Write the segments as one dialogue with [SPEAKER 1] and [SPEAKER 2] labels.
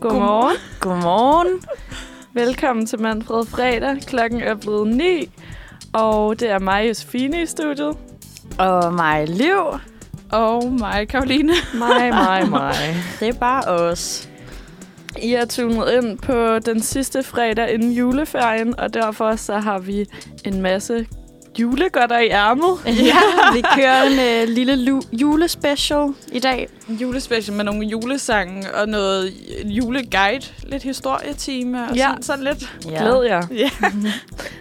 [SPEAKER 1] Godmorgen.
[SPEAKER 2] Godmorgen.
[SPEAKER 1] Velkommen til Manfred Fredag. Klokken er blevet 9, og det er mig, Josefine, i studiet.
[SPEAKER 2] Og mig, Liv.
[SPEAKER 3] Og mig, Karoline.
[SPEAKER 1] Mig, mig, mig.
[SPEAKER 2] Det er bare os.
[SPEAKER 1] I er tunet ind på den sidste fredag inden juleferien, og derfor så har vi en masse julegodter i ærmet.
[SPEAKER 2] Ja, vi kører en øh, lille lu- julespecial i dag.
[SPEAKER 3] En julespecial med nogle julesange og noget juleguide. Lidt historietime og
[SPEAKER 1] Ja.
[SPEAKER 3] ja. sådan, sådan lidt.
[SPEAKER 1] Glæd jer.
[SPEAKER 3] Ja.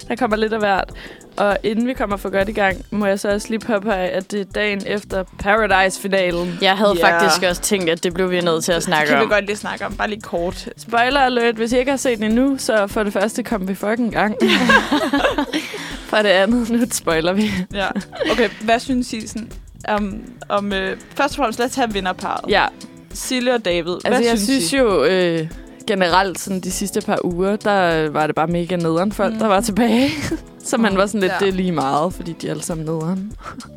[SPEAKER 1] Der kommer lidt af hvert. Og inden vi kommer for godt i gang, må jeg så også lige påpege, at det er dagen efter Paradise-finalen.
[SPEAKER 2] Jeg havde
[SPEAKER 3] Ja.
[SPEAKER 2] faktisk også tænkt, at det blev vi nødt til at
[SPEAKER 3] Det
[SPEAKER 2] snakke
[SPEAKER 3] kan vi
[SPEAKER 2] om.
[SPEAKER 3] godt lige snakke om. Bare lige kort.
[SPEAKER 1] Spoiler alert, hvis I ikke har set den endnu, så for det første kom vi fucking gang. for det andet, nu spoiler vi.
[SPEAKER 3] Ja. Okay, hvad synes I sådan, om... om øh, først og fremmest, lad os tage vinderparet.
[SPEAKER 1] Ja,
[SPEAKER 3] Sille og David. hvad
[SPEAKER 1] altså jeg
[SPEAKER 3] synes,
[SPEAKER 1] synes
[SPEAKER 3] I?
[SPEAKER 1] jo øh, generelt sådan de sidste par uger, der øh, var det bare mega nederen folk, mm.
[SPEAKER 3] Mm.
[SPEAKER 1] der var tilbage. så man var sådan lidt,
[SPEAKER 3] Ja.
[SPEAKER 1] det er lige meget, fordi de er alle sammen nederen.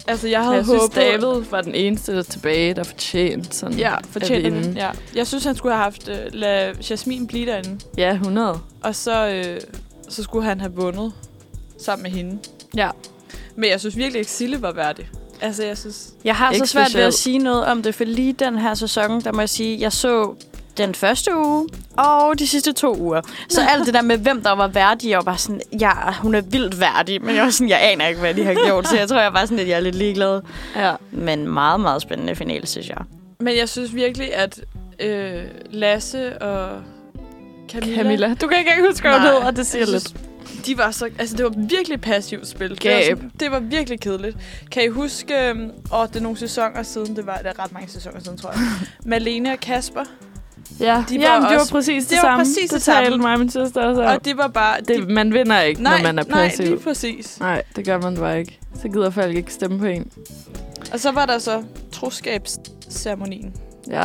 [SPEAKER 3] Altså, jeg
[SPEAKER 1] Og
[SPEAKER 3] havde
[SPEAKER 1] jeg synes,
[SPEAKER 3] håbet...
[SPEAKER 1] David var den eneste der tilbage, der fortjente sådan.
[SPEAKER 3] Ja, fortjente
[SPEAKER 1] at vinde.
[SPEAKER 3] den. Ja. Jeg synes, han skulle have haft... Øh, lad Jasmin blive derinde.
[SPEAKER 1] ja 100.
[SPEAKER 3] Og så, øh, så skulle han have vundet sammen med hende.
[SPEAKER 1] Ja.
[SPEAKER 3] Men jeg synes virkelig ikke, Sille var værdig. Altså, jeg synes...
[SPEAKER 2] Jeg har så
[SPEAKER 1] Ikke
[SPEAKER 2] svært ved at
[SPEAKER 1] specielt.
[SPEAKER 2] sige noget om det, for lige den her sæson, der må jeg sige, jeg så den første uge og de sidste to uger. Så alt det der med, hvem der var værdig, jeg var bare sådan, ja, hun er vildt værdig, men jeg var sådan, jeg aner ikke, hvad de har gjort, så jeg tror, jeg var sådan lidt, jeg er lidt ligeglad.
[SPEAKER 1] Ja.
[SPEAKER 2] Men meget, meget spændende finale, synes jeg.
[SPEAKER 3] Men jeg synes virkelig, at øh, Lasse og Camilla...
[SPEAKER 1] Camilla, du kan ikke engang huske, hvad hun
[SPEAKER 3] Nej,
[SPEAKER 1] hedder, det siger
[SPEAKER 3] jeg
[SPEAKER 1] lidt.
[SPEAKER 3] synes, De var så... Altså, det var virkelig passivt spil. Det var,
[SPEAKER 1] Gab.
[SPEAKER 3] sådan, det var virkelig kedeligt. Kan I huske... øhm, Åh, oh, det er nogle sæsoner siden. Det var det er ret mange sæsoner siden, tror jeg. Malene og Kasper.
[SPEAKER 1] Ja,
[SPEAKER 3] De
[SPEAKER 1] de
[SPEAKER 3] var
[SPEAKER 1] Jamen, det var
[SPEAKER 3] også-
[SPEAKER 1] præcis det,
[SPEAKER 3] det var
[SPEAKER 1] samme.
[SPEAKER 3] præcis
[SPEAKER 1] det
[SPEAKER 3] det samme.
[SPEAKER 1] talte mig og min søster også om.
[SPEAKER 3] Og det var bare...
[SPEAKER 1] Det, man vinder ikke,
[SPEAKER 3] nej,
[SPEAKER 1] når man er passiv.
[SPEAKER 3] nej, lige præcis.
[SPEAKER 1] nej, det gør man bare ikke. Så gider folk ikke stemme på en.
[SPEAKER 3] Og så var der så troskabsceremonien.
[SPEAKER 1] Ja.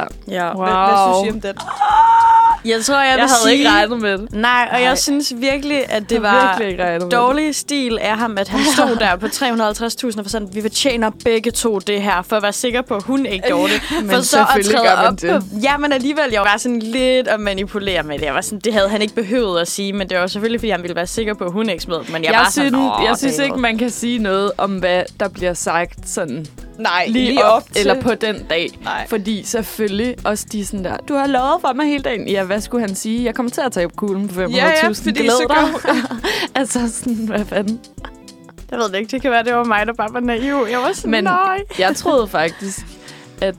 [SPEAKER 1] Wow.
[SPEAKER 2] Ja.
[SPEAKER 3] Wow. Hvad, hvad synes I om den?
[SPEAKER 2] Jeg tror, jeg, vil
[SPEAKER 1] Jeg havde
[SPEAKER 2] sige...
[SPEAKER 1] ikke regnet med det.
[SPEAKER 2] Nej, og
[SPEAKER 1] Nej.
[SPEAKER 2] jeg synes virkelig, at det
[SPEAKER 1] Jeg
[SPEAKER 2] var
[SPEAKER 1] havde virkelig ikke regnet med
[SPEAKER 2] dårlig stil af ham, at han stod der på 350.000 og var sådan, vi fortjener begge to det her, for at være sikker på, at hun ikke gjorde det.
[SPEAKER 1] det. Men
[SPEAKER 2] for så at
[SPEAKER 1] selvfølgelig
[SPEAKER 2] træde
[SPEAKER 1] gør man
[SPEAKER 2] op på... Ja, men alligevel, jeg var sådan lidt at manipulere med det. Jeg var sådan, det havde han ikke behøvet at sige, men det var selvfølgelig, fordi han ville være sikker på, at hun ikke smed. Men jeg,
[SPEAKER 1] Jeg,
[SPEAKER 2] var
[SPEAKER 1] jeg, synes,
[SPEAKER 2] sådan, "Åh,
[SPEAKER 1] jeg synes
[SPEAKER 2] David."
[SPEAKER 1] ikke, man kan sige noget om, hvad der bliver sagt sådan
[SPEAKER 3] Nej,
[SPEAKER 1] lige, lige op, op eller på den dag.
[SPEAKER 3] Nej.
[SPEAKER 1] Fordi selvfølgelig også de sådan der, du har lovet for mig hele dagen. Ja, hvad skulle han sige? Jeg kommer til at tage kuglen på 500.000.
[SPEAKER 3] Ja, ja, fordi
[SPEAKER 1] Glæd
[SPEAKER 3] så
[SPEAKER 1] dig.
[SPEAKER 3] går hun...
[SPEAKER 1] Altså sådan, hvad fanden?
[SPEAKER 2] Jeg ved det ikke, det kan være, det var mig, der bare var naiv. Jeg var sådan,
[SPEAKER 1] Men-
[SPEAKER 2] men... nej.
[SPEAKER 1] Jeg troede faktisk, at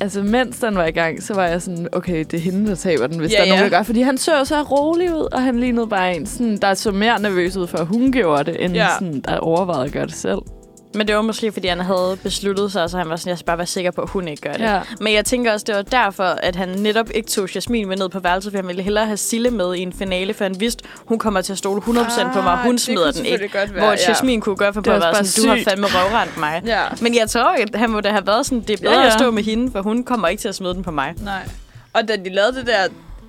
[SPEAKER 1] altså, mens den var i gang, så var jeg sådan, okay, det er hende, der taber den, hvis
[SPEAKER 3] Ja,
[SPEAKER 1] der er nogen,
[SPEAKER 3] ja.
[SPEAKER 1] der gør. Fordi han så så rolig ud, og han lignede bare en, sådan, der så mere nervøs ud for, at hun gjorde det, end ja.
[SPEAKER 3] Ja.
[SPEAKER 1] sådan, der overvejede at gøre det selv.
[SPEAKER 2] Men det var måske, fordi han havde besluttet sig, så han var sådan, jeg skal bare være sikker på, at hun ikke gør det.
[SPEAKER 1] Ja.
[SPEAKER 2] Men jeg tænker også, det var derfor, at han netop ikke tog Jasmin med ned på værelset, for han ville hellere have Sille med i en finale, for han vidste, hun kommer til at stole 100% ah, på mig, og hun smider den ikke.
[SPEAKER 3] Godt være,
[SPEAKER 2] Hvor Jasmin kunne gøre for
[SPEAKER 1] Det er
[SPEAKER 2] bare at
[SPEAKER 1] også
[SPEAKER 2] være
[SPEAKER 1] bare
[SPEAKER 2] sådan, du har
[SPEAKER 1] sygt."
[SPEAKER 2] fandme røvrendt mig.
[SPEAKER 3] Ja. ja.
[SPEAKER 2] Men jeg tror, at han må da have været sådan, det er bedre
[SPEAKER 1] Ja,
[SPEAKER 2] ja,
[SPEAKER 1] ja.
[SPEAKER 2] ja. at stå med hende, for hun kommer ikke til at smide den på mig.
[SPEAKER 3] Nej. Og da de lavede det der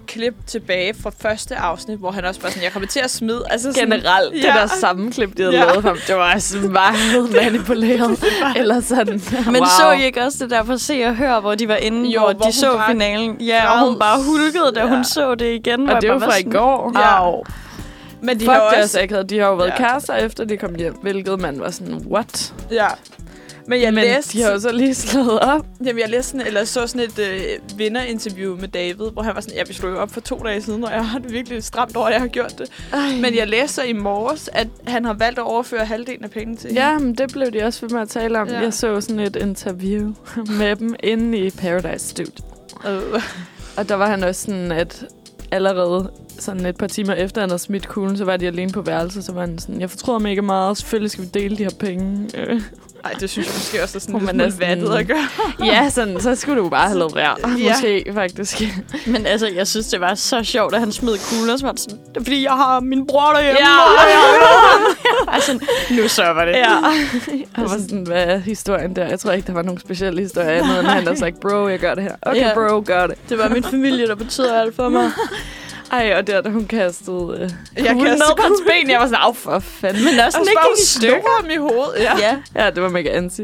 [SPEAKER 3] klip tilbage fra første afsnit, hvor han også bare sådan, jeg kommer til at smide. Altså sådan,
[SPEAKER 1] Generelt, ja. det
[SPEAKER 3] Ja.
[SPEAKER 1] der sammenklip, de havde ja.
[SPEAKER 3] Ja.
[SPEAKER 1] lavet for ham, det var altså meget manipuleret. eller sådan.
[SPEAKER 2] Men
[SPEAKER 1] wow.
[SPEAKER 2] så I ikke også det der på Se og Hør, hvor de var inde,
[SPEAKER 3] Jo,
[SPEAKER 2] hvor,
[SPEAKER 3] hvor
[SPEAKER 2] de
[SPEAKER 3] hun
[SPEAKER 2] så
[SPEAKER 3] bare
[SPEAKER 2] finalen? Ja,
[SPEAKER 3] græd.
[SPEAKER 2] og hun bare hulkede, da
[SPEAKER 3] Ja.
[SPEAKER 2] hun så det igen. hvor
[SPEAKER 1] Og det
[SPEAKER 2] jeg
[SPEAKER 1] var
[SPEAKER 2] bare
[SPEAKER 1] fra i går.
[SPEAKER 3] Ja.
[SPEAKER 2] Au.
[SPEAKER 3] men de
[SPEAKER 1] Fuck,
[SPEAKER 3] har
[SPEAKER 1] det er
[SPEAKER 3] også...
[SPEAKER 1] altså ikke havde- De har jo været
[SPEAKER 3] Ja.
[SPEAKER 1] kærester efter, de kom hjem, hvilket man var sådan, what?
[SPEAKER 3] Ja. Men jeg,
[SPEAKER 1] Men
[SPEAKER 3] læste,
[SPEAKER 1] de har jo så lige slået op.
[SPEAKER 3] jamen, jeg læste sådan, eller så sådan et øh, vinderinterview med David, hvor han var sådan, ja, vi slog jo op for to dage siden, og jeg har det virkelig stramt over, at jeg har gjort det.
[SPEAKER 1] Ej.
[SPEAKER 3] Men jeg læser i morges, at han har valgt at overføre halvdelen af pengene til hende.
[SPEAKER 1] Ja, men det blev de også ved med at tale om. Ja.
[SPEAKER 3] Ja.
[SPEAKER 1] Jeg så sådan et interview med dem inde i Paradise Studio.
[SPEAKER 3] Øh.
[SPEAKER 1] Og der var han også sådan, at allerede sådan et par timer efter, han havde smidt kuglen, så var de alene på værelset, så var han sådan, jeg fortryder mega meget, selvfølgelig skal vi dele de her penge. Øh.
[SPEAKER 3] Ej, det synes jeg måske også er sådan
[SPEAKER 1] Hvor
[SPEAKER 3] lidt
[SPEAKER 1] man er
[SPEAKER 3] man
[SPEAKER 1] sådan-
[SPEAKER 3] vattet at gøre.
[SPEAKER 1] ja, sådan, så skulle du bare have lavet værd,
[SPEAKER 3] Ja.
[SPEAKER 1] måske faktisk.
[SPEAKER 2] Men altså, jeg synes, det var så sjovt, at han smed kuglen, og så var det sådan, det er fordi, jeg har min bror derhjemme.
[SPEAKER 3] Ja.
[SPEAKER 2] og jeg- altså, nu så var det.
[SPEAKER 1] Jeg var sådan, hvad er historien der? Jeg tror ikke, der var nogen speciel historie andet, end han der sagde, bro, jeg gør det her. Okay,
[SPEAKER 2] Ja.
[SPEAKER 1] bro, gør det.
[SPEAKER 2] Det var min familie, der betyder alt for mig.
[SPEAKER 1] Ej, og der, da hun kastede... Øh,
[SPEAKER 3] Jeg
[SPEAKER 1] Hun
[SPEAKER 3] kastede
[SPEAKER 1] ned på hans
[SPEAKER 3] kuglen.
[SPEAKER 1] ben. Jeg var sådan, af for fanden.
[SPEAKER 2] Men også den
[SPEAKER 3] Og så
[SPEAKER 2] ikke
[SPEAKER 3] bare
[SPEAKER 2] gik i
[SPEAKER 3] slog
[SPEAKER 2] stykker.
[SPEAKER 3] ham i hovedet. Ja.
[SPEAKER 2] Ja.
[SPEAKER 1] Ja, det var mega anti.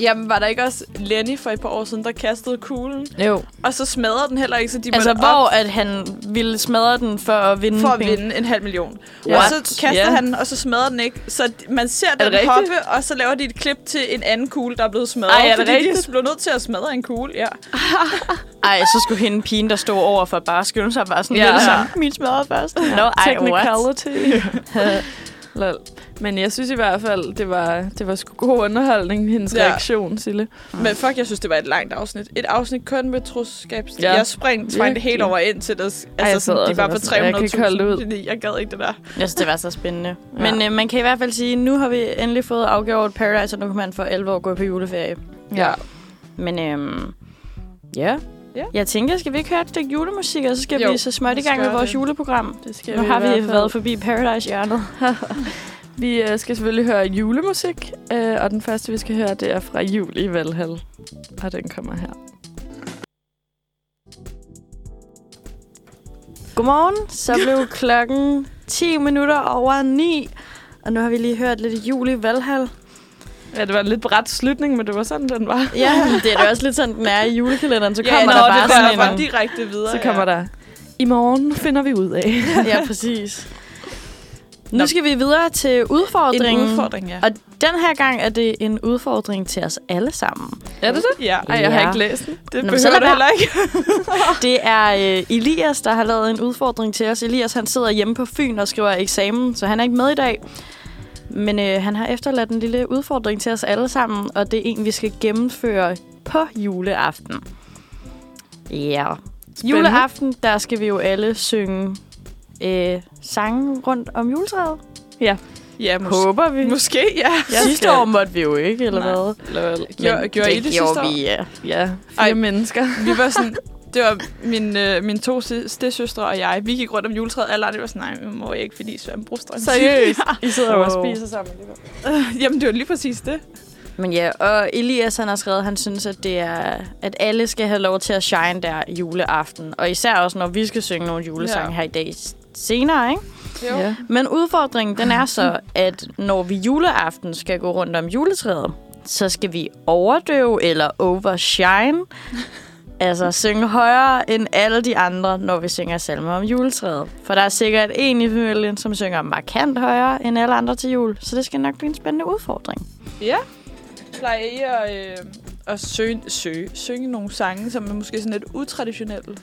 [SPEAKER 3] Jamen, var der ikke også Lenny for et par år siden, der kastede kuglen?
[SPEAKER 1] Jo.
[SPEAKER 3] Og så smadrede den heller ikke, så de
[SPEAKER 2] Altså,
[SPEAKER 3] måtte
[SPEAKER 2] hvor
[SPEAKER 3] op
[SPEAKER 2] at han ville smadre den for at vinde
[SPEAKER 3] for at
[SPEAKER 2] penge.
[SPEAKER 3] vinde en halv million.
[SPEAKER 1] Ja.
[SPEAKER 3] Ja. Og så kaster
[SPEAKER 1] Mm, Ja.
[SPEAKER 3] yeah. han den, og så smadrer den ikke. Så d- man ser
[SPEAKER 1] det
[SPEAKER 3] den
[SPEAKER 1] rigtigt?
[SPEAKER 3] hoppe, og så laver de et klip til en anden kugle, der er blevet smadret.
[SPEAKER 1] Ej, er det
[SPEAKER 3] fordi
[SPEAKER 1] rigtigt?
[SPEAKER 3] de blev nødt til at smadre en kugle, ja.
[SPEAKER 2] Ej, så skulle hende pigen, der stod over for bare at skynde sig bare sådan
[SPEAKER 1] Ja.
[SPEAKER 2] ja. lidt
[SPEAKER 1] Ja.
[SPEAKER 2] sammen. Min smadrede først. Nå, ej, what?
[SPEAKER 1] Technicality. Lol. Men jeg synes i hvert fald, det var, det var sgu god underholdning, hendes
[SPEAKER 3] Ja.
[SPEAKER 1] ja. reaktion, Sille.
[SPEAKER 3] Men fuck, jeg synes, det var et langt afsnit. Et afsnit kun med troskab.
[SPEAKER 1] Ja.
[SPEAKER 3] Ja. Jeg sprang, sprang det helt
[SPEAKER 1] Virkelig.
[SPEAKER 3] over ind til det. Altså,
[SPEAKER 1] jeg sad
[SPEAKER 3] sådan,
[SPEAKER 1] også
[SPEAKER 3] de var
[SPEAKER 1] og
[SPEAKER 3] på
[SPEAKER 1] var sådan, jeg kan ikke holde det ud.
[SPEAKER 3] 300.000. fordi Jeg gad ikke det der.
[SPEAKER 2] Jeg synes, det var så spændende.
[SPEAKER 1] Ja.
[SPEAKER 2] Ja. Men øh, man kan i hvert fald sige, nu har vi endelig fået afgjort Paradise, og nu kan man for 11 år gå på juleferie.
[SPEAKER 1] Ja.
[SPEAKER 2] Men øhm, ja.
[SPEAKER 3] Ja.
[SPEAKER 2] Jeg tænker, skal vi ikke høre et stykke julemusik, og så skal
[SPEAKER 3] Jo,
[SPEAKER 2] jo, vi så småt i
[SPEAKER 3] lad os
[SPEAKER 2] gang med
[SPEAKER 3] gøre
[SPEAKER 2] vores
[SPEAKER 3] det.
[SPEAKER 2] juleprogram.
[SPEAKER 1] Det skal
[SPEAKER 2] nu har
[SPEAKER 1] i hvert
[SPEAKER 2] vi
[SPEAKER 1] fald.
[SPEAKER 2] været forbi Paradise-hjørnet.
[SPEAKER 1] Vi øh, skal selvfølgelig høre julemusik, øh, og den første, vi skal høre, det er fra Jul i Valhall. Og den kommer her.
[SPEAKER 2] Godmorgen. Så blev klokken 10 minutter over 9, og nu har vi lige hørt lidt jul i Valhall.
[SPEAKER 1] Ja, det var en lidt bræt slutning, men det var sådan, den var.
[SPEAKER 2] Ja, det er da også lidt sådan, den er i julekalenderen, så kommer
[SPEAKER 3] nå,
[SPEAKER 2] der bare
[SPEAKER 3] det
[SPEAKER 2] sådan
[SPEAKER 3] der bare
[SPEAKER 2] en...
[SPEAKER 3] direkte videre.
[SPEAKER 1] Så kommer
[SPEAKER 3] ja.
[SPEAKER 1] der, i morgen finder vi ud af.
[SPEAKER 2] Ja, præcis.
[SPEAKER 3] Nå.
[SPEAKER 2] Nu skal vi videre til
[SPEAKER 3] en
[SPEAKER 2] udfordringen.
[SPEAKER 3] udfordring, ja.
[SPEAKER 2] Og den her gang er det en udfordring til os alle sammen.
[SPEAKER 1] er det det?
[SPEAKER 3] Ja,
[SPEAKER 1] Ej, jeg har
[SPEAKER 2] Ja.
[SPEAKER 1] ikke læst den.
[SPEAKER 3] det
[SPEAKER 2] Nå, men så lad
[SPEAKER 3] behøver du
[SPEAKER 2] være.
[SPEAKER 3] heller ikke.
[SPEAKER 2] Det er øh, Elias, der har lavet en udfordring til os. Elias han sidder hjemme på Fyn og skriver eksamen, så han er ikke med i dag. Men øh, han har efterladt en lille udfordring til os alle sammen, og det er en, vi skal gennemføre på juleaften. Ja. Juleaften, der skal vi jo alle synge øh, sange rundt om juletræet.
[SPEAKER 3] Ja, måske.
[SPEAKER 2] Håber vi.
[SPEAKER 3] Måske, ja.
[SPEAKER 1] Jeg
[SPEAKER 2] Sidste
[SPEAKER 1] skal-
[SPEAKER 2] år måtte vi jo ikke, eller
[SPEAKER 1] Nej.
[SPEAKER 2] hvad?
[SPEAKER 1] Lol.
[SPEAKER 3] Gjorde-
[SPEAKER 2] Men
[SPEAKER 3] gjorde I det sidste
[SPEAKER 2] gjorde
[SPEAKER 3] år?
[SPEAKER 2] vi, ja.
[SPEAKER 1] Ja, fire
[SPEAKER 3] Ej.
[SPEAKER 1] mennesker.
[SPEAKER 3] Vi var sådan, det var min, øh, mine to si- stedsøstre og jeg. Vi gik rundt om juletræet alle andre. var sådan, nej, men må jeg ikke, fordi Søren Brostrøm.
[SPEAKER 1] Seriøst? I sidder jo og
[SPEAKER 2] Wow.
[SPEAKER 1] spiser sammen.
[SPEAKER 3] Jamen, det var lige præcis det.
[SPEAKER 2] Men ja, og Elias han har skrevet, at han synes, at, det er, at alle skal have lov til at shine der juleaften. Og især også, når vi skal synge nogle julesange
[SPEAKER 3] Ja.
[SPEAKER 2] ja. her i dag s- senere, ikke?
[SPEAKER 3] Jo.
[SPEAKER 1] Ja.
[SPEAKER 2] Men udfordringen, den er så, at når vi juleaften skal gå rundt om juletræet, så skal vi overdøve eller overshine. altså synge højere end alle de andre, når vi synger salmer om juletræet. For der er sikkert en i familien, som synger markant højere end alle andre til jul. Så det skal nok blive en spændende udfordring.
[SPEAKER 3] Ja. Plejer I at, øh, at søge, søge, synge nogle sange, som er måske sådan lidt utraditionelle?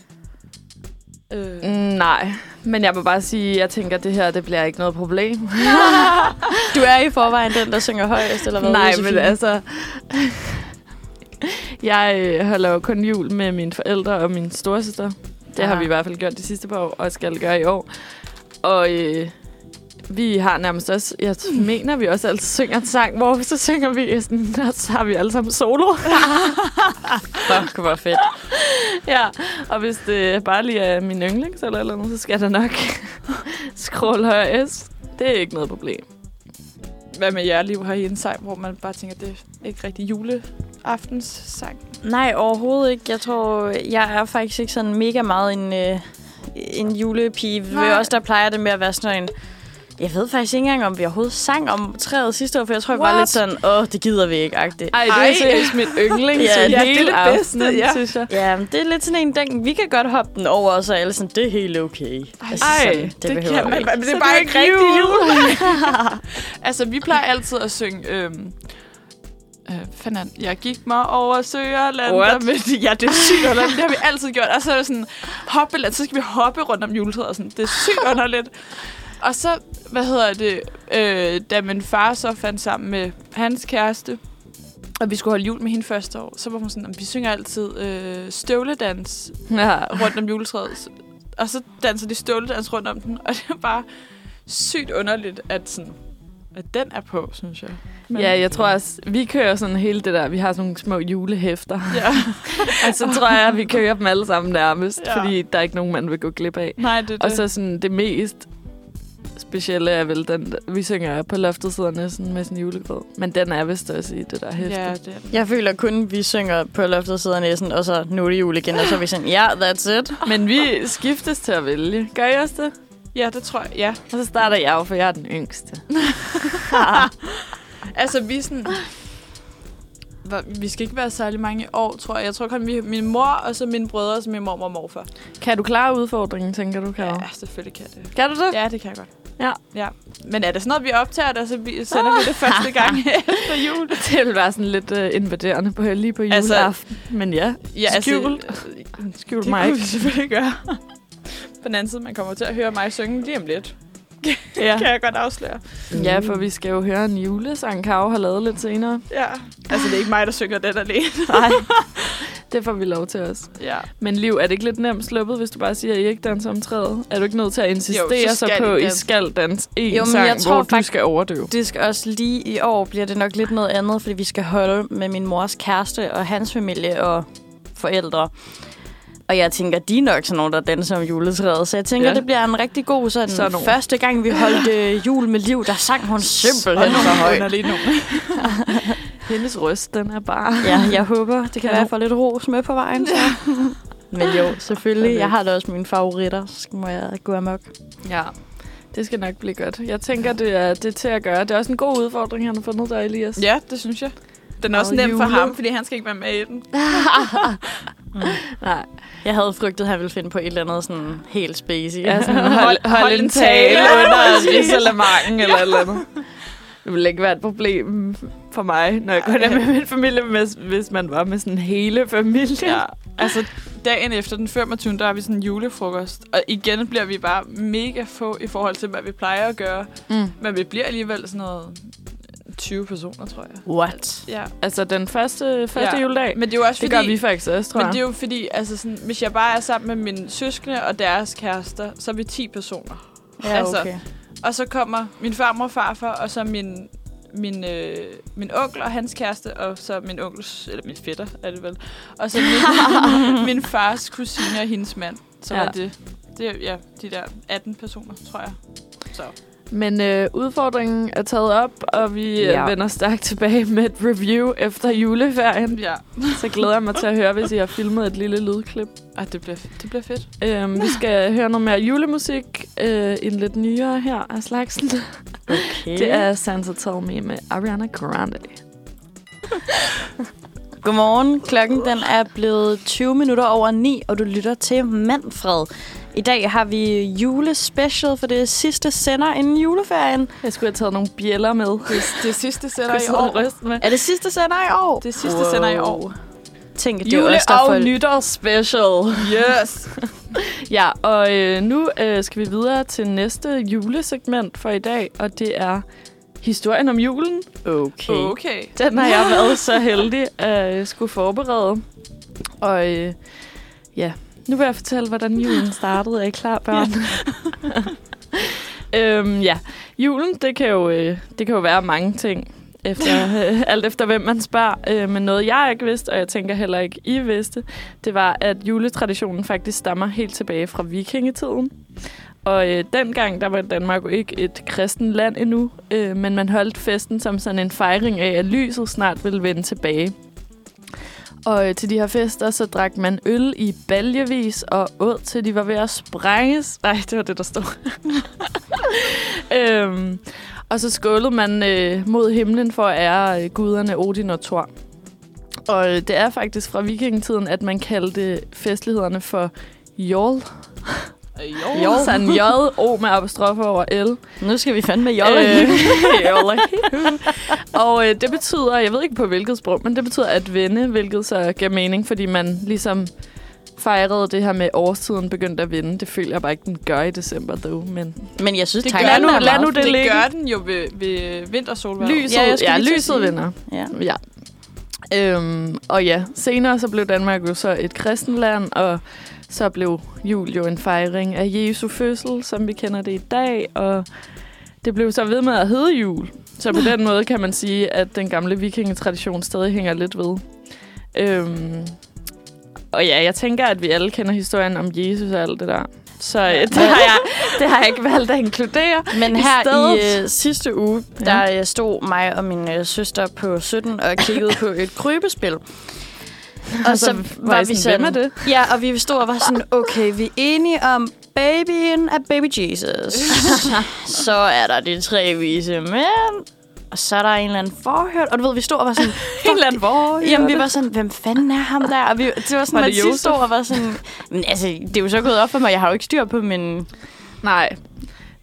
[SPEAKER 3] Øh.
[SPEAKER 1] Mm, nej, men jeg må bare sige, at jeg tænker, at det her det bliver ikke noget problem.
[SPEAKER 2] Du er i forvejen den, der synger højest, eller hvad?
[SPEAKER 1] nej,
[SPEAKER 2] Josefine?
[SPEAKER 1] men altså... jeg øh, holder jo kun jul med mine forældre og min storesøster. Det har
[SPEAKER 2] Ah.
[SPEAKER 1] vi i hvert fald gjort de sidste par år, og skal gøre i år. Og øh, vi har nærmest også... Jeg
[SPEAKER 2] Mm.
[SPEAKER 1] mener, vi også altid synger en sang, hvor så synger vi sådan... Og så har vi alle sammen solo.
[SPEAKER 2] Fuck, hvor fedt.
[SPEAKER 1] ja, og hvis det bare lige er min yndlings eller et eller andet, så skal der nok scroll højest. Det er ikke noget problem.
[SPEAKER 3] Hvad med jer, Liv? Har I en sang, hvor man bare tænker, at det er ikke rigtig juleaftens sang?
[SPEAKER 2] Nej, overhovedet ikke. Jeg tror, jeg er faktisk ikke sådan mega meget en, øh, en julepige. Vi
[SPEAKER 3] Nej.
[SPEAKER 2] er også, der plejer det med at være sådan en... Jeg ved faktisk ikke engang, om vi overhovedet sang om træet sidste år, for jeg tror, jeg var
[SPEAKER 3] What?
[SPEAKER 2] lidt sådan, åh, det gider vi ikke, agtigt.
[SPEAKER 1] Ej, det
[SPEAKER 3] Ej.
[SPEAKER 1] er seriøst mit yndlings
[SPEAKER 2] Ja,
[SPEAKER 1] i
[SPEAKER 2] det er
[SPEAKER 1] hele
[SPEAKER 3] det
[SPEAKER 1] aftenen,
[SPEAKER 3] bedste, ja.
[SPEAKER 1] synes jeg.
[SPEAKER 2] Ja, men det er lidt sådan en, den, vi kan godt hoppe den over, og så er alle sådan, det er helt okay. Altså,
[SPEAKER 1] Ej,
[SPEAKER 2] sådan,
[SPEAKER 1] det
[SPEAKER 2] behøver
[SPEAKER 3] Ja,
[SPEAKER 2] vi
[SPEAKER 3] men,
[SPEAKER 2] ikke.
[SPEAKER 3] men det
[SPEAKER 1] Så
[SPEAKER 3] er bare
[SPEAKER 1] det er
[SPEAKER 3] ikke
[SPEAKER 1] ikke
[SPEAKER 3] rigtig
[SPEAKER 1] jul.
[SPEAKER 3] jul. altså, vi plejer altid at synge... Øhm, øh, fanden, er den? jeg gik mig over søerland.
[SPEAKER 2] What?
[SPEAKER 3] Ja, det er sygt underligt. Det har vi altid gjort. Og så er det sådan, hoppeland, så skal vi hoppe rundt om juletræet. og Sådan. Det er sygt underligt. Og så, hvad hedder det, øh, da min far så fandt sammen med hans kæreste, og vi skulle holde jul med hende første år, så var hun sådan, "Jamen, vi synger altid øh, støvledans
[SPEAKER 1] Ja.
[SPEAKER 3] rundt om juletræet. Og så danser de støvledans rundt om den, og det er bare sygt underligt, at, sådan, at den er på, synes jeg.
[SPEAKER 1] ja, jeg tror også, vi kører sådan hele det der, vi har sådan nogle små julehæfter.
[SPEAKER 3] Ja.
[SPEAKER 1] Og så tror jeg, at vi kører dem alle sammen nærmest,
[SPEAKER 3] Ja.
[SPEAKER 1] fordi der er ikke nogen, man vil gå glip af.
[SPEAKER 3] Nej, det er
[SPEAKER 1] Og
[SPEAKER 3] det.
[SPEAKER 1] så sådan det mest specielle er vel den, der- vi synger på loftet sidder næsten med sin julegrød. Men den er vist også i det der hæfte.
[SPEAKER 3] Ja,
[SPEAKER 1] Ja.
[SPEAKER 3] det er den.
[SPEAKER 2] Jeg føler kun, vi synger på loftet sidder næsen, og så nu er det jul igen, og så er vi sådan, ja, yeah, that's it.
[SPEAKER 1] Men vi skiftes til at vælge. Gør I også det?
[SPEAKER 3] ja, det tror jeg. Ja.
[SPEAKER 1] Og så starter jeg jo, for jeg er den yngste.
[SPEAKER 3] Altså, vi er sådan... Hvor- Vi skal ikke være særlig mange år, tror jeg. Jeg tror kun, vi min mor og så mine brødre og så min mormor og morfar.
[SPEAKER 1] Kan du klare udfordringen, tænker du, Karo?
[SPEAKER 3] Ja, selvfølgelig kan det.
[SPEAKER 1] Kan du det?
[SPEAKER 3] Ja, det kan jeg godt.
[SPEAKER 1] Ja.
[SPEAKER 3] ja. Men er det sådan noget, vi optager det, og så vi- sender vi det første gang efter jul?
[SPEAKER 1] Det ville være sådan lidt uh, invaderende på, lige på
[SPEAKER 3] Altså-
[SPEAKER 1] juleaften. Altså, men ja,
[SPEAKER 3] Ja,
[SPEAKER 1] Skjult.
[SPEAKER 3] øh,
[SPEAKER 1] skjul
[SPEAKER 3] Det
[SPEAKER 1] mig
[SPEAKER 3] kunne vi
[SPEAKER 1] ikke.
[SPEAKER 3] selvfølgelig gøre. På den anden side, man kommer til at høre mig synge lige om lidt.
[SPEAKER 1] Ja.
[SPEAKER 3] Kan jeg godt afsløre.
[SPEAKER 1] ja, for vi skal jo høre en julesang, Karo har lavet lidt senere.
[SPEAKER 3] Ja. Altså, det er ikke mig, der synger den alene.
[SPEAKER 1] Nej, det får vi lov til os.
[SPEAKER 3] Ja.
[SPEAKER 1] Men Liv, er det ikke lidt nemt sluppet, hvis du bare siger, at I ikke danser om træet? Er du ikke nødt til at insistere
[SPEAKER 3] Jo,
[SPEAKER 1] jo,
[SPEAKER 3] så
[SPEAKER 1] så, på,
[SPEAKER 3] skal I
[SPEAKER 1] at I
[SPEAKER 3] danse.
[SPEAKER 1] skal danse én
[SPEAKER 2] Jo,
[SPEAKER 1] jo,
[SPEAKER 2] men
[SPEAKER 1] sang,
[SPEAKER 2] jeg tror
[SPEAKER 1] hvor du
[SPEAKER 2] fakt-
[SPEAKER 1] skal overdøve?
[SPEAKER 2] Det skal også lige i år bliver det nok lidt noget andet, fordi vi skal holde med min mors kæreste og hans familie og forældre. Og jeg tænker, de er nok sådan nogen, der danser om juletræet. Så jeg tænker,
[SPEAKER 1] Ja.
[SPEAKER 2] ja. det bliver en rigtig god sådan,
[SPEAKER 1] Sådan
[SPEAKER 2] sådan
[SPEAKER 1] nogle.
[SPEAKER 2] første gang, vi holdt øh, jul med liv, der sang hun simpelthen så højt.
[SPEAKER 3] underlige nogen.
[SPEAKER 1] Hendes røst, den er bare...
[SPEAKER 2] Ja, jeg håber, det kan
[SPEAKER 1] Ja.
[SPEAKER 2] være, at jeg får lidt ros med på vejen. Så. Men jo, selvfølgelig. Jeg har da også mine favoritter, så må jeg gå amok.
[SPEAKER 1] Ja, det skal nok blive godt. Jeg tænker, det er, det er til at gøre. Det er også en god udfordring, han har fundet dig, Elias.
[SPEAKER 3] Ja, det synes jeg. Den er også
[SPEAKER 1] Og
[SPEAKER 3] nem for
[SPEAKER 1] jule.
[SPEAKER 3] ham, fordi han skal ikke være med i den.
[SPEAKER 1] Nej,
[SPEAKER 2] Jeg havde frygtet, at han ville finde på et eller andet sådan helt spacey.
[SPEAKER 1] ja, sådan, hold,
[SPEAKER 3] Hold-
[SPEAKER 1] hold,
[SPEAKER 3] hold
[SPEAKER 1] en
[SPEAKER 3] en
[SPEAKER 1] tale
[SPEAKER 3] tale.
[SPEAKER 1] under
[SPEAKER 3] Præcis.
[SPEAKER 1] isolemangen eller et eller andet. Det ville ikke være et problem for mig, når jeg går der med min familie, hvis, hvis man var med sådan hele familien.
[SPEAKER 3] Ja. Altså, dagen efter den 25. der har vi sådan en julefrokost. Og igen bliver vi bare mega få i forhold til, hvad vi plejer at gøre.
[SPEAKER 1] Mm.
[SPEAKER 3] Men vi bliver alligevel sådan noget 20 personer, tror jeg.
[SPEAKER 2] What?
[SPEAKER 3] Ja.
[SPEAKER 1] Altså den første, første
[SPEAKER 3] Ja.
[SPEAKER 1] ja. juledag.
[SPEAKER 3] Men det er jo også
[SPEAKER 1] Det
[SPEAKER 3] fordi...
[SPEAKER 1] gør vi faktisk også, tror
[SPEAKER 3] Men
[SPEAKER 1] jeg.
[SPEAKER 3] det er jo fordi, altså sådan, hvis jeg bare er sammen med mine søskende og deres kærester, så er vi 10 personer.
[SPEAKER 2] Ja,
[SPEAKER 3] Altså,
[SPEAKER 2] okay. Altså,
[SPEAKER 3] Og så kommer min farmor og farfar, og så min, min, øh, min onkel og hans kæreste, og så min onkels, eller min fætter er det vel, og så min, min fars kusine og hendes mand. Så ja.
[SPEAKER 1] Ja.
[SPEAKER 3] var det, det er, ja, de der 18 personer, tror jeg. Så.
[SPEAKER 1] Men øh, udfordringen er taget op, og vi ja.
[SPEAKER 2] Ja.
[SPEAKER 1] vender stærkt tilbage med et review efter juleferien.
[SPEAKER 3] Ja,
[SPEAKER 1] Så glæder jeg mig til at høre, hvis I har filmet et lille lydklip.
[SPEAKER 3] Ej, det, bliver, det bliver fedt.
[SPEAKER 1] Øhm, vi skal høre noget mere julemusik. Øh, en lidt nyere her af slagsen. Yeah.
[SPEAKER 2] okay.
[SPEAKER 1] Det er Santa Tell Me med Ariana Grande.
[SPEAKER 2] Godmorgen. Klokken den er blevet 20 minutter over 9, og du lytter til Manfred. I dag har vi julespecial for det sidste sender inden juleferien.
[SPEAKER 1] Jeg skulle have taget nogle bjæller med.
[SPEAKER 3] Det, det sidste sender
[SPEAKER 1] Jeg
[SPEAKER 3] i
[SPEAKER 1] sidde og
[SPEAKER 3] år.
[SPEAKER 1] ryste med.
[SPEAKER 2] Er det sidste sender i år?
[SPEAKER 3] Det sidste wow. sender i år.
[SPEAKER 2] Tænk, at det er
[SPEAKER 1] Jule-
[SPEAKER 2] os, der
[SPEAKER 1] og
[SPEAKER 2] får...
[SPEAKER 1] nytårsspecial.
[SPEAKER 3] Yes!
[SPEAKER 1] Ja, og øh, nu øh, skal vi videre til næste julesegment for i dag, og det er historien om julen.
[SPEAKER 2] Okay.
[SPEAKER 3] Okay.
[SPEAKER 1] Den har jeg været så heldig at øh, skulle forberede. Og øh, ja, nu vil jeg fortælle, hvordan julen startede. Er I klar, børn? øhm, ja, julen, det kan, jo, øh, det kan jo være mange ting. Efter, øh, alt efter hvem man spørger. Øh, men noget, jeg ikke vidste, og jeg tænker heller ikke, I vidste, det var, at juletraditionen faktisk stammer helt tilbage fra vikingetiden. Og øh, dengang, der var Danmark jo ikke et kristen land endnu, øh, men man holdt festen som sådan en fejring af, at lyset snart ville vende tilbage. Og øh, til de her fester, så drak man øl i baljevis og åd, til de var ved at sprænges. Nej, det var det, der stod. øhm, og så skålede man øh, mod himlen for at ære øh, guderne Odin og Thor. Og øh, det er faktisk fra vikingetiden, at man kaldte festlighederne for Jol.
[SPEAKER 3] Jo.
[SPEAKER 1] Jo. Sådan J, O med apostrof over L.
[SPEAKER 2] Nu skal vi fandme jolle.
[SPEAKER 1] Øh, jolle. og øh, det betyder, jeg ved ikke på hvilket sprog, men det betyder at vende, hvilket så giver mening, fordi man ligesom fejrede det her med at årstiden begyndte at vende. Det føler jeg bare ikke, den gør i december, dog. Men
[SPEAKER 2] Men jeg synes,
[SPEAKER 3] Det
[SPEAKER 2] tanken
[SPEAKER 3] gør
[SPEAKER 2] er
[SPEAKER 3] nu-
[SPEAKER 2] meget
[SPEAKER 1] lad nu
[SPEAKER 2] fed.
[SPEAKER 1] det
[SPEAKER 3] det
[SPEAKER 1] ligge.
[SPEAKER 3] gør den jo ved, ved vintersolvær.
[SPEAKER 1] lyset,
[SPEAKER 2] Ja,
[SPEAKER 1] ja,
[SPEAKER 2] jeg skulle
[SPEAKER 1] ja,
[SPEAKER 2] lige til at
[SPEAKER 1] lyset
[SPEAKER 2] sige.
[SPEAKER 1] vinder.
[SPEAKER 2] Ja.
[SPEAKER 1] Ja. Øhm, og ja, senere så blev Danmark jo så et kristenland, og så blev jul jo en fejring af Jesu fødsel, som vi kender det i dag, og det blev så ved med at hedde jul. Så på den måde kan man sige, at den gamle vikingetradition stadig hænger lidt ved. Øhm, og ja, jeg tænker, at vi alle kender historien om Jesus og alt det der. Så øh, det har jeg, Det har jeg ikke valgt at inkludere.
[SPEAKER 2] Men
[SPEAKER 1] I
[SPEAKER 2] her i
[SPEAKER 1] stedet-
[SPEAKER 2] øh, sidste uge, der øh, stod mig og min øh, søster på 17 og kiggede på et krybespil. Og
[SPEAKER 1] så var I sådan, "Hvem er det?"
[SPEAKER 2] Ja, og vi stod og var sådan, okay, vi er enige om babyen af Baby Jesus. så er der de tre vise mænd. Og så er der en eller anden forhørt. Og du ved, vi stod og var sådan,
[SPEAKER 1] En eller anden hvor.
[SPEAKER 2] Jamen, vi var sådan, hvem fanden er ham der? Og vi, det var sådan,
[SPEAKER 1] Var
[SPEAKER 2] at
[SPEAKER 1] det
[SPEAKER 2] sidste
[SPEAKER 1] Josef?
[SPEAKER 2] stod og var sådan... Men altså, det er jo så gået op for mig, jeg har jo ikke styr på, men
[SPEAKER 1] Nej.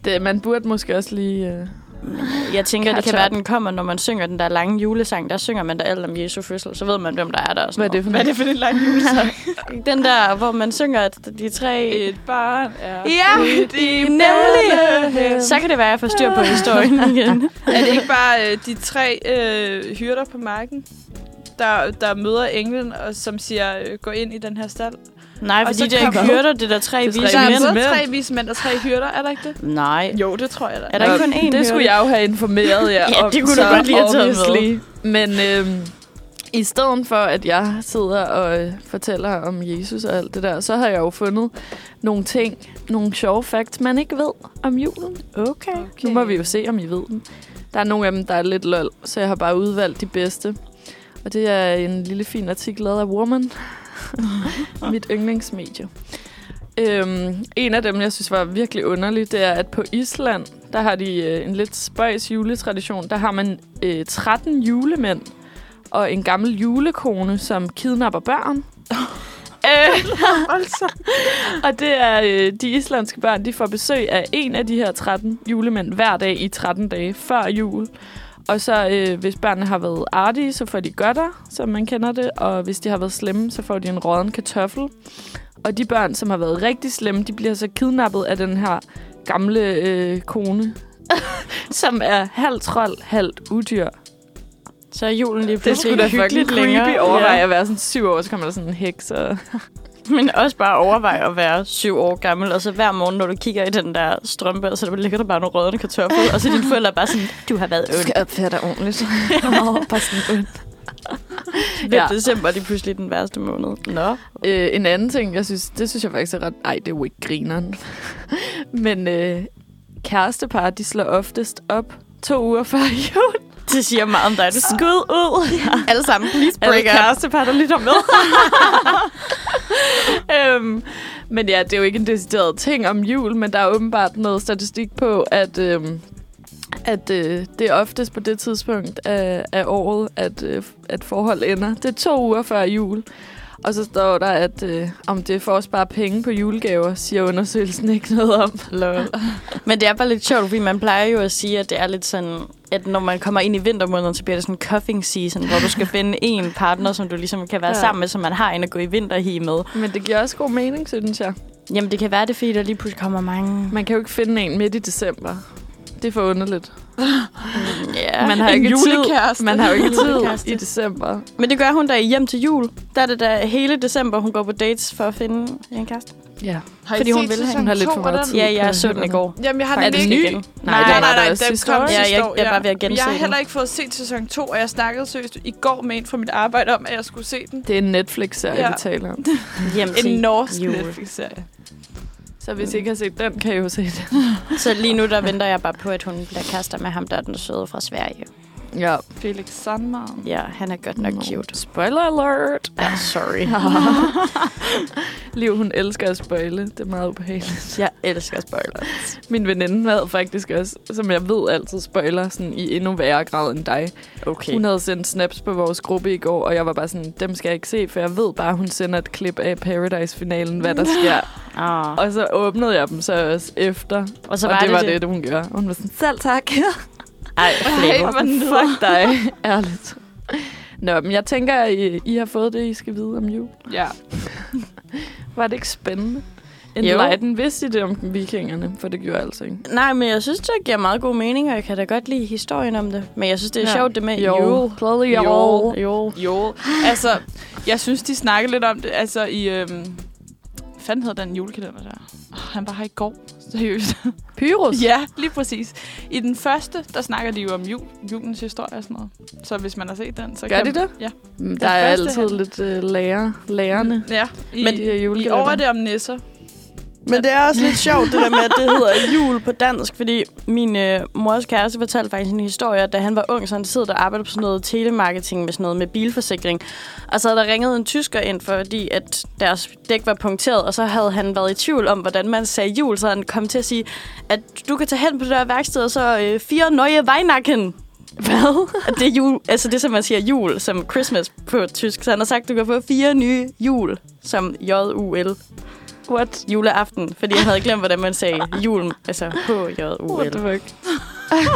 [SPEAKER 1] Det, man burde måske også lige... Øh...
[SPEAKER 2] jeg tænker, det
[SPEAKER 1] Catch
[SPEAKER 2] kan være,
[SPEAKER 1] up.
[SPEAKER 2] den kommer, når man synger den der lange julesang. Der synger man da alt om Jesu fødsel, så ved man, hvem der er der. og sådan
[SPEAKER 1] Hvad er det for
[SPEAKER 3] Hvad er det for en lang julesang?
[SPEAKER 2] noget. Den der, hvor man synger at de tre...
[SPEAKER 1] Øh,
[SPEAKER 3] Et barn er...
[SPEAKER 2] Ja,
[SPEAKER 3] i
[SPEAKER 2] nemlig! Så kan det være, at jeg får styr på historien igen.
[SPEAKER 3] Er det ikke bare øh, de tre øh, hyrder på marken, der, der møder englen, og som siger, øh, gå ind i den her stald?
[SPEAKER 2] Nej,
[SPEAKER 3] Og
[SPEAKER 2] fordi
[SPEAKER 3] så
[SPEAKER 2] det ikke
[SPEAKER 3] kommer-
[SPEAKER 2] hørte det der tre
[SPEAKER 1] Det er tre
[SPEAKER 2] vise
[SPEAKER 3] Der er
[SPEAKER 1] mænd.
[SPEAKER 3] både
[SPEAKER 2] mænd.
[SPEAKER 3] tre vise mænd og tre hyrder, er der ikke det?
[SPEAKER 2] Nej.
[SPEAKER 3] Jo, det tror jeg da.
[SPEAKER 2] Er der ikke kun én hyrde?
[SPEAKER 1] Det skulle jeg jo have informeret jer
[SPEAKER 2] Ja,
[SPEAKER 1] om.
[SPEAKER 2] det kunne du
[SPEAKER 1] så
[SPEAKER 2] godt lige have taget med.
[SPEAKER 1] obviously. Men øhm, i stedet for, at jeg sidder og øh, fortæller om Jesus og alt det der, så har jeg jo fundet nogle ting, nogle sjove facts, man ikke ved om julen.
[SPEAKER 2] Okay.
[SPEAKER 1] Okay. Nu må vi jo se, om I ved dem. Der er nogle af dem, der er lidt lol, så jeg har bare udvalgt de bedste. Og det er en lille fin artikel lavet af Woman, mit yndlingsmedie. Øhm, en af dem, jeg synes var virkelig underlig, det er, at på Island, der har de øh, en lidt spøjs juletradition. Der har man øh, 13 julemænd og en gammel julekone, som kidnapper børn. øh, og det er, øh, de islandske børn, de får besøg af en af de her 13 julemænd hver dag i 13 dage før jul. Og så øh, hvis børnene har været artige, så får de godter, som man kender det. Og hvis de har været slemme, så får de en rådden kartoffel. Og de børn, som har været rigtig slemme, de bliver så kidnappet af den her gamle øh, kone, som er halvt trold, halvt udyr.
[SPEAKER 2] Så er julen lige
[SPEAKER 1] Det
[SPEAKER 2] pludselig
[SPEAKER 1] skulle
[SPEAKER 2] ikke
[SPEAKER 1] da fucking
[SPEAKER 2] hyggeligt
[SPEAKER 1] creepy
[SPEAKER 2] længere.
[SPEAKER 1] længere. overveje ja. at være sådan syv år, så kommer der sådan en heks. Og...
[SPEAKER 2] Men også bare overvej at være syv år gammel, og så hver morgen, når du kigger i den der strømpe, så der ligger der bare nogle rødende kartofler, og så dine forældre er bare sådan, du har været ond.
[SPEAKER 1] opføre dig ordentligt. Åh, bare sådan
[SPEAKER 2] Ja. December er det pludselig den værste måned. Nå.
[SPEAKER 1] Øh, en anden ting, jeg synes, det synes jeg faktisk er ret... Ej, det er jo ikke grineren. Men øh, kærestepar, de slår oftest op to uger før jul.
[SPEAKER 2] Det siger meget om dig. Du
[SPEAKER 1] Skud ud.
[SPEAKER 2] alle sammen, please
[SPEAKER 1] Alle
[SPEAKER 2] break up.
[SPEAKER 1] kærestepar, der lytter med. øhm, men ja, det er jo ikke en decideret ting om jul, men der er åbenbart noget statistik på, at, øhm, at øh, det er oftest på det tidspunkt af, af året, at, øh, at forhold ender. Det er to uger før jul. Og så står der, at øh, om det er for at spare penge på julegaver, siger undersøgelsen ikke noget om.
[SPEAKER 2] Lol. Men det er bare lidt sjovt, fordi man plejer jo at sige, at det er lidt sådan, at når man kommer ind i vintermåneden, så bliver det sådan en cuffing season, hvor du skal finde en partner, som du ligesom kan være ja.
[SPEAKER 1] Ja.
[SPEAKER 2] sammen med, som man har en at gå i vinterhi med.
[SPEAKER 1] Men det giver også god mening, synes jeg.
[SPEAKER 2] Jamen, det kan være det, er, fordi der lige pludselig kommer mange...
[SPEAKER 1] Man kan jo ikke finde en midt i december. Det er for underligt.
[SPEAKER 2] Ja.
[SPEAKER 1] Man har
[SPEAKER 3] en
[SPEAKER 1] ikke
[SPEAKER 3] julekæreste.
[SPEAKER 1] tid. Man har jo ikke
[SPEAKER 2] Julekæreste.
[SPEAKER 1] tid i december.
[SPEAKER 2] Men det gør hun da i hjem til jul. Der er det da hele december, hun går på dates for at finde en kæreste.
[SPEAKER 1] Ja.
[SPEAKER 3] Har
[SPEAKER 2] Fordi hun ville have-
[SPEAKER 3] sæson
[SPEAKER 1] hun har lidt
[SPEAKER 3] to
[SPEAKER 1] for meget
[SPEAKER 3] af den?
[SPEAKER 1] tid.
[SPEAKER 2] Ja, jeg så den i går.
[SPEAKER 3] Jamen, jeg har
[SPEAKER 2] Er
[SPEAKER 3] den
[SPEAKER 2] den
[SPEAKER 3] ikke.
[SPEAKER 2] ny?
[SPEAKER 1] Nej,
[SPEAKER 2] Nej,
[SPEAKER 3] Nej,
[SPEAKER 2] den
[SPEAKER 3] nej, nej, den
[SPEAKER 1] sidste år.
[SPEAKER 3] kom
[SPEAKER 2] Ja,
[SPEAKER 3] sidste
[SPEAKER 2] jeg-
[SPEAKER 3] år,
[SPEAKER 2] jeg er bare ved at gense
[SPEAKER 3] Jeg har
[SPEAKER 2] den.
[SPEAKER 3] heller ikke fået set sæson 2, og jeg snakkede seriøst i går med en fra mit arbejde om, at jeg skulle se den.
[SPEAKER 1] Det er en Netflix-serie,
[SPEAKER 3] Ja.
[SPEAKER 1] ja. vi taler om.
[SPEAKER 2] Hjem
[SPEAKER 3] En
[SPEAKER 2] til
[SPEAKER 3] norsk
[SPEAKER 2] jul.
[SPEAKER 3] Netflix-serie.
[SPEAKER 1] Så hvis I ikke har set den, kan I jo se den.
[SPEAKER 2] Så lige nu, der venter jeg bare på, at hun bliver kærester med ham, der er den søde fra Sverige.
[SPEAKER 1] Ja.
[SPEAKER 3] Felix Sandmark.
[SPEAKER 2] Ja, han er godt nok cute.
[SPEAKER 1] Spoiler alert!
[SPEAKER 2] Ja, sorry.
[SPEAKER 1] Liv, hun elsker at spoile. Det er meget ubehageligt.
[SPEAKER 2] Jeg elsker spoilers.
[SPEAKER 1] Min veninde havde faktisk også, som jeg ved altid spoiler, sådan i endnu værre grad end dig.
[SPEAKER 2] Okay.
[SPEAKER 1] Hun havde sendt snaps på vores gruppe i går, og jeg var bare sådan, dem skal jeg ikke se, for jeg ved bare, hun sender et klip af Paradise-finalen, hvad der sker.
[SPEAKER 2] Ah.
[SPEAKER 1] Og så åbnede jeg dem så også efter,
[SPEAKER 2] Og
[SPEAKER 1] så
[SPEAKER 2] så
[SPEAKER 1] og
[SPEAKER 2] var
[SPEAKER 1] det,
[SPEAKER 2] det
[SPEAKER 1] var
[SPEAKER 2] det.
[SPEAKER 1] det, hun gjorde. Hun var sådan, selv tak.
[SPEAKER 2] Ej,
[SPEAKER 1] Ej,
[SPEAKER 2] flækker.
[SPEAKER 1] hvor fuck dig. Ærligt. Nå, men jeg tænker, at I, I har fået det, I skal vide om jul.
[SPEAKER 3] Ja.
[SPEAKER 1] Var det ikke spændende?
[SPEAKER 2] Jo.
[SPEAKER 1] Enlighten, vidste I det om vikingerne? For det gjorde jeg altså ikke.
[SPEAKER 2] Nej, men jeg synes, det giver meget god mening, og jeg kan da godt lide historien om det. Men jeg synes, det er
[SPEAKER 1] Ja.
[SPEAKER 2] sjovt, det med
[SPEAKER 1] Jo.
[SPEAKER 2] jul.
[SPEAKER 1] Bloody
[SPEAKER 2] Jo.
[SPEAKER 1] jo.
[SPEAKER 2] Jo.
[SPEAKER 3] Jo, altså, jeg synes, de snakkede lidt om det, altså i, øhm, hvad fanden hedder den julekalender der? Oh, han var her i går, seriøst.
[SPEAKER 1] Pyrus.
[SPEAKER 3] ja, lige præcis. I den første, der snakker de jo om jul, julens historie og sådan noget. Så hvis man har set den, så
[SPEAKER 1] Gør
[SPEAKER 3] kan
[SPEAKER 1] de det? Mm,
[SPEAKER 3] Ja.
[SPEAKER 1] Der er
[SPEAKER 3] første
[SPEAKER 1] altid
[SPEAKER 3] han-
[SPEAKER 1] lidt uh, lærer, lærerne
[SPEAKER 3] Ja,
[SPEAKER 1] Men
[SPEAKER 3] i, Men
[SPEAKER 1] de her
[SPEAKER 3] i år er
[SPEAKER 1] julekalender.
[SPEAKER 3] det om nisser.
[SPEAKER 2] Men det er også lidt sjovt, det der med, at det hedder jul på dansk, fordi min øh, mors kæreste fortalte faktisk en historie, at da han var ung, så han sidder der og arbejdede på sådan noget telemarketing med sådan noget med bilforsikring. Og så havde der ringet en tysker ind, fordi at deres dæk var punkteret, og så havde han været i tvivl om, hvordan man sagde jul, så han kom til at sige, at du kan tage hen på det der værksted, og så øh, fire nøje vejnakken. Hvad? Det er jul, altså det, som man siger jul, som Christmas på tysk. Så han har sagt, du kan få fire nye jul, som J-U-L
[SPEAKER 1] What?
[SPEAKER 2] juleaften, fordi jeg havde glemt, hvordan man sagde julen. Altså h j u
[SPEAKER 1] What
[SPEAKER 2] l
[SPEAKER 1] the fuck?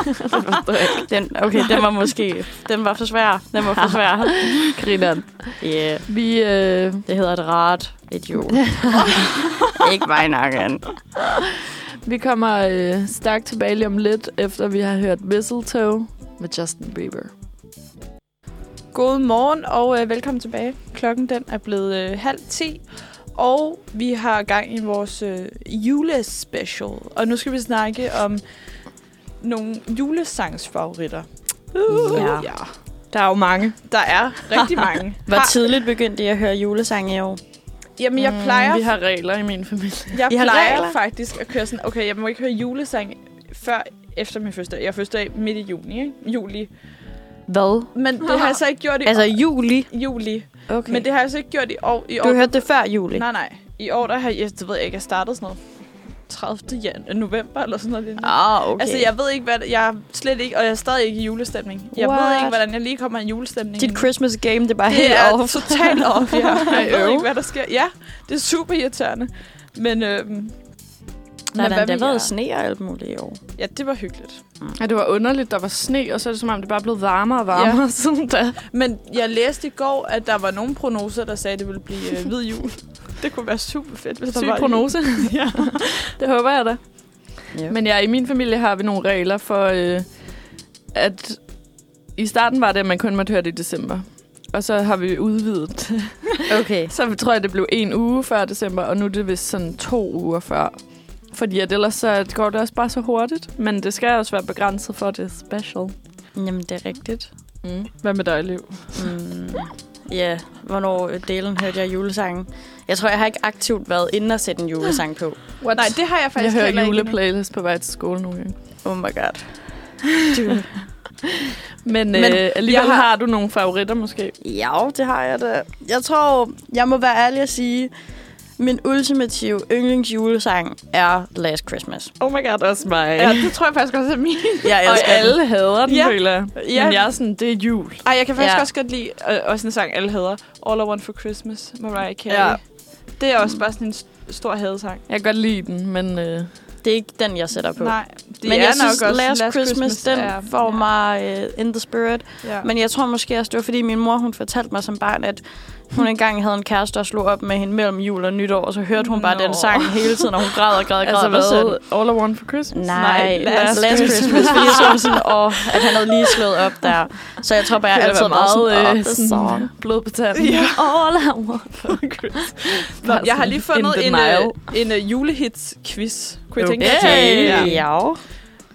[SPEAKER 1] Det forstår jeg ikke.
[SPEAKER 2] den, Okay, den var måske... Den var for svær. Den var for svær.
[SPEAKER 1] Grineren.
[SPEAKER 2] Yeah,
[SPEAKER 1] Vi, øh,
[SPEAKER 2] det hedder et rart et jul. Ikke vejnakken.
[SPEAKER 1] vi kommer øh, stærkt tilbage lige om lidt, efter vi har hørt Mistletoe med Justin Bieber.
[SPEAKER 3] God morgen og øh, velkommen tilbage. Klokken den er blevet øh, halv ti, og vi har gang i vores øh, julespecial. Og nu skal vi snakke om nogle julesangsfavoritter. Uh,
[SPEAKER 2] Ja.
[SPEAKER 3] Der er jo mange. Der er rigtig mange.
[SPEAKER 2] Hvor
[SPEAKER 3] Har-
[SPEAKER 2] tidligt begyndte I at høre julesange i år?
[SPEAKER 3] Jamen, jeg
[SPEAKER 2] Mm,
[SPEAKER 3] plejer,
[SPEAKER 1] Mm. Vi har regler i min familie.
[SPEAKER 3] jeg
[SPEAKER 2] I har
[SPEAKER 3] plejer
[SPEAKER 2] regler?
[SPEAKER 3] faktisk at køre sådan, okay, jeg må ikke høre julesang før efter min første dag. Jeg er første dag midt i juni, ikke? Juli.
[SPEAKER 2] Hvad?
[SPEAKER 3] Men det har jeg så ikke gjort i
[SPEAKER 2] Altså juli?
[SPEAKER 3] juli.
[SPEAKER 2] Okay.
[SPEAKER 3] Men det har jeg så ikke gjort i år. I år
[SPEAKER 2] du hørte det før juli?
[SPEAKER 3] Nej, nej. I år, der har jeg, det ved jeg ikke, jeg startede sådan noget 30. Jan- øh, november eller sådan noget. lignende.
[SPEAKER 2] Ah, okay.
[SPEAKER 3] Altså, jeg ved ikke, hvad... Jeg er slet ikke... Og jeg er stadig ikke i julestemning. Jeg ved
[SPEAKER 2] What?
[SPEAKER 3] ikke, hvordan jeg lige kommer i julestemning.
[SPEAKER 2] Dit Christmas game, det er bare
[SPEAKER 3] det
[SPEAKER 2] helt
[SPEAKER 3] er
[SPEAKER 2] off.
[SPEAKER 3] totalt off, ja. Jeg ved
[SPEAKER 2] Øv.
[SPEAKER 3] ikke, hvad der sker. Ja, det er super irriterende. Men, øhm,
[SPEAKER 2] Nej, men der
[SPEAKER 3] hvad med
[SPEAKER 2] har
[SPEAKER 3] jer?
[SPEAKER 2] været sne og alt muligt i år.
[SPEAKER 3] Ja, det var hyggeligt.
[SPEAKER 1] Ja, det var underligt, der var sne, og så er det som om, det bare er blevet varmere og varmere ja. siden da.
[SPEAKER 3] Men jeg læste i går, at der var nogle prognoser, der sagde, at det ville blive øh, hvid jul. Det kunne være super fedt, hvis der
[SPEAKER 1] Syg
[SPEAKER 3] var
[SPEAKER 1] prognose.
[SPEAKER 3] Ja.
[SPEAKER 1] Det håber jeg da.
[SPEAKER 2] Ja.
[SPEAKER 1] Men ja, i min familie har vi nogle regler for, øh, at i starten var det, at man kun måtte høre det i december. Og så har vi udvidet.
[SPEAKER 2] Okay.
[SPEAKER 1] Så tror jeg, det blev en uge før december, og nu er det vist sådan to uger før. Fordi at ellers så går det også bare så hurtigt. Men det skal også være begrænset for, at det er special.
[SPEAKER 2] Jamen, det er rigtigt.
[SPEAKER 1] Mm. Hvad med dig, Liv?
[SPEAKER 2] Mm, Ja, hvornår øh, delen hørte jeg julesangen? Jeg tror, jeg har ikke aktivt været inde og sætte en julesang på.
[SPEAKER 1] What?
[SPEAKER 3] Nej, det har jeg
[SPEAKER 1] jeg
[SPEAKER 3] faktisk heller
[SPEAKER 1] hører
[SPEAKER 3] ikke endnu.
[SPEAKER 1] juleplaylist på vej til skole nogle gange.
[SPEAKER 2] Oh my god.
[SPEAKER 1] Men, Men
[SPEAKER 3] Men
[SPEAKER 1] øh, alligevel
[SPEAKER 3] jeg
[SPEAKER 1] har...
[SPEAKER 3] har-
[SPEAKER 1] har du nogle favoritter måske.
[SPEAKER 2] Ja, det har jeg da. Jeg tror, jeg må være ærlig at sige, min ultimative yndlingsjulesang er Last Christmas.
[SPEAKER 1] Oh my god, også mig.
[SPEAKER 3] Ja, det tror jeg faktisk også er min.
[SPEAKER 2] Jeg
[SPEAKER 1] Og
[SPEAKER 2] elsker den.
[SPEAKER 1] alle hader den, ja.
[SPEAKER 3] Ja.
[SPEAKER 1] føler jeg.
[SPEAKER 3] Ja.
[SPEAKER 1] Men jeg er sådan, det er jul.
[SPEAKER 3] Ej, jeg kan faktisk
[SPEAKER 2] Ja.
[SPEAKER 3] ja. også godt lide øh, også en sang, alle hader. All I Want For Christmas, Mariah Carey.
[SPEAKER 1] Ja.
[SPEAKER 3] Ja. Det er også bare sådan en st- stor hadesang.
[SPEAKER 1] Jeg kan godt lide den, men øh,
[SPEAKER 2] Det er ikke den, jeg sætter på.
[SPEAKER 3] Nej, det
[SPEAKER 2] Men
[SPEAKER 3] er
[SPEAKER 2] jeg
[SPEAKER 3] nok
[SPEAKER 2] synes,
[SPEAKER 3] også
[SPEAKER 2] Last, Last Christmas, Christmas, den
[SPEAKER 3] er-
[SPEAKER 2] får mig uh, in the spirit.
[SPEAKER 3] Ja.
[SPEAKER 2] Men jeg tror måske også, det var fordi min mor, hun fortalte mig som barn, at hun engang havde en kæreste, der slog op med hende mellem jul og nytår, og så hørte hun bare
[SPEAKER 3] Nå.
[SPEAKER 2] den sang hele tiden, og hun græd og græd og græd.
[SPEAKER 1] altså
[SPEAKER 2] og var sådan,
[SPEAKER 1] hvad? All I Want For Christmas?
[SPEAKER 2] Nej,
[SPEAKER 3] Nej, Last
[SPEAKER 2] Last, last Christmas. Christmas. Fordi jeg så var sådan, åh, at han havde lige slået op der. Så jeg tror bare, jeg
[SPEAKER 1] Det
[SPEAKER 2] har
[SPEAKER 1] har
[SPEAKER 2] altid
[SPEAKER 1] været
[SPEAKER 2] meget sådan, åh,
[SPEAKER 1] meget
[SPEAKER 2] det
[SPEAKER 1] øh,
[SPEAKER 2] er song.
[SPEAKER 1] sådan, blod på tanden.
[SPEAKER 3] Ja.
[SPEAKER 2] All I want.
[SPEAKER 3] Nå, jeg
[SPEAKER 2] altså,
[SPEAKER 3] har lige
[SPEAKER 1] In
[SPEAKER 3] fundet en,
[SPEAKER 1] denial.
[SPEAKER 3] øh, en uh, julehits-quiz. Kunne jeg tænke jer?
[SPEAKER 1] Okay.
[SPEAKER 3] Ja.
[SPEAKER 2] Ja.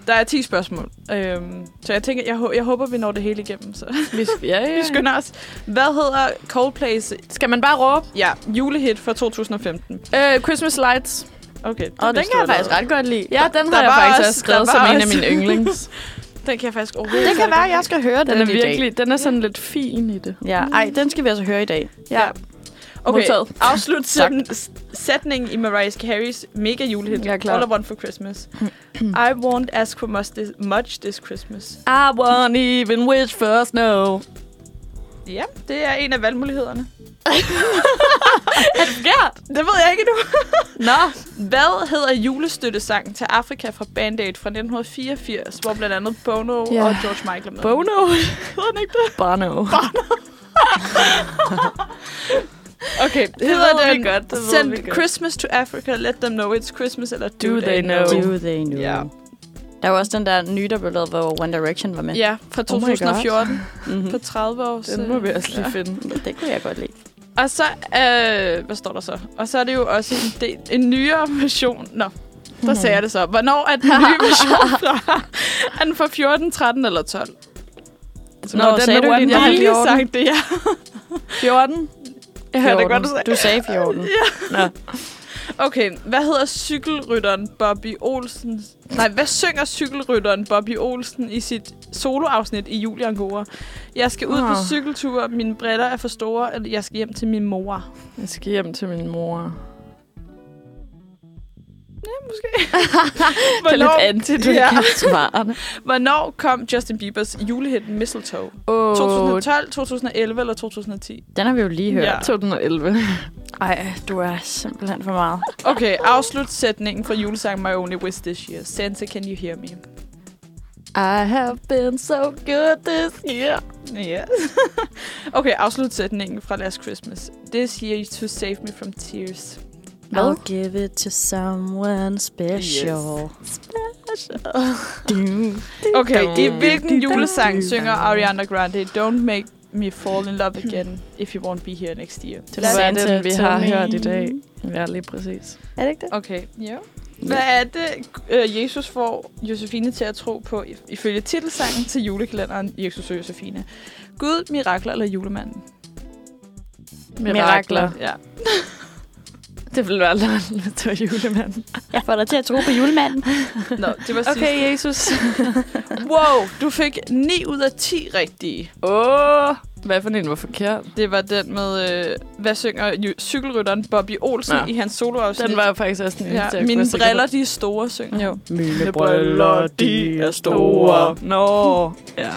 [SPEAKER 3] Der er 10 spørgsmål. Øhm, så jeg tænker, jeg, hå- jeg håber, vi når det hele igennem. Så
[SPEAKER 1] Vi, ja, ja.
[SPEAKER 3] vi skynder os. Hvad hedder Coldplays
[SPEAKER 1] Skal man bare råbe?
[SPEAKER 3] ja, julehit fra 2015?
[SPEAKER 1] Øh, Christmas Lights.
[SPEAKER 3] Okay, det
[SPEAKER 2] Og den
[SPEAKER 3] vidste
[SPEAKER 2] kan jeg
[SPEAKER 3] allerede.
[SPEAKER 2] faktisk ret godt lide.
[SPEAKER 1] Ja, den
[SPEAKER 3] der
[SPEAKER 1] har jeg
[SPEAKER 3] var
[SPEAKER 1] faktisk
[SPEAKER 3] også-
[SPEAKER 1] også skrevet
[SPEAKER 3] der
[SPEAKER 1] som
[SPEAKER 3] var
[SPEAKER 1] en af
[SPEAKER 3] også-
[SPEAKER 1] mine yndlings.
[SPEAKER 3] Den kan jeg faktisk overhovedet
[SPEAKER 2] Det kan
[SPEAKER 3] særlig
[SPEAKER 2] være,
[SPEAKER 3] godt
[SPEAKER 2] jeg skal høre den,
[SPEAKER 1] Den er
[SPEAKER 2] i dag.
[SPEAKER 1] virkelig, den er sådan lidt fin i det.
[SPEAKER 2] Ja, ej, den skal vi altså høre i dag.
[SPEAKER 1] Ja.
[SPEAKER 3] Okay,
[SPEAKER 1] Modtaget.
[SPEAKER 3] afslut
[SPEAKER 2] Tak.
[SPEAKER 3] sætn- s- sætningen i Mariah Carey's mega julehit.
[SPEAKER 1] Jeg er klar.
[SPEAKER 3] All I want for Christmas. I won't ask for much this, much this Christmas.
[SPEAKER 1] I won't even wish for snow.
[SPEAKER 3] Ja, det er en af valgmulighederne. er det forkert? Det ved jeg ikke nu.
[SPEAKER 1] Nå,
[SPEAKER 3] Hvad hedder julestøttesangen til Afrika fra Band Aid fra 1984, hvor blandt andet Bono
[SPEAKER 1] Ja.
[SPEAKER 3] og George Michael er med?
[SPEAKER 1] Bono.
[SPEAKER 3] Hedder den ikke det?
[SPEAKER 1] Bono.
[SPEAKER 3] Okay,
[SPEAKER 1] ved
[SPEAKER 3] det hedder
[SPEAKER 1] vi
[SPEAKER 3] den
[SPEAKER 1] godt, det ved
[SPEAKER 3] Send
[SPEAKER 1] vi godt.
[SPEAKER 3] Christmas to Africa, let them know it's Christmas, eller Do,
[SPEAKER 1] Do they know?
[SPEAKER 2] Do they know?
[SPEAKER 3] Ja.
[SPEAKER 2] Der var også den der nye, der blev lavet, hvor One Direction var med.
[SPEAKER 3] Ja, fra
[SPEAKER 1] Oh my god.
[SPEAKER 3] 2014
[SPEAKER 2] Mhm.
[SPEAKER 3] på 30 års...
[SPEAKER 1] Mm.
[SPEAKER 3] øh,
[SPEAKER 1] Den må vi også lige finde.
[SPEAKER 2] Ja, Det kunne jeg godt lide.
[SPEAKER 3] Og så, øh, hvad står der så? Og så er det jo også en, del, en nyere version. Nå,
[SPEAKER 1] Mhm.
[SPEAKER 3] der sagde jeg det så. Hvornår er den nye version fra? Er den fra 14, 13 eller 12?
[SPEAKER 1] Nå,
[SPEAKER 2] Nå,
[SPEAKER 1] den
[SPEAKER 2] sagde
[SPEAKER 1] med
[SPEAKER 2] du
[SPEAKER 1] One
[SPEAKER 2] din
[SPEAKER 3] Jeg har
[SPEAKER 1] Direction.
[SPEAKER 3] lige sagt det, ja.
[SPEAKER 1] 14.
[SPEAKER 3] Jeg hørte godt, du sagde.
[SPEAKER 2] Du sagde 14.
[SPEAKER 1] Nå.
[SPEAKER 3] Okay, hvad hedder cykelrytteren Bobby Olsen? Nej, hvad synger cykelrytteren Bobby Olsen i sit soloafsnit i Julie Angora? Jeg skal ud oh. på
[SPEAKER 1] Åh.
[SPEAKER 3] cykeltur, mine briller er for store, eller jeg skal hjem til min mor.
[SPEAKER 1] Jeg skal hjem til min mor. Det er lidt
[SPEAKER 3] Hvornår,
[SPEAKER 1] anti, du
[SPEAKER 3] Ja.
[SPEAKER 1] ja. svarene.
[SPEAKER 3] hvornår kom Justin Biebers julehit Mistletoe?
[SPEAKER 1] Åh,
[SPEAKER 3] 2012, 2011 eller 2010?
[SPEAKER 2] Den har vi jo lige hørt.
[SPEAKER 3] hørt.
[SPEAKER 2] Ja.
[SPEAKER 1] 2011.
[SPEAKER 2] Ej, du er simpelthen for meget.
[SPEAKER 3] Okay, afslut sætningen fra julesangen My Only Wish This Year. Santa, can you hear me?
[SPEAKER 1] I have been so good this year.
[SPEAKER 3] Yes. okay, afslut sætningen fra Last Christmas. This year to save me from tears.
[SPEAKER 1] Hvad?
[SPEAKER 2] I'll give it to someone special.
[SPEAKER 3] Okay, i
[SPEAKER 1] Dum.
[SPEAKER 3] hvilken julesang synger Ariana Grande Don't make me fall in love again if you won't be here next year?
[SPEAKER 1] Det må være
[SPEAKER 2] Santa,
[SPEAKER 1] den, vi
[SPEAKER 2] tell
[SPEAKER 1] har
[SPEAKER 2] me.
[SPEAKER 1] hørt i dag. Ja, lige præcis.
[SPEAKER 2] Er det ikke det?
[SPEAKER 3] Okay, ja. Hvad er det, øh, Jesus får Josefine til at tro på, i- ifølge titelsangen til julekalenderen Jesus og Josefine? Gud, mirakler eller julemanden?
[SPEAKER 1] Mirakler.
[SPEAKER 3] Ja.
[SPEAKER 1] Det ville være løgn, at det var julemanden.
[SPEAKER 2] Jeg får dig til at tro på julemanden.
[SPEAKER 3] Nå, det var okay.
[SPEAKER 1] Okay, Jesus.
[SPEAKER 3] Wow, du fik 9 ud af 10 rigtige.
[SPEAKER 1] Åh, oh, hvad for en var forkert?
[SPEAKER 3] Det var den med, øh, hvad synger ju- cykelrytteren Bobby Olsen
[SPEAKER 1] Nå.
[SPEAKER 3] i hans soloafsnit.
[SPEAKER 1] Den var faktisk også den eneste,
[SPEAKER 3] ja,
[SPEAKER 1] jeg
[SPEAKER 3] mine
[SPEAKER 1] kunne være
[SPEAKER 3] briller, de er store, synger han.
[SPEAKER 1] sikker på. Jo.
[SPEAKER 2] Mine
[SPEAKER 1] Nå. Ja.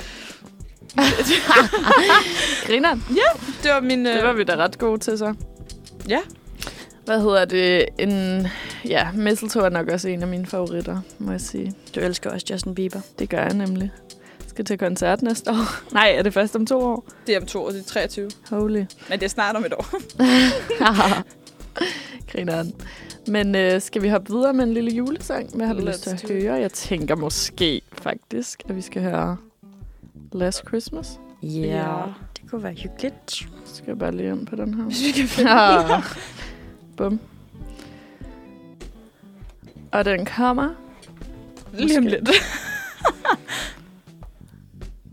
[SPEAKER 1] Griner.
[SPEAKER 3] Det var min... Øh,
[SPEAKER 1] Det var vi da ret gode til så.
[SPEAKER 3] Ja.
[SPEAKER 1] Hvad hedder det? En, ja, mistletoe er nok også en af mine favoritter, må jeg sige.
[SPEAKER 2] Du elsker også Justin Bieber.
[SPEAKER 1] Det gør jeg nemlig. Jeg skal til koncert næste år. Nej, er det først om to år?
[SPEAKER 3] det er om to år, det er 23.
[SPEAKER 1] Holy.
[SPEAKER 3] Men det er snart om et år.
[SPEAKER 1] Grineren. Men øh, skal vi hoppe videre med en lille julesang? Hvad har du
[SPEAKER 3] Let's
[SPEAKER 1] lyst til at
[SPEAKER 3] do it.
[SPEAKER 1] høre? Jeg tænker måske faktisk, at vi skal høre Last Christmas.
[SPEAKER 3] Ja.
[SPEAKER 2] Det kunne være hyggeligt.
[SPEAKER 1] Så skal jeg bare lige ind på den her.
[SPEAKER 3] Hvis vi kan finde
[SPEAKER 1] Ja. Bum. Og den kommer.
[SPEAKER 3] lige om lidt.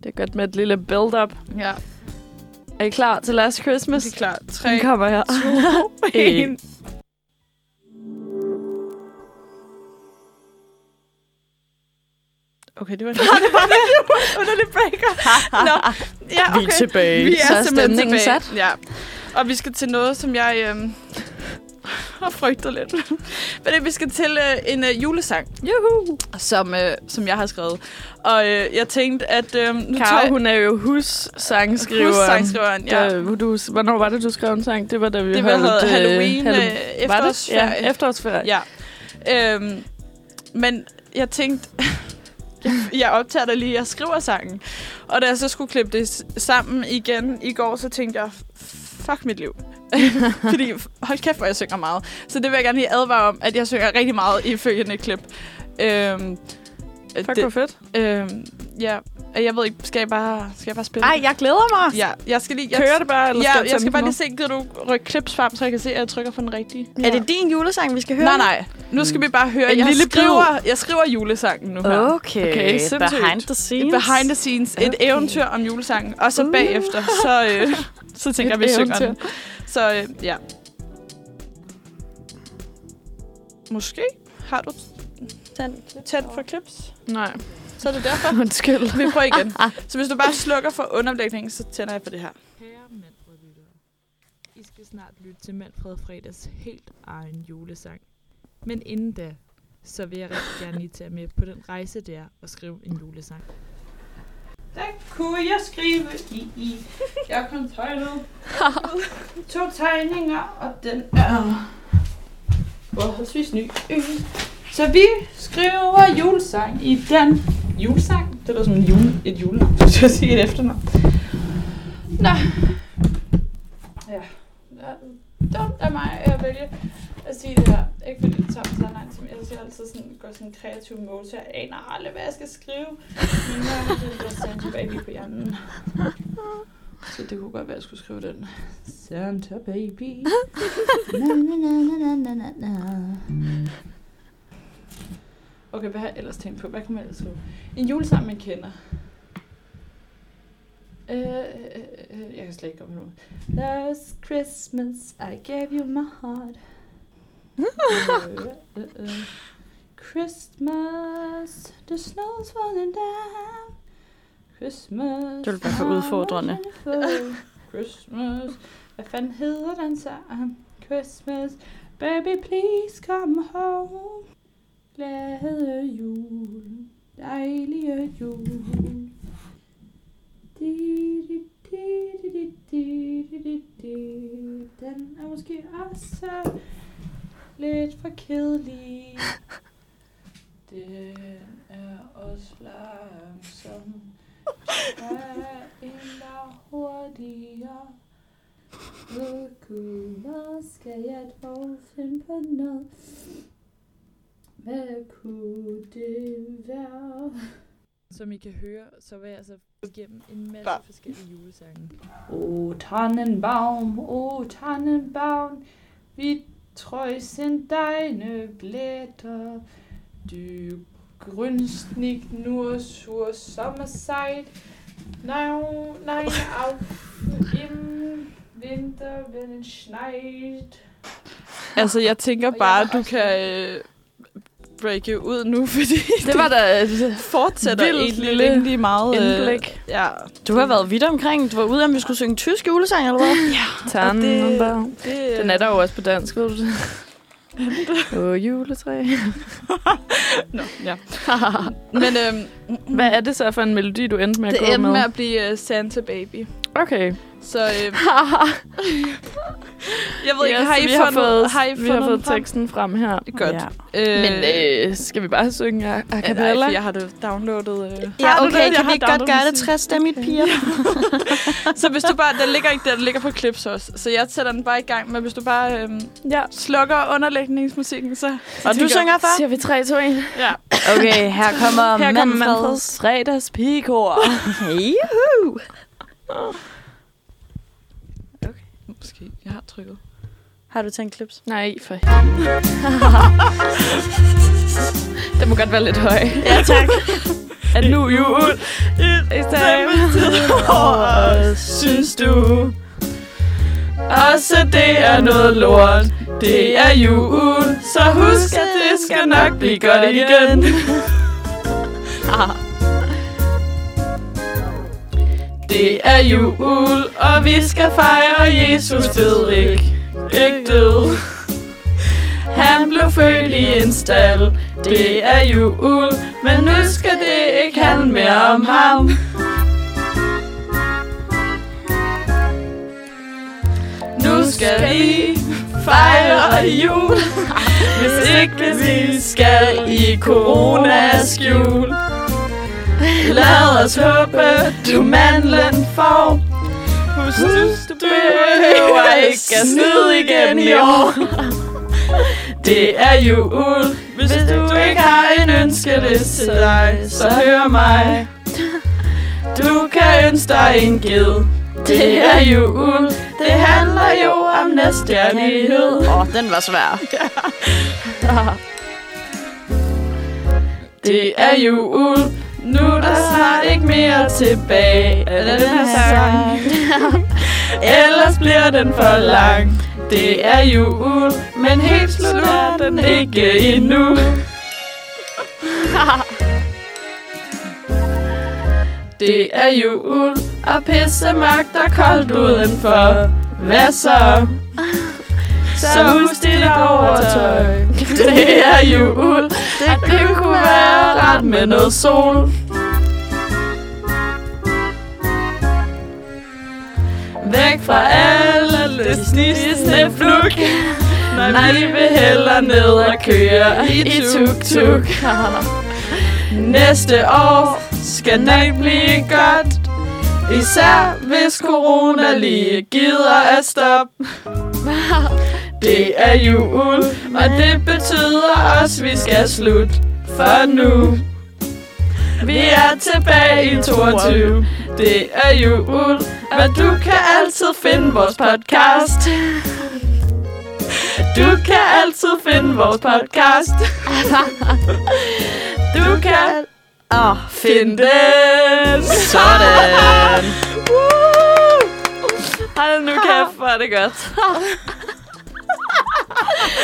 [SPEAKER 1] Det er godt med et lille build-up.
[SPEAKER 3] Ja,
[SPEAKER 1] Er I klar til Last Christmas?
[SPEAKER 3] det er klart. 3,
[SPEAKER 1] Den kommer her.
[SPEAKER 3] 2,
[SPEAKER 1] en.
[SPEAKER 3] 1. Okay, det var det. det var det. Underlig breaker. Nå, ja, okay.
[SPEAKER 1] tilbage.
[SPEAKER 3] Vi er,
[SPEAKER 1] Så er
[SPEAKER 3] simpelthen
[SPEAKER 1] stemningen
[SPEAKER 3] tilbage.
[SPEAKER 1] sat.
[SPEAKER 3] Ja. Og vi skal til noget, som jeg øhm, har frygtet lidt. Men øh, vi skal til øh, en øh, julesang,
[SPEAKER 1] Juhu!
[SPEAKER 3] som, øh, som jeg har skrevet. Og øh, jeg tænkte, at... Øh, nu tager
[SPEAKER 1] Karo,
[SPEAKER 3] jeg
[SPEAKER 1] hun er jo hussangskriveren.
[SPEAKER 3] husangskriveren. Ja.
[SPEAKER 1] Ja. Da, du, hvornår var det, du skrev en sang? Det var da vi
[SPEAKER 3] Det var
[SPEAKER 1] holdt...
[SPEAKER 3] hedder
[SPEAKER 1] øh,
[SPEAKER 3] Halloween,
[SPEAKER 1] Var
[SPEAKER 3] øh,
[SPEAKER 1] det?
[SPEAKER 3] efterårsferie.
[SPEAKER 1] Ja, efterårsferie.
[SPEAKER 3] Ja. Øhm, men jeg tænkte... jeg optager dig lige, jeg skriver sangen. Og da jeg så skulle klippe det s- sammen igen i går, så tænkte jeg, fuck mit liv. Fordi hold kæft, hvor jeg synger meget. Så det vil jeg gerne lige advare om, at jeg synger rigtig meget i følgende klip. Øhm,
[SPEAKER 1] Fuck, hvor
[SPEAKER 3] det,
[SPEAKER 1] fedt.
[SPEAKER 3] øhm, ja, jeg ved ikke, skal jeg bare, skal jeg bare spille?
[SPEAKER 2] Ej, jeg glæder mig.
[SPEAKER 3] Ja, jeg skal lige... Jeg,
[SPEAKER 1] Kører det bare, eller
[SPEAKER 3] Ja,
[SPEAKER 1] skal
[SPEAKER 3] jeg skal bare lige se, gider du rykke klips frem, så jeg kan se, at jeg trykker på den rigtige?
[SPEAKER 1] Ja.
[SPEAKER 2] Er det din julesang, vi skal høre?
[SPEAKER 3] Nej, nej. Nu skal vi bare høre.
[SPEAKER 1] Mm. En
[SPEAKER 3] Jeg
[SPEAKER 1] lille
[SPEAKER 3] skriver, jeg skriver julesangen nu her.
[SPEAKER 2] Okay,
[SPEAKER 1] Okay,
[SPEAKER 2] okay
[SPEAKER 1] sindssygt.
[SPEAKER 2] behind the scenes.
[SPEAKER 3] Behind the scenes. Et
[SPEAKER 2] Okay.
[SPEAKER 3] eventyr om julesangen. Og så
[SPEAKER 1] Uh.
[SPEAKER 3] bagefter, så, øh, så tænker
[SPEAKER 1] Et
[SPEAKER 3] jeg, vi synger den.
[SPEAKER 1] eventyr.
[SPEAKER 3] Så øh, ja. Måske har du tændt for clips.
[SPEAKER 1] Nej,
[SPEAKER 3] Så er det derfor.
[SPEAKER 1] undskyld.
[SPEAKER 3] Vi prøver igen. Så hvis du bare slukker for underlægningen, så tænder jeg på det her.
[SPEAKER 4] Kære Manfred-lyttere, I skal snart lytte til Manfred Fredags helt egen julesang. Men inden da, så vil jeg rigtig gerne lige tage med på den rejse, der og skrive en julesang.
[SPEAKER 3] Der kunne jeg skrive i i. Jeg kom tegnet. To tegninger, og den er forholdsvis ny. Så vi skriver julesang i den. Julesang? Det lyder som en jule, et jule. Du skal sige et efternavn. Nå. Ja. Ja, Dumt af mig at vælge at sige det her. Ikke fordi det tager mig så lang tid, men jeg skal altid sådan, gå sådan en kreativ mode, så jeg aner aldrig, hvad jeg skal skrive. Men nu er det der Santa Baby på hjernen. Så det kunne godt være, at jeg skulle skrive den. Santa Baby. Okay, hvad har jeg ellers tænkt på? Hvad kan man ellers skrive? En julesang, man kender. Øh, øh, øh, øh, jeg kan slet ikke komme nu. Last Christmas, I gave you my heart. Øh, øh, øh. Christmas, the snow's falling down. Christmas.
[SPEAKER 1] Det ville være for
[SPEAKER 3] I'm
[SPEAKER 1] udfordrende.
[SPEAKER 3] wonderful. Christmas. Hvad fanden hedder den sang? Christmas, baby please come home. Glade jul, dejlige jul. Di, di, di, di, di, di, di, di, di. Den er måske også lidt for kedelig. Den er også langsom. Der er en, der er hurtigere. Ved kunder skal jeg dog finde på noget. Hvad kunne det være? Som I kan høre, så var jeg altså igennem en masse
[SPEAKER 5] Bare-
[SPEAKER 3] forskellige julesange. O Tannenbaum, o Tannenbaum, vi trøsten deine Blätter. Du grünst nicht nur zur Sommerzeit, nein, nein, auch im Winter, wenn es schneit.
[SPEAKER 5] Altså, jeg tænker
[SPEAKER 3] Og jeg
[SPEAKER 5] bare,
[SPEAKER 3] var
[SPEAKER 5] at du
[SPEAKER 3] også-
[SPEAKER 5] kan øh, breake ud nu, fordi
[SPEAKER 2] Det var da et
[SPEAKER 5] det fortsætter
[SPEAKER 2] vildt
[SPEAKER 5] egentlig
[SPEAKER 2] lille
[SPEAKER 5] rimelig meget. øh,
[SPEAKER 2] indblik.
[SPEAKER 5] Ja,
[SPEAKER 1] Du har været vidt omkring. Du var ude, om vi skulle synge tysk julesang, eller hvad?
[SPEAKER 2] Tannenbaum.
[SPEAKER 5] det,
[SPEAKER 2] Den er der jo også på dansk, ved du det? Åh, juletræ.
[SPEAKER 5] Nå, ja. Men øhm,
[SPEAKER 2] Hvad er det så for en melodi, du endte med at
[SPEAKER 5] det
[SPEAKER 2] gå
[SPEAKER 5] endte
[SPEAKER 2] med?
[SPEAKER 5] med at blive øh, Santa Baby.
[SPEAKER 2] Okay.
[SPEAKER 5] Så øh, jeg ved ikke,
[SPEAKER 2] Yes,
[SPEAKER 5] har I
[SPEAKER 2] vi har
[SPEAKER 5] fundet,
[SPEAKER 2] fået,
[SPEAKER 5] har I
[SPEAKER 2] vi har
[SPEAKER 5] fundet
[SPEAKER 2] fået
[SPEAKER 5] den frem?
[SPEAKER 2] teksten frem her.
[SPEAKER 5] Godt.
[SPEAKER 1] Ja.
[SPEAKER 5] Øh,
[SPEAKER 2] Men øh, skal vi bare synge a, a
[SPEAKER 5] ja, nej,
[SPEAKER 2] cappella?
[SPEAKER 5] for jeg har det downloadet. Øh.
[SPEAKER 1] Ja,
[SPEAKER 5] Har du
[SPEAKER 1] okay,
[SPEAKER 5] Jeg
[SPEAKER 1] kan vi
[SPEAKER 5] har
[SPEAKER 1] ikke godt
[SPEAKER 5] downloadet
[SPEAKER 1] gøre det
[SPEAKER 5] musik.
[SPEAKER 1] træstemmigt, piger?
[SPEAKER 5] Så hvis du bare, den ligger ikke der, den ligger på clips også. Så jeg sætter den bare i gang, men hvis du bare øhm,
[SPEAKER 2] ja.
[SPEAKER 5] slukker underlægningsmusikken, så...
[SPEAKER 1] Og du synger
[SPEAKER 2] Så
[SPEAKER 1] for?
[SPEAKER 2] siger vi 3, 2, 1.
[SPEAKER 5] Ja.
[SPEAKER 1] Okay, her kommer
[SPEAKER 5] Her kommer
[SPEAKER 1] Manfreds fredags pigekor. Juhu!
[SPEAKER 5] Måske. Jeg har trykket.
[SPEAKER 1] Har du tænkt klips?
[SPEAKER 2] Nej, for Det må godt være lidt høj.
[SPEAKER 1] Ja, tak.
[SPEAKER 2] At nu jul i
[SPEAKER 1] Og synes du,
[SPEAKER 2] Og så det er noget lort. Det er
[SPEAKER 1] uh,
[SPEAKER 2] jul, så husk, at det skal nok blive godt igen. Det er jul, og vi skal fejre Jesus død, ikke? Ikke død. Han blev født i en stald. Det er jul, men nu skal det ikke handle mere om ham. Nu skal vi fejre jul, hvis ikke vi skal i coronaskjul. Lad os håbe, du mandlen får. Husk, du behøver ikke at snyde igen i år. Det er jul, hvis du ikke har en ønskeliste til dig, så hør mig. Du kan ønske dig en ged. Det er jul, det handler jo om næstkærlighed.
[SPEAKER 1] Åh, oh, den var svær.
[SPEAKER 2] Det er jul, nu er der snart ikke mere tilbage af den her sang. Ellers bliver den for lang. Det er jul, men helt slut er den ikke endnu. Det er jul, og pisse mørkt og koldt udenfor. Hvad så? Så husk dit overtøj. Det er jul, at det kunne være ret med noget sol. Væk fra alle det snissende fluk. Nej, vi vil hellere ned og køre i tuk-tuk. Næste år skal nok blive godt. Især hvis corona lige gider at stoppe. Det er jul, og det betyder også, at vi skal slutte for nu. Vi er tilbage i 22. Det er jul, men du kan altid finde vores podcast. Du kan altid finde vores podcast. Du kan
[SPEAKER 1] Åh, oh,
[SPEAKER 2] finde den.
[SPEAKER 1] Sådan.
[SPEAKER 2] Hold nu kæft, hvor er det godt.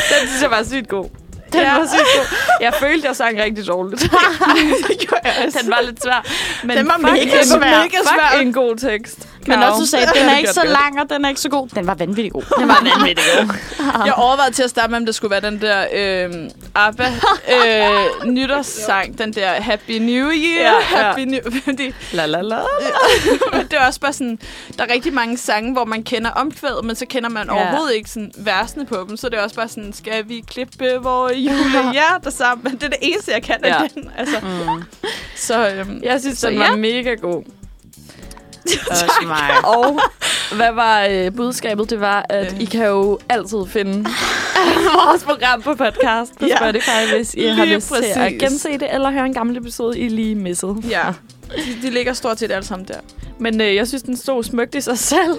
[SPEAKER 1] Den synes jeg var sygt god. Den ja. var sygt god. Jeg følte, jeg sang rigtig dårligt. den var lidt svær. Men
[SPEAKER 2] Den var
[SPEAKER 1] fuck,
[SPEAKER 2] mega
[SPEAKER 1] en-
[SPEAKER 2] svær.
[SPEAKER 1] Fuck
[SPEAKER 3] svær.
[SPEAKER 1] en god tekst.
[SPEAKER 2] Men
[SPEAKER 1] Karo.
[SPEAKER 2] også du sagde, den
[SPEAKER 1] Det
[SPEAKER 2] er
[SPEAKER 1] har
[SPEAKER 2] ikke
[SPEAKER 1] gjort
[SPEAKER 2] så
[SPEAKER 1] godt.
[SPEAKER 2] lang, og den er ikke så god. Den var vanvittig god. Den var vanvittig god.
[SPEAKER 3] Jeg overvejede til at starte med, om det skulle være den der øh, ABBA øh, nytårssang. Den der Happy New
[SPEAKER 1] Ja,
[SPEAKER 3] Year.
[SPEAKER 1] ja.
[SPEAKER 3] Happy New... Fordi,
[SPEAKER 1] La la la.
[SPEAKER 3] men det er også bare sådan, der er rigtig mange sange, hvor man kender omkvædet, men så kender man
[SPEAKER 2] Ja.
[SPEAKER 3] ja. overhovedet ikke sådan versene på dem. Så det er også bare sådan, skal vi klippe vores julehjerter sammen? Det er det eneste, jeg kan ja.
[SPEAKER 1] Ja.
[SPEAKER 3] af den. Altså,
[SPEAKER 2] Mm.
[SPEAKER 3] så øhm,
[SPEAKER 1] Jeg synes,
[SPEAKER 3] Så
[SPEAKER 1] den
[SPEAKER 3] ja.
[SPEAKER 1] var mega god.
[SPEAKER 2] Også mig.
[SPEAKER 1] Og hvad var øh, budskabet? Det var, at øh. I kan jo altid finde vores program på podcast på
[SPEAKER 3] Ja.
[SPEAKER 1] ja. Spotify, hvis I lige har
[SPEAKER 3] Lige
[SPEAKER 1] lyst præcis. til at
[SPEAKER 3] præcis.
[SPEAKER 1] gense det, eller høre en gammel episode, I lige missede.
[SPEAKER 3] ja, de, de ligger stort set alle sammen der.
[SPEAKER 1] Men øh, jeg synes, den stod smukt i sig selv.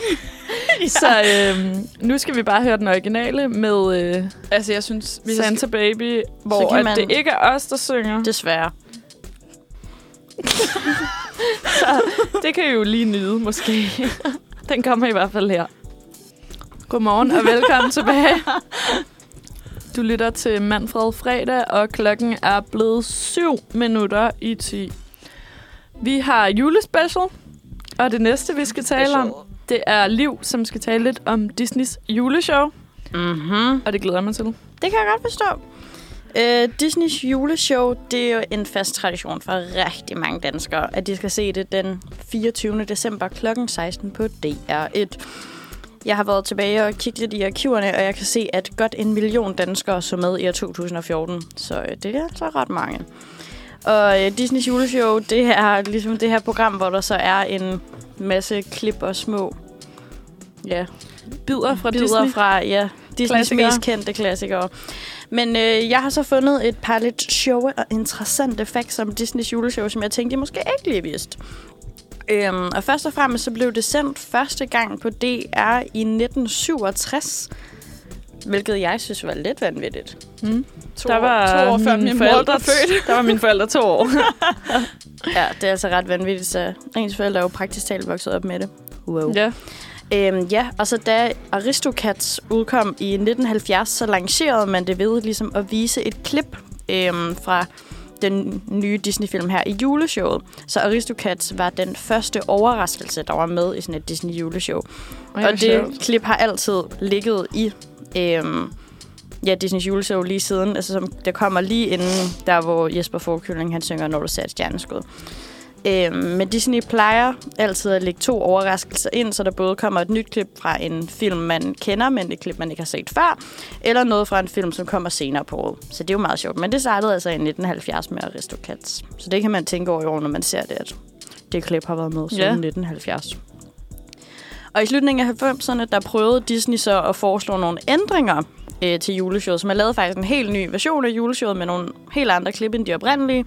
[SPEAKER 1] ja. Så øh, nu skal vi bare høre den originale med øh,
[SPEAKER 3] Altså, jeg synes... Hvis jeg
[SPEAKER 1] Santa
[SPEAKER 3] skal,
[SPEAKER 1] Baby, hvor
[SPEAKER 2] kan
[SPEAKER 1] man...
[SPEAKER 2] man-
[SPEAKER 1] at det ikke er os, der synger. Det,
[SPEAKER 2] Desværre.
[SPEAKER 1] det kan I jo lige nyde, måske. den kommer i hvert fald her. Godmorgen og velkommen tilbage. Du lytter til Manfred Fredag, og klokken er blevet 7 minutter i 10. Vi har julespecial, og det næste, vi skal tale om, det er Liv, som skal tale lidt om Disneys juleshow.
[SPEAKER 2] Mhm.
[SPEAKER 1] Og det glæder jeg mig til.
[SPEAKER 2] Det kan jeg godt forstå. Øh, Disneys juleshow, det er jo en fast tradition for rigtig mange danskere, at de skal se det den 24. december kl. 16 på DR1. Jeg har været tilbage og kigget lidt i arkiverne, og jeg kan se, at godt en million danskere så med i år 2014. Så øh, det er altså ret mange. Og øh, Disneys juleshow, det er ligesom det her program, hvor der så er en masse klip og små ja,
[SPEAKER 1] Bider fra
[SPEAKER 2] bidder
[SPEAKER 1] Disney.
[SPEAKER 2] fra ja, Disneys
[SPEAKER 1] Klassikere.
[SPEAKER 2] mest kendte klassikere. Men øh, jeg har så fundet et par lidt sjove og interessante facts om Disneys juleshow, som jeg tænkte, I måske ikke lige vidste. Øhm, og først og fremmest så blev det sendt første gang på DR i 1967, hvilket jeg synes var lidt vanvittigt.
[SPEAKER 1] Mm.
[SPEAKER 2] To
[SPEAKER 1] Der
[SPEAKER 2] år-
[SPEAKER 1] var
[SPEAKER 3] to år før
[SPEAKER 1] mine
[SPEAKER 3] min mor
[SPEAKER 1] forældre
[SPEAKER 3] blev født.
[SPEAKER 1] Der var mine forældre to år.
[SPEAKER 2] Ja, det er altså ret vanvittigt, så ens forældre er jo praktisk talt vokset op med det. Wow.
[SPEAKER 1] ja.
[SPEAKER 2] Øhm, ja, og så da Aristocats udkom i 1970, så lancerede man det ved ligesom at vise et klip øhm, fra den nye Disney-film her i juleshowet. Så Aristocats var den første overraskelse, der var med i sådan et Disney-juleshow. Og det klip har altid ligget i øhm, ja, Disneys juleshow lige siden. Altså, som der kommer lige inden, der hvor Jesper Forkylling, han synger, når du ser et stjerneskud. Øhm, men Disney plejer altid at lægge to overraskelser ind, så der både kommer et nyt klip fra en film, man kender, men et klip, man ikke har set før, eller noget fra en film, som kommer senere på året. Så det er jo meget sjovt. Men det startede altså i 1970 med Aristocats. Så det kan man tænke over i år, når man ser det, at det klip har været med siden
[SPEAKER 1] Ja.
[SPEAKER 2] 1970. Og i slutningen af 90'erne, der prøvede Disney så at foreslå nogle ændringer øh, til juleshowet, så man lavede faktisk en helt ny version af juleshowet med nogle helt andre klip end de oprindelige.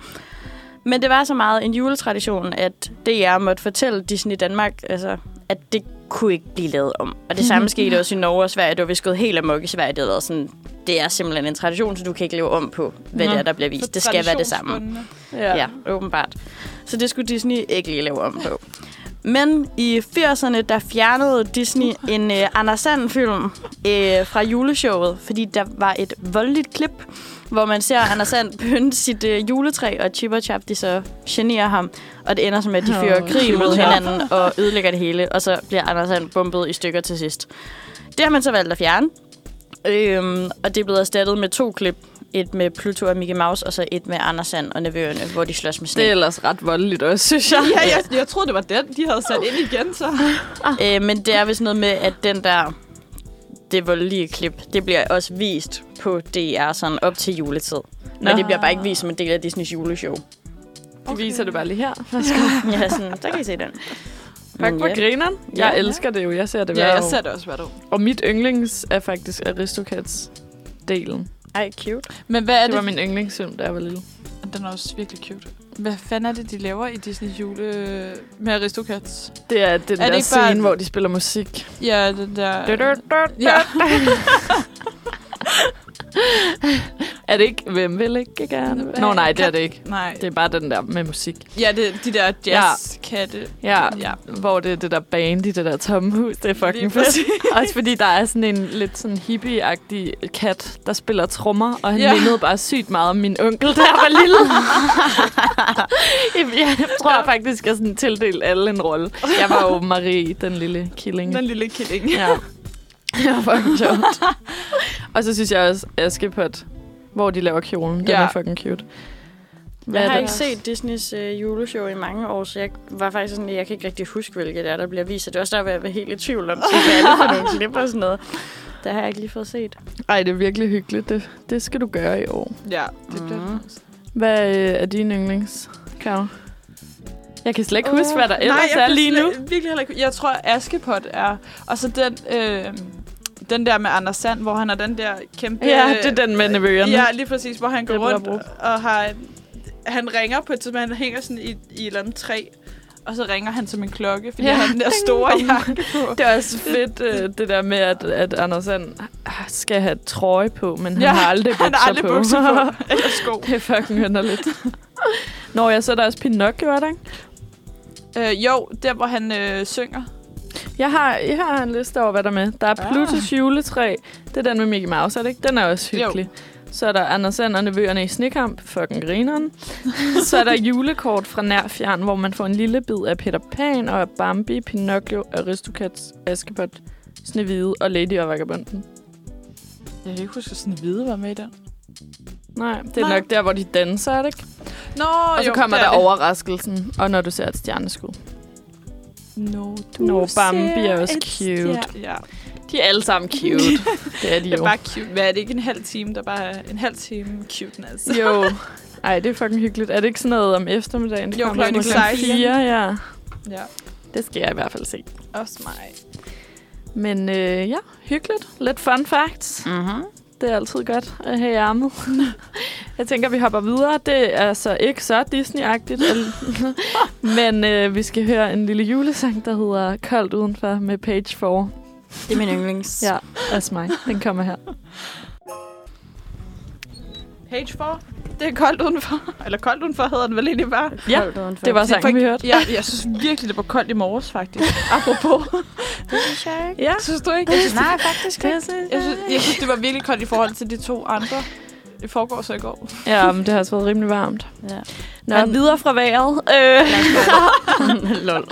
[SPEAKER 2] Men det var så meget en juletradition, at DR måtte fortælle Disney Danmark, altså, at det kunne ikke blive lavet om. Og det
[SPEAKER 1] Mhm.
[SPEAKER 2] samme skete også i Norge og Sverige. Det var vi skudt helt amok i Sverige. Det havde været sådan, det er simpelthen en tradition, så du kan ikke leve om på, hvad
[SPEAKER 1] Nå,
[SPEAKER 2] det er, der bliver vist. Det skal være det samme.
[SPEAKER 1] Ja.
[SPEAKER 2] Ja, åbenbart. Så det skulle Disney ikke lige lave om på. Men i 80'erne, der fjernede Disney en øh, Anders Sand-film øh, fra juleshowet, fordi der var et voldeligt klip, hvor man ser Anders Sand pynte sit øh, juletræ, og Chip og Chap, de så generer ham, og det ender som, at de
[SPEAKER 1] Åh,
[SPEAKER 2] fører krig
[SPEAKER 1] Chip og
[SPEAKER 2] mod
[SPEAKER 1] Chap.
[SPEAKER 2] hinanden og ødelægger det hele, og så bliver Anders Sand bumpet i stykker til sidst. Det har man så valgt at fjerne, øhm, og det er blevet erstattet med to klip. Et med Pluto og Mickey Mouse, og så et med Anders Sand og Nevøerne, hvor de slås med sne.
[SPEAKER 1] Det er ellers ret voldeligt også, synes jeg.
[SPEAKER 3] Ja, jeg, jeg troede, det var den, de havde sat ind igen, så...
[SPEAKER 2] Øh, men det er vist noget med, at den der det voldelige klip, det bliver også vist på DR sådan op til juletid. Men
[SPEAKER 1] Nå.
[SPEAKER 2] det bliver bare ikke vist som en del af Disneys juleshow.
[SPEAKER 1] Du viser det bare lige her.
[SPEAKER 2] Ja, sådan, der kan I se den.
[SPEAKER 1] Fuck,
[SPEAKER 2] Men
[SPEAKER 1] hvor
[SPEAKER 2] ja.
[SPEAKER 1] grineren. Jeg
[SPEAKER 2] Ja.
[SPEAKER 1] elsker det jo. Jeg ser det
[SPEAKER 3] Ja,
[SPEAKER 1] hver
[SPEAKER 3] jeg
[SPEAKER 1] år.
[SPEAKER 3] ser det også hvert år.
[SPEAKER 1] Og mit yndlings er faktisk Aristocats-delen.
[SPEAKER 2] Ej, cute.
[SPEAKER 3] Men hvad er
[SPEAKER 1] Det var
[SPEAKER 3] det?
[SPEAKER 1] min yndlingsfilm, da jeg var lille.
[SPEAKER 3] Den er også virkelig cute. Hvad fanden er det, de laver i Disney jule med Aristocats?
[SPEAKER 1] Det er den
[SPEAKER 3] Er det
[SPEAKER 1] der
[SPEAKER 3] ikke bare-
[SPEAKER 1] scene, hvor de spiller musik.
[SPEAKER 3] Ja, den der...
[SPEAKER 1] Du, du, du, du.
[SPEAKER 3] Ja.
[SPEAKER 1] Er det ikke, hvem vil ikke gerne? Nå nej, det er det ikke.
[SPEAKER 3] Nej.
[SPEAKER 1] Det er bare den der med musik.
[SPEAKER 3] Ja, det, de der jazzkatte.
[SPEAKER 1] Ja,
[SPEAKER 3] Ja.
[SPEAKER 1] ja. hvor det er det der band i det der tomme hus. Det er
[SPEAKER 3] Lige
[SPEAKER 1] fucking fedt.
[SPEAKER 3] præcis.
[SPEAKER 1] Også fordi der er sådan en lidt sådan hippie-agtig kat, der spiller trommer, og han
[SPEAKER 3] Ja.
[SPEAKER 1] ja. mindede bare sygt meget om min onkel, der var lille. Jamen, jeg tror ja. faktisk, jeg sådan tildelte alle en rolle. Jeg var jo Marie, den lille killing.
[SPEAKER 3] Den lille killing.
[SPEAKER 1] Ja. Det var fucking sjovt. og så synes jeg også Askepot, hvor de laver kjolen. Den
[SPEAKER 3] Ja.
[SPEAKER 1] ja. er fucking cute. Hvad
[SPEAKER 2] Jeg
[SPEAKER 1] er
[SPEAKER 2] har
[SPEAKER 1] det?
[SPEAKER 2] ikke set Disneys øh, juleshow i mange år, så jeg var faktisk sådan, jeg kan ikke rigtig huske, hvilket det er, der bliver vist. Og det er også der, hvor jeg var helt i tvivl om, så hvad er det for nogle klip og sådan noget. Der har jeg ikke lige fået set.
[SPEAKER 1] Ej, det er virkelig hyggeligt. Det, det skal du gøre i år.
[SPEAKER 3] Ja, Mm. det bliver
[SPEAKER 2] Mhm.
[SPEAKER 3] nice.
[SPEAKER 1] Hvad øh, er din yndlings, Karo? Jeg kan slet ikke huske, hvad der
[SPEAKER 3] Nej,
[SPEAKER 1] ellers
[SPEAKER 3] jeg
[SPEAKER 1] er
[SPEAKER 3] kan
[SPEAKER 1] lige nu.
[SPEAKER 3] slet- Virkelig heller ikke. Jeg tror, Askepot er... Og så den, øh, den der med Anders Sand, hvor han er den der kæmpe...
[SPEAKER 1] Ja, det er den med nevøerne.
[SPEAKER 3] Ja, lige præcis, hvor han går
[SPEAKER 1] Det er
[SPEAKER 3] rundt
[SPEAKER 1] Brødre
[SPEAKER 3] og har... en- Han ringer på et tidspunkt, han hænger sådan i, i et eller andet træ, og så ringer han som en klokke, fordi
[SPEAKER 1] Ja.
[SPEAKER 3] ja. han har den der store jakke på.
[SPEAKER 1] Det er også fedt, øh, det der med, at, at Anders Sand ah, skal have trøje på, men han
[SPEAKER 3] Ja,
[SPEAKER 1] har aldrig bukser
[SPEAKER 3] han har aldrig
[SPEAKER 1] på.
[SPEAKER 3] bukser på, eller sko.
[SPEAKER 1] det er fucking underligt. Nå, jeg så er der også Pinocchio, er der ikke?
[SPEAKER 3] Øh, jo, der hvor han øh, synger.
[SPEAKER 1] Jeg har, jeg har en liste over, hvad der er med. Der er
[SPEAKER 3] Ah.
[SPEAKER 1] Plutus juletræ. Det er den med Mickey Mouse, er det ikke? Den er også
[SPEAKER 3] Jo.
[SPEAKER 1] hyggelig. Så er der Anders Sand og Nevøerne i snekamp. Fucking grineren. så er der julekort fra nær fjern, hvor man får en lille bid af Peter Pan og af Bambi, Pinocchio, Aristocats, Askepot, Snevide og Lady og Vagabunden.
[SPEAKER 3] Jeg kan ikke huske, at Snevide var med i den.
[SPEAKER 1] Nej, det er
[SPEAKER 3] Nej.
[SPEAKER 1] Nej. nok der, hvor de danser, er det ikke?
[SPEAKER 3] Nå,
[SPEAKER 1] Og så
[SPEAKER 3] jo,
[SPEAKER 1] kommer
[SPEAKER 3] det
[SPEAKER 1] der
[SPEAKER 3] er
[SPEAKER 1] det.
[SPEAKER 3] det.
[SPEAKER 1] overraskelsen, og når du ser et stjerneskud.
[SPEAKER 3] No, du
[SPEAKER 1] Nå, Bambi
[SPEAKER 3] ser
[SPEAKER 1] er også
[SPEAKER 3] et
[SPEAKER 1] cute.
[SPEAKER 3] stjer- Ja,
[SPEAKER 1] De er alle sammen cute. det er de
[SPEAKER 3] det er
[SPEAKER 1] jo.
[SPEAKER 3] bare cute. Hvad er det ikke en halv time, der bare er en halv time cuteness?
[SPEAKER 1] Jo. Ej, det er fucking hyggeligt. Er det ikke sådan noget om eftermiddagen? Det
[SPEAKER 3] Jo,
[SPEAKER 1] kommer
[SPEAKER 3] klokken
[SPEAKER 1] sådan
[SPEAKER 3] 16.
[SPEAKER 1] 4, ja.
[SPEAKER 3] Ja,
[SPEAKER 1] Det skal jeg i hvert fald se.
[SPEAKER 3] også mig.
[SPEAKER 1] Men øh, ja, hyggeligt. Lidt fun facts.
[SPEAKER 2] Mm-hmm.
[SPEAKER 1] Det er altid godt at have i armet. jeg tænker, vi hopper videre. Det er så ikke så Disney-agtigt. al- Men øh, vi skal høre en lille julesang, der hedder Koldt Udenfor med Page 4.
[SPEAKER 2] Det er min yndlings.
[SPEAKER 1] Ja, that's mig. Den kommer her.
[SPEAKER 3] Page 4. Det er koldt udenfor. Eller koldt udenfor hedder den vel egentlig bare.
[SPEAKER 1] Ja, Det var
[SPEAKER 3] Det er
[SPEAKER 1] sangen, vi hørte.
[SPEAKER 3] Ja, jeg synes virkelig, det var koldt i morges, faktisk. Apropos.
[SPEAKER 2] Det synes jeg ikke.
[SPEAKER 1] Ja.
[SPEAKER 3] synes du ikke?
[SPEAKER 2] Nej, faktisk ikke.
[SPEAKER 3] Jeg synes, jeg synes, det var virkelig koldt i forhold til de to andre. Det foregår så i går.
[SPEAKER 1] Ja, men det har også været rimelig varmt.
[SPEAKER 2] Ja.
[SPEAKER 1] Nå, men videre fra vejret. Øh. Lol.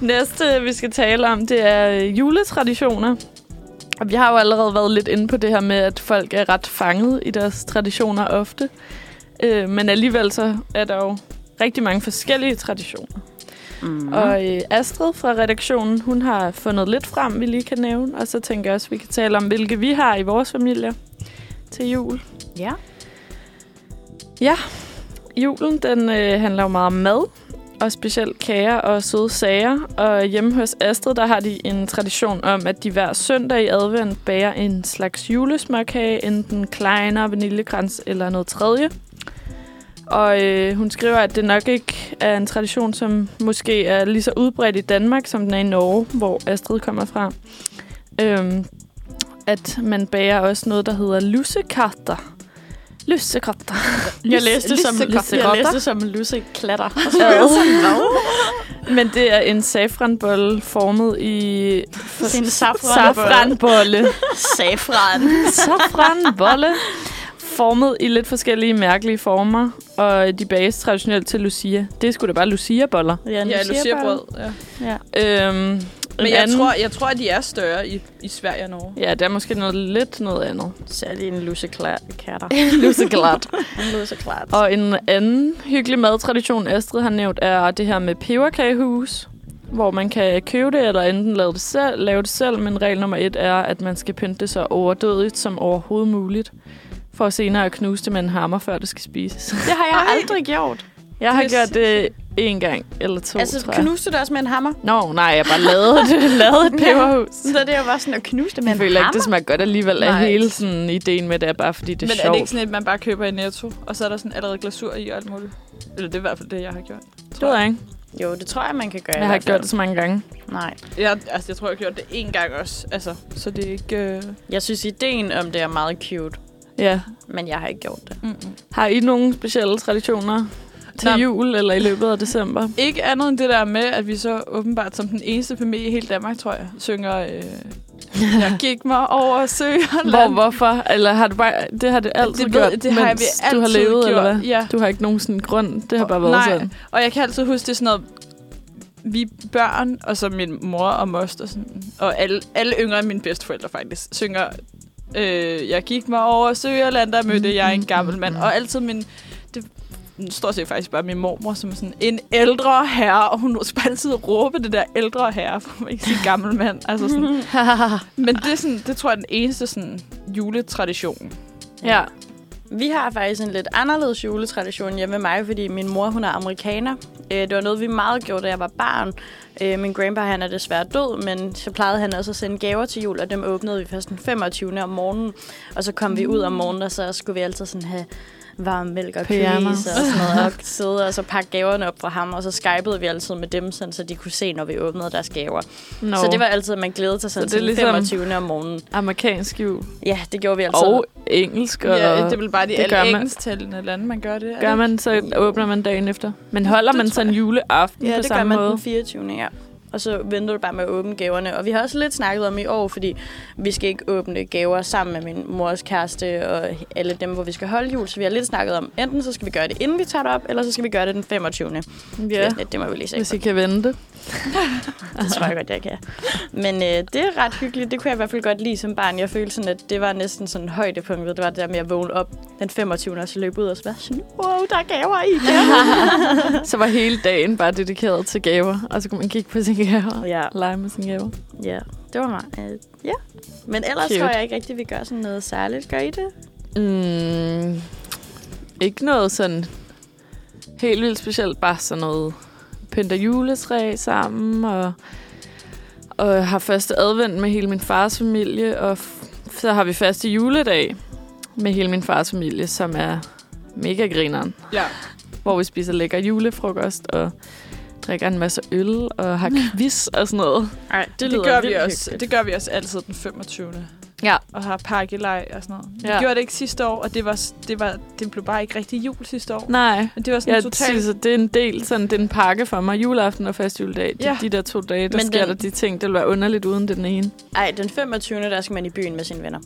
[SPEAKER 1] Næste, vi skal tale om, det er øh, juletraditioner. Og vi har jo allerede været lidt inde på det her med, at folk er ret fanget i deres traditioner ofte. Øh, men alligevel så er der jo rigtig mange forskellige traditioner.
[SPEAKER 2] Mm.
[SPEAKER 1] Mm. Og øh, Astrid fra redaktionen, hun har fundet lidt frem, vi lige kan nævne. Og så tænker jeg også, vi kan tale om, hvilke vi har i vores familier til jul.
[SPEAKER 2] ja.
[SPEAKER 1] Julen, den øh, handler jo meget om mad, og specielt kager og søde sager. Og hjemme hos Astrid, der har de en tradition om, at de hver søndag i advent bager en slags julesmørkage, enten kleiner, vaniljekrans eller noget tredje. Og øh, hun skriver, at det nok ikke er en tradition, som måske er lige så udbredt i Danmark, som den er i Norge, hvor Astrid kommer fra. Øhm, at man bager også noget, der hedder lussekatter. Lussekatter.
[SPEAKER 2] Jeg læste, som, jeg
[SPEAKER 1] Lussekatter.
[SPEAKER 2] læste som en lusse klatter.
[SPEAKER 1] Men det er en safranbolle formet i
[SPEAKER 2] Det er en safran.
[SPEAKER 1] safranbolle.
[SPEAKER 2] Safran.
[SPEAKER 1] safranbolle formet i lidt forskellige mærkelige former, og de bages traditionelt til Lucia. Det er sgu da bare Lucia-boller.
[SPEAKER 3] Ja, lucierbrød. Ja.
[SPEAKER 1] Øhm,
[SPEAKER 3] Men
[SPEAKER 1] en
[SPEAKER 3] jeg
[SPEAKER 1] anden-
[SPEAKER 3] tror, jeg tror, at de er større i, i Sverige og Norge.
[SPEAKER 1] Ja, det er måske noget lidt noget andet.
[SPEAKER 2] Særligt en lusse katter.
[SPEAKER 1] Luseklat.
[SPEAKER 2] En lusse klatter.
[SPEAKER 1] Og en anden hyggelig madtradition, Astrid har nævnt, er det her med peberkagehus, hvor man kan købe det, eller enten lave det selv, lave det selv men regel nummer et er, at man skal pynte det så overdødigt som overhovedet muligt, for senere at knuse det med en hammer, før det skal spises.
[SPEAKER 2] Det har jeg aldrig gjort.
[SPEAKER 1] Jeg har
[SPEAKER 3] Det er
[SPEAKER 1] gjort det én gang, eller to, altså,
[SPEAKER 2] Altså,
[SPEAKER 1] tror jeg.
[SPEAKER 2] knuste du det også med en hammer?
[SPEAKER 1] Nå, nej, jeg bare lavede, det, lavede et peberhus.
[SPEAKER 2] Så det var sådan at knuse det med
[SPEAKER 1] Jeg
[SPEAKER 2] en
[SPEAKER 1] føler ikke,
[SPEAKER 2] hammer?
[SPEAKER 1] det smager godt alligevel af
[SPEAKER 2] Nej.
[SPEAKER 1] hele sådan, ideen med det, er bare fordi det er
[SPEAKER 3] Men
[SPEAKER 1] sjovt.
[SPEAKER 3] er det ikke sådan, at man bare køber i Netto, og så er der sådan allerede glasur i og alt muligt? Eller det er i hvert fald det, jeg har gjort.
[SPEAKER 1] det ved jeg ikke.
[SPEAKER 2] Jo, det tror jeg, man kan gøre. i
[SPEAKER 1] Jeg har
[SPEAKER 2] hvert fald.
[SPEAKER 1] gjort det så mange gange.
[SPEAKER 2] Nej.
[SPEAKER 3] Jeg, altså, jeg tror, jeg har gjort det én gang også. Altså, så det er ikke... Øh...
[SPEAKER 2] Jeg synes, ideen om det er meget cute.
[SPEAKER 1] Ja,
[SPEAKER 2] men jeg har ikke gjort det.
[SPEAKER 3] Mm-mm.
[SPEAKER 1] Har I nogle specielle traditioner til
[SPEAKER 3] Nej.
[SPEAKER 1] jul eller i løbet af december?
[SPEAKER 3] Ikke andet end det der med, at vi så åbenbart som den eneste familie i hele Danmark, tror jeg, synger... Øh, jeg gik mig over søerne.
[SPEAKER 1] Hvor, hvorfor? Eller har du bare, det har det altid
[SPEAKER 3] det,
[SPEAKER 1] gjort,
[SPEAKER 3] ved- det har jeg
[SPEAKER 1] mens
[SPEAKER 3] vi altid
[SPEAKER 1] du har levet,
[SPEAKER 3] gjort.
[SPEAKER 1] eller hvad?
[SPEAKER 3] Ja.
[SPEAKER 1] Du har ikke nogen sådan grund. Det har bare været
[SPEAKER 3] Nej.
[SPEAKER 1] sådan.
[SPEAKER 3] Og jeg kan altid huske, det er sådan noget, vi børn, og så min mor og moster, sådan, og alle, alle yngre end mine bedsteforældre faktisk, synger, øh, jeg gik mig over Søgerland, der mødte jeg en gammel mand. Og altid min, det stort set faktisk bare min mormor, som er sådan en ældre herre, og hun skal bare altid råbe det der ældre herre, for man kan ikke sige gammel mand. Altså sådan. Men det, er sådan, det tror jeg er den eneste sådan, juletradition.
[SPEAKER 2] Ja. Vi har faktisk en lidt anderledes juletradition hjemme med mig, fordi min mor, hun er amerikaner. Øh, Det var noget, vi meget gjorde, da jeg var barn. Øh, Min grandpa, han er desværre død, men så plejede han også at sende gaver til jul, og dem åbnede vi først den 25. om morgenen. Og så kom vi ud om morgenen, og så skulle vi altid sådan have varm mælk og køs og
[SPEAKER 1] Pyjamas.
[SPEAKER 2] sådan noget, og sidde og så pakke gaverne op for ham, og så skypede vi altid med dem, sådan, så de kunne se, når vi åbnede deres gaver.
[SPEAKER 1] No.
[SPEAKER 2] Så det var altid, at man glædede sig sådan
[SPEAKER 1] Så det er
[SPEAKER 2] til den
[SPEAKER 1] ligesom-
[SPEAKER 2] 25. om morgenen.
[SPEAKER 1] amerikansk jul.
[SPEAKER 2] Ja, det gjorde vi altid.
[SPEAKER 1] Og engelsk. Og
[SPEAKER 3] Altså- Ja, det er vel bare de
[SPEAKER 1] det gør
[SPEAKER 3] alle
[SPEAKER 1] man.
[SPEAKER 3] engelsktalende lande, man gør det. er
[SPEAKER 1] gør
[SPEAKER 3] det
[SPEAKER 1] man, så åbner man dagen efter. Men holder
[SPEAKER 3] Det
[SPEAKER 1] man
[SPEAKER 3] tror
[SPEAKER 1] sådan en juleaften
[SPEAKER 2] Ja,
[SPEAKER 1] på
[SPEAKER 2] det gør
[SPEAKER 1] samme
[SPEAKER 2] man
[SPEAKER 1] måde?
[SPEAKER 2] den 24. ja. Og så venter du bare med at åbne gaverne. Og vi har også lidt snakket om i år, fordi vi skal ikke åbne gaver sammen med min mors kæreste og alle dem, hvor vi skal holde jul. Så vi har lidt snakket om, enten så skal vi gøre det, inden vi tager det op, eller så skal vi gøre det den 25. Ja.
[SPEAKER 1] Ja,
[SPEAKER 2] Så det må vi lige se.
[SPEAKER 1] hvis
[SPEAKER 2] på.
[SPEAKER 1] I kan vente.
[SPEAKER 2] Det tror jeg godt, jeg kan. Men øh, det er ret hyggeligt. Det kunne jeg i hvert fald godt lide som barn. Jeg følte sådan, at det var næsten sådan højdepunktet. Det var det der med at vågne op den 25. og så løbe ud og så være sådan, wow, der er gaver i.
[SPEAKER 1] Så var hele dagen bare dedikeret til gaver, og så kunne man kigge på sine gaver
[SPEAKER 2] Ja.
[SPEAKER 1] og lege med sine gaver.
[SPEAKER 2] Ja, det var mig. Øh, ja. Men ellers
[SPEAKER 1] Cute.
[SPEAKER 2] Cute. tror jeg ikke rigtig, vi gør sådan noget særligt. Gør I det?
[SPEAKER 1] Mm, ikke noget sådan helt vildt specielt, bare sådan noget pynter juletræ sammen, og, og har første advent med hele min fars familie, og f- så har vi første juledag med hele min fars familie, som er mega grineren.
[SPEAKER 3] Ja.
[SPEAKER 1] Hvor vi spiser lækker julefrokost, og drikker en masse øl, og har quiz og sådan noget.
[SPEAKER 2] Nej,
[SPEAKER 3] Det, det, gør vi også, det gør vi også altid den 25.
[SPEAKER 1] Ja.
[SPEAKER 3] Og har pakkelej og sådan noget. Vi
[SPEAKER 1] Ja.
[SPEAKER 3] ja. gjorde det ikke sidste år, og det, var, det, var, det blev bare ikke rigtig jul sidste år.
[SPEAKER 1] Nej,
[SPEAKER 3] Men det var sådan
[SPEAKER 1] Jeg
[SPEAKER 3] jeg
[SPEAKER 1] totalt...
[SPEAKER 3] totalt...
[SPEAKER 1] synes, at det er en del, sådan, det er en pakke for mig. Juleaften og fast juledag. De, ja.
[SPEAKER 3] Ja.
[SPEAKER 1] de der to dage, der Men
[SPEAKER 2] Men
[SPEAKER 1] sker den...
[SPEAKER 2] den-
[SPEAKER 1] der de ting, der vil være underligt uden den ene.
[SPEAKER 2] Ej, den 25. der skal man i byen med sine venner.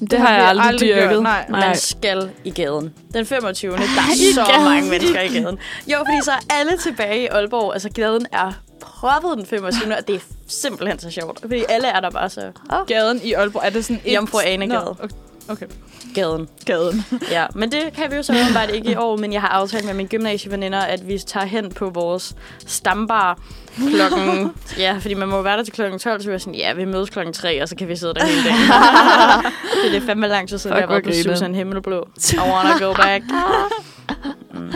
[SPEAKER 1] Det, det har jeg
[SPEAKER 3] vi
[SPEAKER 1] aldrig, aldrig
[SPEAKER 3] aldrig gjort,
[SPEAKER 1] dyrket.
[SPEAKER 3] nej.
[SPEAKER 1] nej.
[SPEAKER 2] Man skal i gaden. Den 25. der er
[SPEAKER 1] I
[SPEAKER 2] så
[SPEAKER 1] gaden.
[SPEAKER 2] mange mennesker i gaden. Jo, fordi så er alle tilbage i Aalborg. Altså, gaden er proppet den 25. Og det er simpelthen så sjovt. Fordi alle er der bare så... Åh,
[SPEAKER 3] Gaden i Aalborg, er det sådan et...
[SPEAKER 2] Jomfru Ane
[SPEAKER 3] Nå,
[SPEAKER 2] Gade.
[SPEAKER 3] okay. okay.
[SPEAKER 2] gaden.
[SPEAKER 3] Gaden.
[SPEAKER 2] Ja, men det kan vi jo så åbenbart ikke i år, men jeg har aftalt med mine gymnasieveninder, at vi tager hen på vores stambar klokken... Ja, fordi man må jo være der til klokken 12, så vi er sådan, ja, vi mødes klokken 3, og så kan vi sidde der hele dagen. så det er fandme lang tid siden,
[SPEAKER 1] Fuck,
[SPEAKER 2] jeg var
[SPEAKER 1] hvor
[SPEAKER 2] på
[SPEAKER 1] grineren.
[SPEAKER 2] Susan Himmelblå. I wanna go back. Mm,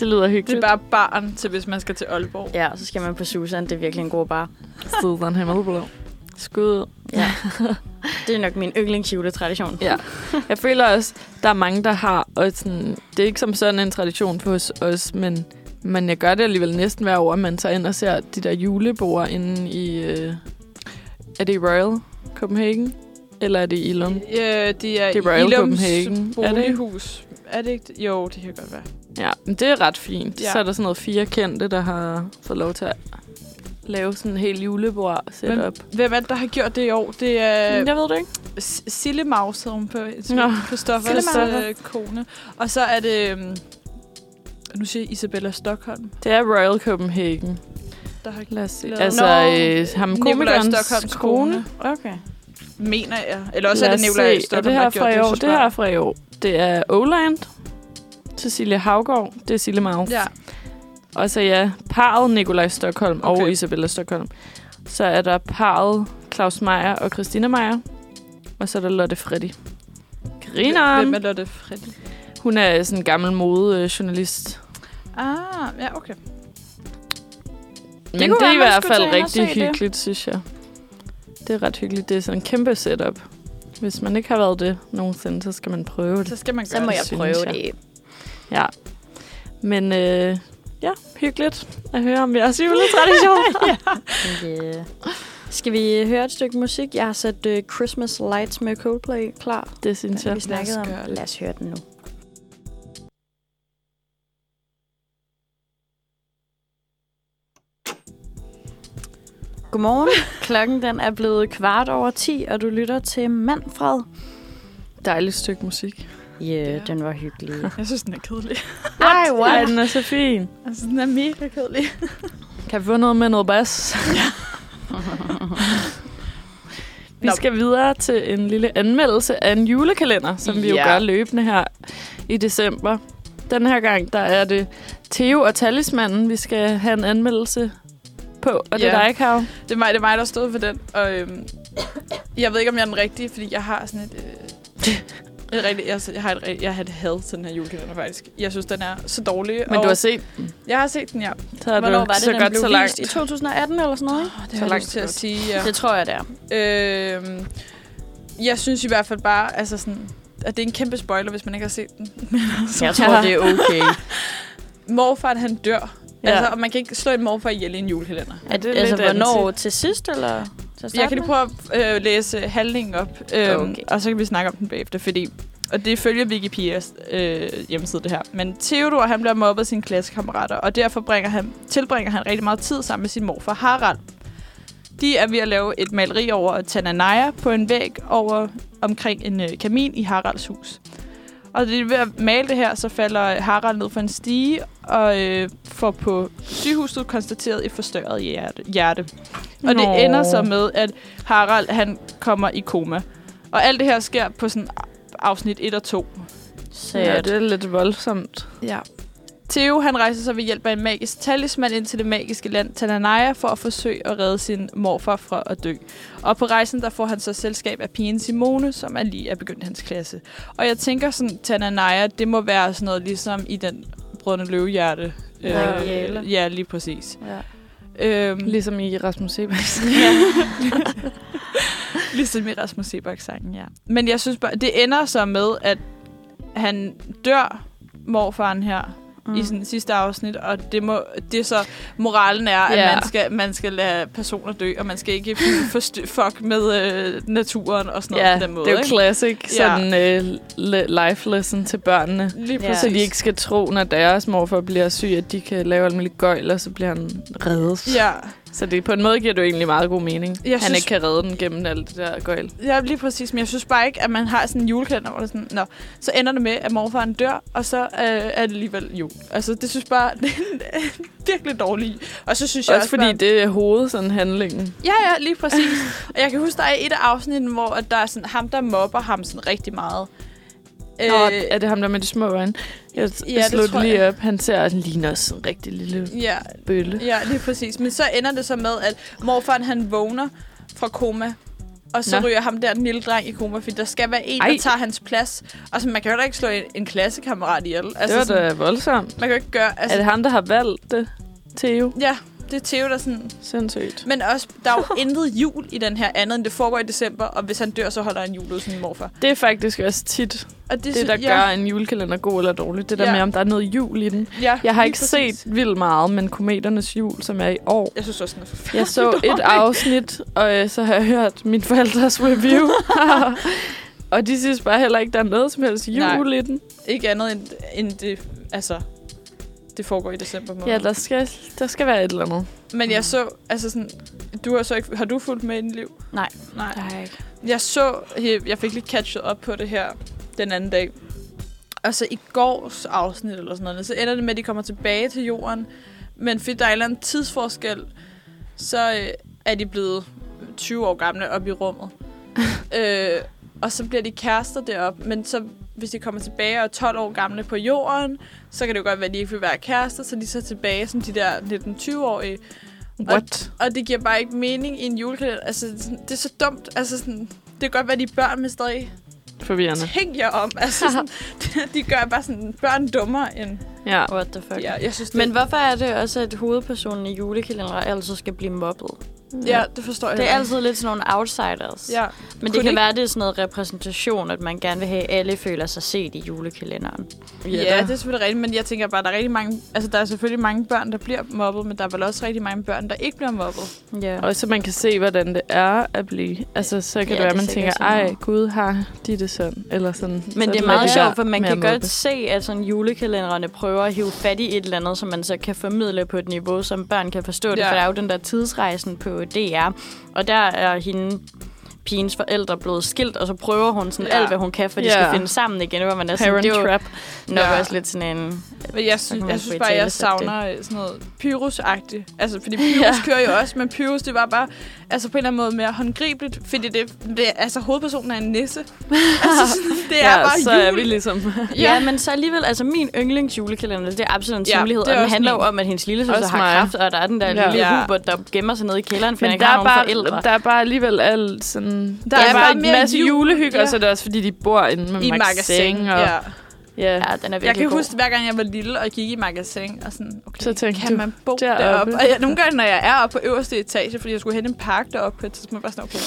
[SPEAKER 1] Det lyder
[SPEAKER 3] Det er
[SPEAKER 1] hyggeligt.
[SPEAKER 3] bare barn til, hvis man skal til Aalborg. Ja.
[SPEAKER 2] Ja, så skal man på Susan, det er virkelig en god bar.
[SPEAKER 1] bare sidder himmelblå. Skud.
[SPEAKER 2] Ja. Det er nok min yndlingsjuletradition.
[SPEAKER 1] Ja. Jeg føler også, der er mange, der har... Og sådan, det er ikke som sådan en tradition for os, os men, men jeg gør det alligevel næsten hver år, at man tager ind og ser de der julebord inde i... Øh, er det i Royal Copenhagen? Eller er det i Ilum?
[SPEAKER 3] Øh, det er,
[SPEAKER 1] Det er Royal
[SPEAKER 3] Ilums
[SPEAKER 1] Copenhagen. Er det ikke?
[SPEAKER 3] bolighus. Er det ikke? det? Jo, det kan godt være.
[SPEAKER 1] Ja, men det er ret fint. Ja.
[SPEAKER 3] Ja.
[SPEAKER 1] Så er der sådan noget fire kendte, der har fået lov til at lave sådan en hel julebord setup.
[SPEAKER 3] Hvem, hvem er det, der har gjort det i år? Det er...
[SPEAKER 1] Jeg ved det ikke.
[SPEAKER 3] S- Sille Maus hedder hun på
[SPEAKER 1] Nå,
[SPEAKER 3] Christoffers
[SPEAKER 1] Sille
[SPEAKER 3] øh, kone. Og så er det... øhm, nu siger jeg Isabella Stockholm,
[SPEAKER 1] Det er Royal Copenhagen.
[SPEAKER 3] der har
[SPEAKER 1] Lad os se.
[SPEAKER 3] Nå.
[SPEAKER 1] Altså, øh, ham
[SPEAKER 3] Nikolaj
[SPEAKER 1] komikernes
[SPEAKER 3] Stokholms kone.
[SPEAKER 1] kone.
[SPEAKER 2] Okay.
[SPEAKER 3] Mener jeg. Eller også
[SPEAKER 1] Lad
[SPEAKER 3] er
[SPEAKER 1] os
[SPEAKER 3] det Nikolaj
[SPEAKER 1] se. Er
[SPEAKER 3] Stockholm,
[SPEAKER 1] det
[SPEAKER 3] der
[SPEAKER 1] her
[SPEAKER 3] har gjort
[SPEAKER 1] fra i år?
[SPEAKER 3] hvis du
[SPEAKER 1] Det her
[SPEAKER 3] spørger.
[SPEAKER 1] er fra i år. Det er Oland. Cecilia Havgård. Det er Sille Maus.
[SPEAKER 3] Ja.
[SPEAKER 1] Og så ja, parret Nikolaj Stockholm okay. og
[SPEAKER 3] Okay.
[SPEAKER 1] Isabella Stockholm. Så er der parret Claus Meier og Christina Meier. Og så er der Lotte Freddy. Grineren.
[SPEAKER 3] Hvem er Lotte Freddy?
[SPEAKER 1] Hun er sådan en gammel modejournalist.
[SPEAKER 3] Ah, ja, okay.
[SPEAKER 1] Men det,
[SPEAKER 2] kunne
[SPEAKER 1] det er
[SPEAKER 2] være,
[SPEAKER 1] i
[SPEAKER 2] man
[SPEAKER 1] hvert
[SPEAKER 2] skulle
[SPEAKER 1] fald
[SPEAKER 2] tage ind og
[SPEAKER 1] rigtig
[SPEAKER 2] se det.
[SPEAKER 1] hyggeligt, det. synes jeg. Det er ret hyggeligt. Det er sådan en kæmpe setup. Hvis man ikke har været det nogensinde, så skal man prøve det.
[SPEAKER 3] Så skal man
[SPEAKER 2] Så
[SPEAKER 3] gøre
[SPEAKER 2] må
[SPEAKER 3] det.
[SPEAKER 2] jeg
[SPEAKER 1] synes
[SPEAKER 2] prøve
[SPEAKER 1] jeg.
[SPEAKER 2] det.
[SPEAKER 1] Ja. Men øh, ja, hyggeligt at høre om jeres juletradition.
[SPEAKER 2] Yeah. Skal vi høre et stykke musik? Jeg har sat uh, Christmas Lights med Coldplay klar.
[SPEAKER 1] Det synes jeg.
[SPEAKER 2] vi snakkede om.
[SPEAKER 3] gøre det.
[SPEAKER 2] Lad os høre den nu. Godmorgen. Klokken den er blevet kvart over 10, og du lytter til Manfred.
[SPEAKER 1] Dejligt stykke musik.
[SPEAKER 2] Ja, yeah, den var hyggelig.
[SPEAKER 3] Jeg synes, den er kedelig.
[SPEAKER 2] Ej,
[SPEAKER 1] Ej, den er så fin.
[SPEAKER 3] Altså, den er mega kedelig.
[SPEAKER 1] Kan vi få noget med noget bas? vi
[SPEAKER 3] Nå.
[SPEAKER 1] skal videre til en lille anmeldelse af en julekalender, som vi jo
[SPEAKER 2] Ja.
[SPEAKER 1] gør løbende her i december. Den her gang, der er det Theo og Talismanen, vi skal have en anmeldelse på. Og det er
[SPEAKER 3] Ja.
[SPEAKER 1] dig, Kav.
[SPEAKER 3] Det er mig, det er mig der stod for den. Og øhm, jeg ved ikke, om jeg er den rigtige, fordi jeg har sådan et... Øh, et rigtig, jeg, jeg, har et, rigtig- jeg har et had til den her julekalender, faktisk. Jeg synes, den er så dårlig.
[SPEAKER 1] Men
[SPEAKER 3] og
[SPEAKER 1] du har set,
[SPEAKER 3] Jeg har set den, ja.
[SPEAKER 1] så er du
[SPEAKER 2] Hvornår var det,
[SPEAKER 1] så
[SPEAKER 2] den
[SPEAKER 1] godt
[SPEAKER 2] blev
[SPEAKER 1] så
[SPEAKER 2] vist?
[SPEAKER 1] langt.
[SPEAKER 2] I 2018 eller sådan noget, ikke?
[SPEAKER 3] Det
[SPEAKER 1] Så
[SPEAKER 3] har jeg
[SPEAKER 1] langt
[SPEAKER 3] lyst til
[SPEAKER 1] så
[SPEAKER 3] at
[SPEAKER 1] godt.
[SPEAKER 3] sige, ja.
[SPEAKER 2] Det tror jeg, det er.
[SPEAKER 3] Øhm, jeg synes i hvert fald bare, altså sådan, at det er en kæmpe spoiler, hvis man ikke har set den.
[SPEAKER 2] Jeg
[SPEAKER 1] tror,
[SPEAKER 2] det er okay.
[SPEAKER 3] Morfaren, han dør.
[SPEAKER 1] Ja.
[SPEAKER 3] Ja. Altså, og man kan ikke slå en morfar ihjel i en julekalender.
[SPEAKER 1] Ja, det er
[SPEAKER 2] altså,
[SPEAKER 1] lidt
[SPEAKER 2] hvornår? Til sidst, eller? Til at starte
[SPEAKER 3] Jeg kan lige prøve at øh, læse handlingen op, øhm,
[SPEAKER 2] Okay.
[SPEAKER 3] okay. og så kan vi snakke om den bagefter, fordi... Og det følger Wikipedias øh, hjemmeside, det her. Men Theodor, han bliver mobbet af sine klassekammerater, og derfor bringer han, tilbringer han rigtig meget tid sammen med sin morfar Harald. De er ved at lave et maleri over Tananaya på en væg over omkring en øh, kamin i Haralds hus. Og det er ved at male det her, så falder Harald ned fra en stige og øh, får på sygehuset konstateret et forstørret hjerte. hjerte. Og
[SPEAKER 1] Nå.
[SPEAKER 3] det ender så med, at Harald han kommer i koma. Og alt det her sker på sådan afsnit 1 og 2.
[SPEAKER 2] med?
[SPEAKER 1] Ja,
[SPEAKER 2] Sad.
[SPEAKER 1] det er lidt voldsomt.
[SPEAKER 3] Ja. Theo han rejser sig ved hjælp af en magisk talisman ind til det magiske land Tananaya for at forsøge at redde sin morfar fra at dø. Og på rejsen der får han så selskab af pigen Simone, som er lige er begyndt i hans klasse. Og jeg tænker sådan, Tananaya, det må være sådan noget ligesom i den brødende løvehjerte. øh,
[SPEAKER 2] Regale.
[SPEAKER 3] ja, lige præcis.
[SPEAKER 2] Ja.
[SPEAKER 3] Øhm,
[SPEAKER 1] Ligesom i Rasmus Sebaks.
[SPEAKER 3] ligesom i Rasmus Sebak-sangen, ja. Men jeg synes bare, det ender så med, at han dør, morfaren her, mm. i sådan sidste afsnit, og det, må, det er så, moralen er, at
[SPEAKER 1] Ja.
[SPEAKER 3] man skal, man skal lade personer dø, og man skal ikke forst- fuck med øh, naturen og sådan noget
[SPEAKER 1] Ja,
[SPEAKER 3] på den måde.
[SPEAKER 1] det er jo
[SPEAKER 3] ikke?
[SPEAKER 1] classic sådan øh, le- life lesson til børnene.
[SPEAKER 3] Lige
[SPEAKER 2] Ja.
[SPEAKER 3] præcis.
[SPEAKER 1] Så de ikke skal tro, når deres morfar bliver syg, at de kan lave alt muligt gøjl, og så bliver han reddet.
[SPEAKER 3] Ja,
[SPEAKER 1] Så det, på en måde giver det jo egentlig meget god mening.
[SPEAKER 3] Jeg
[SPEAKER 1] han
[SPEAKER 3] synes-
[SPEAKER 1] ikke kan redde den gennem alt det der gøjl.
[SPEAKER 3] ja, lige præcis. Men jeg synes bare ikke, at man har sådan en julekalender, hvor det er sådan, nå, så ender det med, at morfaren dør, og så øh, er det alligevel jul. Altså, det synes bare, det er en virkelig dårligt. Og så synes jeg
[SPEAKER 1] Også fordi
[SPEAKER 3] bare,
[SPEAKER 1] det er hovedet, sådan handlingen.
[SPEAKER 3] Ja, ja, lige præcis. og jeg kan huske, der er et af afsnittene, hvor at der er sådan, ham, der mobber ham sådan rigtig meget.
[SPEAKER 1] Øh, og er det ham der med de små øjne? Jeg
[SPEAKER 3] Ja,
[SPEAKER 1] ja,
[SPEAKER 3] det
[SPEAKER 1] slog det
[SPEAKER 3] tror
[SPEAKER 1] lige
[SPEAKER 3] jeg.
[SPEAKER 1] op. Han ser han ligner også en rigtig lille
[SPEAKER 3] ja,
[SPEAKER 1] bølle.
[SPEAKER 3] ja, lige præcis. Men så ender det så med, at morfaren han vågner fra koma. Og så
[SPEAKER 1] Nå.
[SPEAKER 3] Nå. ryger ham der, den lille dreng, i koma, fordi der skal være en, Ej.
[SPEAKER 1] Ej.
[SPEAKER 3] der tager hans plads. Og så man kan jo heller ikke slå en, en klassekammerat ihjel.
[SPEAKER 1] Altså, det var
[SPEAKER 3] sådan,
[SPEAKER 1] da voldsomt.
[SPEAKER 3] man kan jo ikke gøre...
[SPEAKER 1] Altså, er
[SPEAKER 3] Altså,
[SPEAKER 1] det ham, der har valgt det? Theo?
[SPEAKER 3] ja, det er Theo, der sådan...
[SPEAKER 1] Sindssygt.
[SPEAKER 3] Men også, der er jo intet jul i den her andet, end det foregår i december. Og hvis han dør, så holder han jul ud sin morfar.
[SPEAKER 1] Det er faktisk også tit
[SPEAKER 3] Og
[SPEAKER 1] det, der
[SPEAKER 3] sy-
[SPEAKER 1] gør en julekalender god eller dårlig. Det der
[SPEAKER 3] Ja.
[SPEAKER 1] med, om der er noget jul i den.
[SPEAKER 3] ja,
[SPEAKER 1] Jeg har
[SPEAKER 3] lige
[SPEAKER 1] ikke
[SPEAKER 3] præcis.
[SPEAKER 1] set vildt meget, men Kometernes Jul, som er i år,
[SPEAKER 3] Jeg synes også, den er forfærdelig.
[SPEAKER 1] Jeg så et afsnit, og øh, så har jeg hørt min forældres review. og de synes bare heller ikke, der er noget som helst jul Nej. i den.
[SPEAKER 3] Ikke andet end, end det, altså, det foregår i december måned.
[SPEAKER 1] Ja, der skal, der skal være et eller andet.
[SPEAKER 3] Men jeg så, altså sådan, du har så ikke, har du fulgt med i dit liv?
[SPEAKER 2] Nej.
[SPEAKER 3] Nej.
[SPEAKER 2] Nej.
[SPEAKER 3] Jeg så, jeg fik lige catchet op på det her den anden dag. Og så i gårs afsnit eller sådan noget, så ender det med, at de kommer tilbage til jorden. Men fordi der er en eller anden tidsforskel, så øh, er de blevet 20 år gamle op i rummet. øh, og så bliver de kærester deroppe, men så hvis de kommer tilbage og er 12 år gamle på jorden, så kan det jo godt være, at de ikke vil være kærester, så de er så tilbage som de der 19-20-årige.
[SPEAKER 1] What?
[SPEAKER 3] Og det giver bare ikke mening i en julekalender. Altså, sådan, det er så dumt. Altså, sådan, det kan godt være, de er børn, men stadig
[SPEAKER 1] Forvirrende.
[SPEAKER 3] tænk jer om. Altså, sådan, de gør bare sådan børn dummere end
[SPEAKER 1] Ja.
[SPEAKER 2] What the fuck?
[SPEAKER 3] Ja, jeg synes, det,
[SPEAKER 2] Men hvorfor er det også, at hovedpersonen i julekalender altid skal blive mobbet?
[SPEAKER 3] ja, det forstår jeg
[SPEAKER 2] Det er altså-
[SPEAKER 3] heller
[SPEAKER 2] altid lidt sådan nogle outsiders.
[SPEAKER 3] ikke. Ja.
[SPEAKER 2] Men det
[SPEAKER 3] Kunne
[SPEAKER 2] kan
[SPEAKER 3] det-
[SPEAKER 2] være, det er sådan noget repræsentation, at man gerne vil have, at alle føler sig set i julekalenderen.
[SPEAKER 3] Ja, det er selvfølgelig rigtigt, men jeg tænker bare, at der er rigtig mange... Altså, der er selvfølgelig mange børn, der bliver mobbet, men der er vel også rigtig mange børn, der ikke bliver mobbet.
[SPEAKER 2] Ja.
[SPEAKER 1] Og så man kan se, hvordan det er at blive. Altså, så kan ja,
[SPEAKER 2] Ja,
[SPEAKER 1] det være,
[SPEAKER 2] det
[SPEAKER 1] at man
[SPEAKER 2] er
[SPEAKER 1] tænker,
[SPEAKER 2] sikkert sådan
[SPEAKER 1] ej,
[SPEAKER 2] noget.
[SPEAKER 1] gud, har de det sådan? Eller sådan.
[SPEAKER 2] Men
[SPEAKER 1] så
[SPEAKER 2] det er
[SPEAKER 1] lader
[SPEAKER 2] meget
[SPEAKER 1] de være
[SPEAKER 2] sjovt, for man
[SPEAKER 1] med
[SPEAKER 2] kan
[SPEAKER 1] at
[SPEAKER 2] godt
[SPEAKER 1] mobbe.
[SPEAKER 2] se, at sådan julekalenderne prøver at hive fat i et eller andet, som man så kan formidle på et niveau, som børn kan forstå det.
[SPEAKER 3] Ja.
[SPEAKER 2] For der er jo den der tidsrejsen på DR, og der er hende pigens forældre blevet skilt, og så prøver hun sådan
[SPEAKER 3] Ja.
[SPEAKER 2] alt, hvad hun kan, for de
[SPEAKER 1] Ja.
[SPEAKER 2] skal finde sammen igen, hvor man er sådan,
[SPEAKER 1] Parent
[SPEAKER 2] det er jo
[SPEAKER 1] trap.
[SPEAKER 2] nok
[SPEAKER 3] Ja.
[SPEAKER 2] også lidt sådan en...
[SPEAKER 3] Men jeg,
[SPEAKER 2] så
[SPEAKER 3] sy-
[SPEAKER 2] kan man
[SPEAKER 3] jeg
[SPEAKER 2] få
[SPEAKER 3] synes bare, at jeg
[SPEAKER 2] italesat det.
[SPEAKER 3] savner øh, sådan noget Pyrus-agtigt. Altså, fordi Pyrus ja. kører jo også, men Pyrus, det var bare altså, på en eller anden måde mere håndgribeligt, fordi det, det altså, hovedpersonen er en nisse. altså, sådan, det er
[SPEAKER 1] Ja,
[SPEAKER 3] bare
[SPEAKER 1] så
[SPEAKER 3] jul.
[SPEAKER 1] er vi ligesom...
[SPEAKER 2] Ja. ja, men så alligevel, altså min yndlingsjulekalender, det er absolut en
[SPEAKER 3] Ja,
[SPEAKER 2] hemmelighed,
[SPEAKER 3] det er
[SPEAKER 2] og den
[SPEAKER 3] også
[SPEAKER 2] handler jo
[SPEAKER 3] min.
[SPEAKER 2] om, at hendes lillesøster
[SPEAKER 1] Også
[SPEAKER 2] har
[SPEAKER 1] mig.
[SPEAKER 2] kræft, og der er den der
[SPEAKER 1] Ja.
[SPEAKER 2] lille
[SPEAKER 3] Ja.
[SPEAKER 2] Hubert, der gemmer sig nede i kælderen, for han
[SPEAKER 1] Men
[SPEAKER 2] ikke
[SPEAKER 1] der
[SPEAKER 2] har
[SPEAKER 1] er,
[SPEAKER 2] nogen forældre.
[SPEAKER 1] bare, der er bare alligevel alt sådan... Der, er, bare en
[SPEAKER 3] mere
[SPEAKER 1] masse
[SPEAKER 3] jul,
[SPEAKER 1] julehygge,
[SPEAKER 3] ja.
[SPEAKER 1] og så er det også, fordi de bor inde med
[SPEAKER 3] i magasin.
[SPEAKER 1] magasin. Og,
[SPEAKER 3] Ja.
[SPEAKER 1] ja.
[SPEAKER 2] Ja, den er virkelig
[SPEAKER 3] Jeg kan
[SPEAKER 2] god.
[SPEAKER 3] huske, hver gang jeg var lille og gik i magasin, og sådan, okay,
[SPEAKER 1] Så tænkte
[SPEAKER 3] kan
[SPEAKER 1] du,
[SPEAKER 3] man bo
[SPEAKER 1] deroppe.
[SPEAKER 3] deroppe? deroppe? Og jeg, nogle gange, når jeg er oppe på øverste etage, fordi jeg skulle hente en park deroppe på et tidspunkt, var jeg sådan,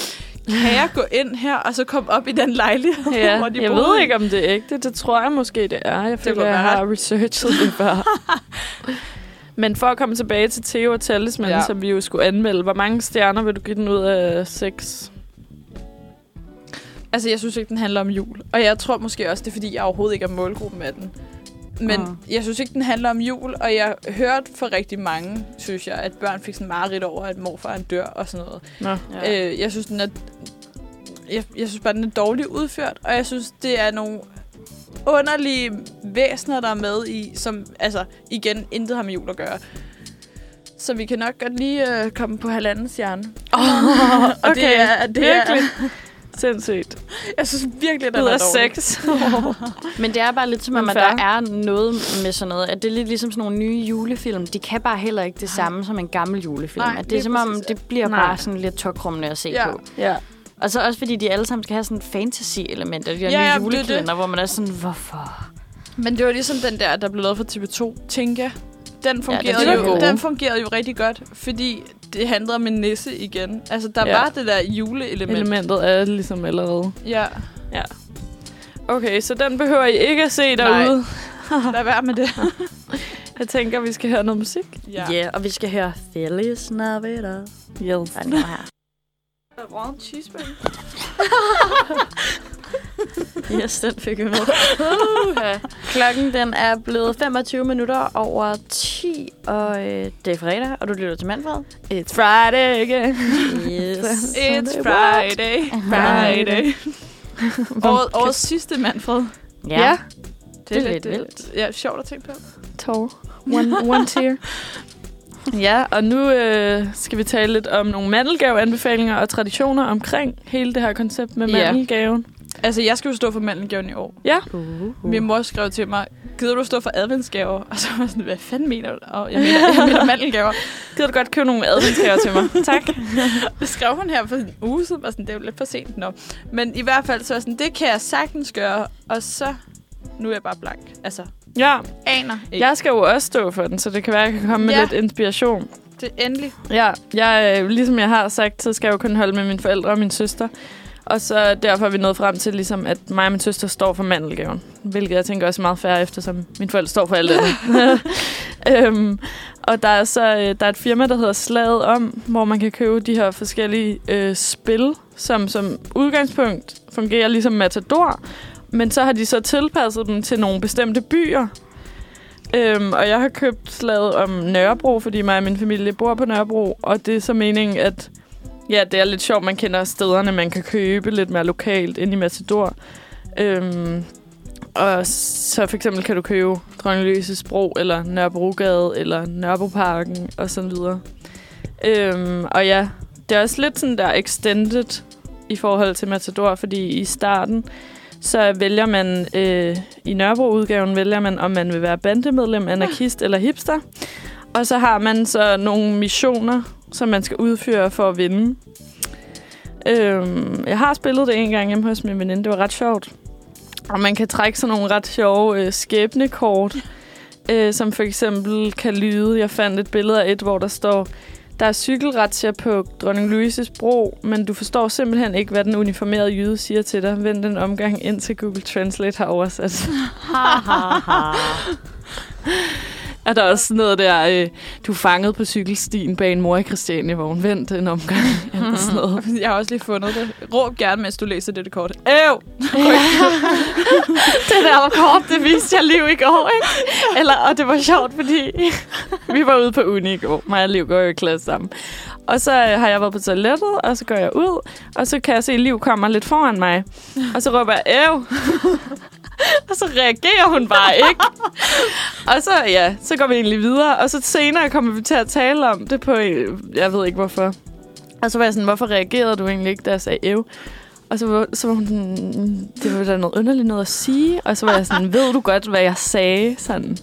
[SPEAKER 3] okay, kan jeg gå ind her, og så komme op i den lejlighed,
[SPEAKER 1] Ja,
[SPEAKER 3] hvor de
[SPEAKER 1] jeg
[SPEAKER 3] boede?
[SPEAKER 1] ved ikke, om det er ægte. Det tror jeg måske, det er. Jeg føler,
[SPEAKER 3] kunne
[SPEAKER 1] jeg
[SPEAKER 3] være.
[SPEAKER 1] har researchet det før. Men for at komme tilbage til Theo og Talisman, ja.
[SPEAKER 3] Ja.
[SPEAKER 1] som vi jo skulle anmelde, hvor mange stjerner vil du give den ud af 6?
[SPEAKER 3] Altså, jeg synes ikke, den handler om jul. Og jeg tror måske også, det er, fordi jeg overhovedet ikke er målgruppen af den. Men
[SPEAKER 2] Mm.
[SPEAKER 3] jeg synes ikke, den handler om jul, og jeg hørte fra rigtig mange, synes jeg, at børn fik sådan meget over, at morfar han dør og sådan noget.
[SPEAKER 1] Nå.
[SPEAKER 2] Ja.
[SPEAKER 3] Ja. Øh, jeg synes, den er... Jeg, jeg synes bare, den er dårligt udført, og jeg synes, det er nogle underlige væsener, der er med i, som altså igen intet har med jul at gøre. Så vi kan nok godt lige øh, komme på halvanden stjerne.
[SPEAKER 1] Oh,
[SPEAKER 3] Og det er, det er,
[SPEAKER 1] virkelig sindssygt.
[SPEAKER 3] jeg synes virkelig, den
[SPEAKER 1] Ud
[SPEAKER 3] er
[SPEAKER 1] af
[SPEAKER 3] dårlig.
[SPEAKER 1] 6.
[SPEAKER 2] Men det er bare lidt som om,
[SPEAKER 1] Men
[SPEAKER 2] at der
[SPEAKER 1] fair.
[SPEAKER 2] er noget med sådan noget. At det er lidt ligesom sådan nogle nye julefilm. De kan bare heller ikke det samme som en gammel julefilm.
[SPEAKER 3] Nej,
[SPEAKER 2] Nej, at det er
[SPEAKER 3] lige
[SPEAKER 2] som om,
[SPEAKER 3] præcis.
[SPEAKER 2] det bliver
[SPEAKER 1] Nej.
[SPEAKER 2] Nej. bare sådan lidt tokrummende at se
[SPEAKER 3] Ja.
[SPEAKER 2] ja. på.
[SPEAKER 1] ja.
[SPEAKER 2] Og så også fordi de alle sammen skal have sådan fantasy-elementer. De her
[SPEAKER 3] Ja,
[SPEAKER 2] ja,
[SPEAKER 3] ja,
[SPEAKER 2] nye
[SPEAKER 3] men det er det.
[SPEAKER 2] julekalender, hvor man er sådan, hvorfor?
[SPEAKER 3] Men det var ligesom den der, der blev lavet for TV2, Tinka. Den fungerede,
[SPEAKER 1] var
[SPEAKER 3] ja, jo,
[SPEAKER 1] god.
[SPEAKER 3] den fungerede jo rigtig godt, fordi det handlede om en nisse igen. Altså, der
[SPEAKER 1] Ja.
[SPEAKER 3] ja. var det der juleelement. Element.
[SPEAKER 1] Elementet er ligesom allerede.
[SPEAKER 3] Ja,
[SPEAKER 1] Okay, så den behøver I ikke at se derude.
[SPEAKER 3] lad være med det.
[SPEAKER 1] Jeg tænker, vi skal høre noget musik.
[SPEAKER 2] Ja, yeah, og vi skal høre Feliz Navidad.
[SPEAKER 1] Yes.
[SPEAKER 2] Der er den her.
[SPEAKER 3] Round cheeseburger.
[SPEAKER 2] Yes, den fik vi med. Uha. Klokken den er blevet 25 minutter over 10, og øh, det er fredag, og du lytter til Manfred.
[SPEAKER 1] It's Friday again.
[SPEAKER 2] Yes.
[SPEAKER 3] It's Friday. Friday. Året, årets sidste, Manfred.
[SPEAKER 2] Ja. ja.
[SPEAKER 3] Det
[SPEAKER 2] er lidt vildt.
[SPEAKER 3] Ja, sjovt at tænke på.
[SPEAKER 1] tår. One, one tear. Ja, og nu øh, skal vi tale lidt om nogle mandelgaveanbefalinger og traditioner omkring hele det her koncept med
[SPEAKER 3] Ja.
[SPEAKER 1] mandelgaven.
[SPEAKER 3] Altså, jeg skal jo stå for mandelgaven i år. Uh. Min mor skrev til mig, gider du stå for adventsgaver? Og så var jeg sådan, hvad fanden mener du? Og jeg mener, jeg mener mandelgaver.
[SPEAKER 1] Gider du godt købe nogle adventsgaver til mig? Tak.
[SPEAKER 3] Det skrev hun her for en uge siden, og sådan, det er jo lidt for sent nu. Men i hvert fald, så var jeg sådan, det kan jeg sagtens gøre, og så, nu er jeg bare blank. Altså,
[SPEAKER 1] Ja,
[SPEAKER 3] aner ikke.
[SPEAKER 1] jeg skal jo også stå for den, så det kan være, at jeg kan komme med
[SPEAKER 3] Ja.
[SPEAKER 1] lidt inspiration.
[SPEAKER 3] Det er endelig.
[SPEAKER 1] Ja, jeg, øh, ligesom jeg har sagt, så skal jeg jo kun holde med mine forældre og min søster. Og så derfor er vi nået frem til, ligesom, at mig og min søster står for mandelgaven. Hvilket jeg tænker også er meget færre, eftersom mine forældre står for alt andet. øhm, og der er så øh, der er et firma, der hedder Slaget Om, hvor man kan købe de her forskellige øh, spil, som som udgangspunkt fungerer ligesom Matador. Men så har de så tilpasset dem til nogle bestemte byer. Øhm, og jeg har købt slaget om Nørrebro, fordi mig og min familie bor på Nørrebro. Og det er så meningen, at ja, det er lidt sjovt, man kender stederne, man kan købe lidt mere lokalt ind i Matador. Øhm, og så for eksempel kan du købe Dronningløses Bro, eller Nørrebrogade, eller Nørrebroparken, og sådan videre. Øhm, og ja, det er også lidt sådan der extended i forhold til Matador, fordi i starten, så vælger man øh, i Nørrebro-udgaven, vælger man, om man vil være bandemedlem, anarkist eller hipster. Og så har man så nogle missioner, som man skal udføre for at vinde. Øhm, jeg har spillet det en gang hjemme hos min veninde. Det var ret sjovt. Og man kan trække sådan nogle ret sjove øh, skæbnekort. øh, som for eksempel kan lyde. Jeg fandt et billede af et, hvor der står, der er cykelretsjer på Dronning Louises bro, men du forstår simpelthen ikke, hvad den uniformerede jyde siger til dig. Vend den omgang ind til Google Translate har altså. oversat.
[SPEAKER 2] Ha, ha, ha.
[SPEAKER 1] Er der også sådan noget der, øh, du er fanget på cykelstien bag en mor i Christianiavogn. Vend den omgang eller sådan noget.
[SPEAKER 3] Jeg har også lige fundet det. Råb gerne, mens du læser dette kort. Æv!
[SPEAKER 1] Det der var kort, det viste jeg liv i går, ikke? Eller, og det var sjovt, fordi vi var ude på uni i går. Mig og Liv går jo i klasse sammen. Og så øh, har jeg været på toilettet, og så går jeg ud, og så kan jeg se, at Liv kommer lidt foran mig. Og så råber jeg, æv! og så reagerer hun bare ikke. Og så, ja, så går vi egentlig videre, og så senere kommer vi til at tale om det på, øh, jeg ved ikke hvorfor. Og så var jeg sådan, hvorfor reagerede du egentlig ikke, da jeg sagde æv? Og så var, så var hun sådan, "Mm, det var da noget underligt noget at sige. Og så var jeg sådan, ved du godt, hvad jeg sagde? Sådan.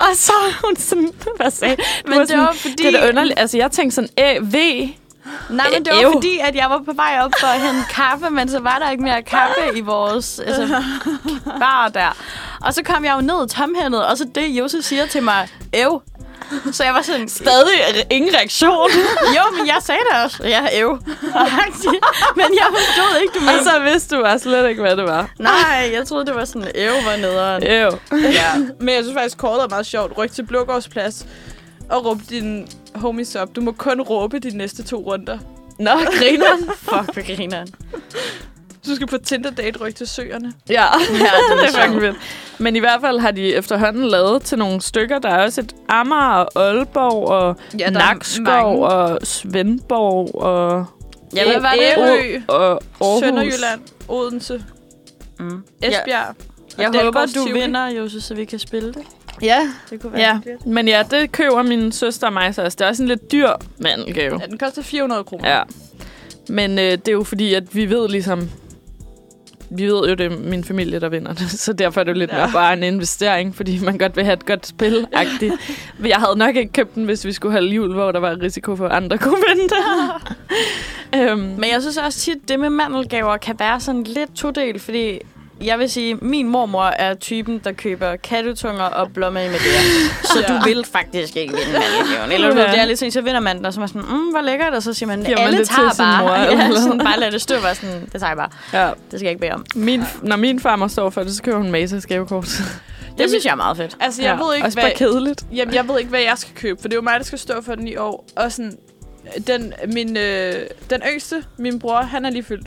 [SPEAKER 1] Og så var hun sådan, hvad sagde du?"
[SPEAKER 2] Men
[SPEAKER 1] var
[SPEAKER 2] det
[SPEAKER 1] sådan,
[SPEAKER 2] var fordi-
[SPEAKER 1] Det er da underligt. Altså, jeg tænkte sådan, æ, v.
[SPEAKER 2] Nej, men det var
[SPEAKER 1] Ew.
[SPEAKER 2] fordi, at jeg var på vej op for at hente kaffe, men så var der ikke mere kaffe i vores altså, bar der. Og så kom jeg jo ned tomhændet, og så det, Josef siger til mig, æv. Så jeg var sådan,
[SPEAKER 1] Stadig re- ingen reaktion.
[SPEAKER 2] jo, men jeg sagde det også. Ja, æv. men jeg forstod ikke, du
[SPEAKER 1] og
[SPEAKER 2] mente.
[SPEAKER 1] så vidste du bare slet ikke, hvad det var.
[SPEAKER 2] Nej, jeg troede, det var sådan, æv var nederen.
[SPEAKER 1] Æv.
[SPEAKER 3] ja. Men jeg synes faktisk, kortet er meget sjovt. Ryk til Blågårdsplads og råb din homies op. Du må kun råbe de næste to runder.
[SPEAKER 1] Nå, grineren.
[SPEAKER 2] Fuck, hvor grineren.
[SPEAKER 3] Du skal på Tinder-date rykke til søerne.
[SPEAKER 1] Ja, ja det
[SPEAKER 2] det
[SPEAKER 1] er
[SPEAKER 2] er
[SPEAKER 1] fucking vildt. Men i hvert fald har de efterhånden lavet til nogle stykker. Der er også et Amager og Aalborg og ja, Nakskov og Svendborg og,
[SPEAKER 2] Ja, hvad var det?
[SPEAKER 3] Ærø,
[SPEAKER 1] og Aarhus.
[SPEAKER 3] Sønderjylland, Odense,
[SPEAKER 2] Mm. Jeg,
[SPEAKER 3] Esbjerg.
[SPEAKER 2] jeg
[SPEAKER 3] Dalgårds
[SPEAKER 2] håber, du
[SPEAKER 3] Tivoli.
[SPEAKER 2] vinder, Josef, så vi kan spille det.
[SPEAKER 3] Ja.
[SPEAKER 2] Det kunne
[SPEAKER 1] Ja, men ja, det køber min søster og mig så også. Det er også en lidt dyr mandelgave.
[SPEAKER 3] ja. den koster 400 kroner.
[SPEAKER 1] Ja. Men øh, det er jo fordi, at vi ved ligesom... Vi ved jo, det er min familie, der vinder det, så derfor er det jo lidt ja.
[SPEAKER 3] Ja.
[SPEAKER 1] mere bare en investering, fordi man godt vil have et godt spil -agtigt. Men jeg havde nok ikke købt den, hvis vi skulle holde jul, hvor der var risiko for, at andre kunne vinde det. øhm,
[SPEAKER 2] Men jeg synes også tit, det med mandelgaver kan være sådan lidt todel, fordi jeg vil sige, min mormor er typen, der køber kattetunger og blommer i med det. Så
[SPEAKER 3] Ja.
[SPEAKER 2] du vil faktisk ikke vinde mandelgaven. Eller du
[SPEAKER 1] Ja.
[SPEAKER 2] ved, det er lidt sådan, så vinder man den, og så er man sådan, mm, hvor lækkert, og så siger man,
[SPEAKER 1] Giver man
[SPEAKER 2] alle
[SPEAKER 1] det til
[SPEAKER 2] tager
[SPEAKER 1] sin
[SPEAKER 2] bare.
[SPEAKER 1] mor, eller
[SPEAKER 2] ja,
[SPEAKER 1] hvad?
[SPEAKER 2] sådan, bare lad det stå, bare sådan, det tager jeg bare.
[SPEAKER 1] ja,
[SPEAKER 2] Det skal jeg ikke bede om.
[SPEAKER 1] min, når min farmor står for det, så køber hun Masas gavekort.
[SPEAKER 2] Det synes jeg er meget fedt.
[SPEAKER 3] Altså, jeg
[SPEAKER 1] ja,
[SPEAKER 3] ved ikke,
[SPEAKER 1] Også bare
[SPEAKER 3] hvad...
[SPEAKER 1] kedeligt.
[SPEAKER 3] Jamen, jeg ved ikke, hvad jeg skal købe, for det er jo mig, der skal stå for den i år. Og sådan, den, min, øh, den yngste, min bror, han er lige fyldt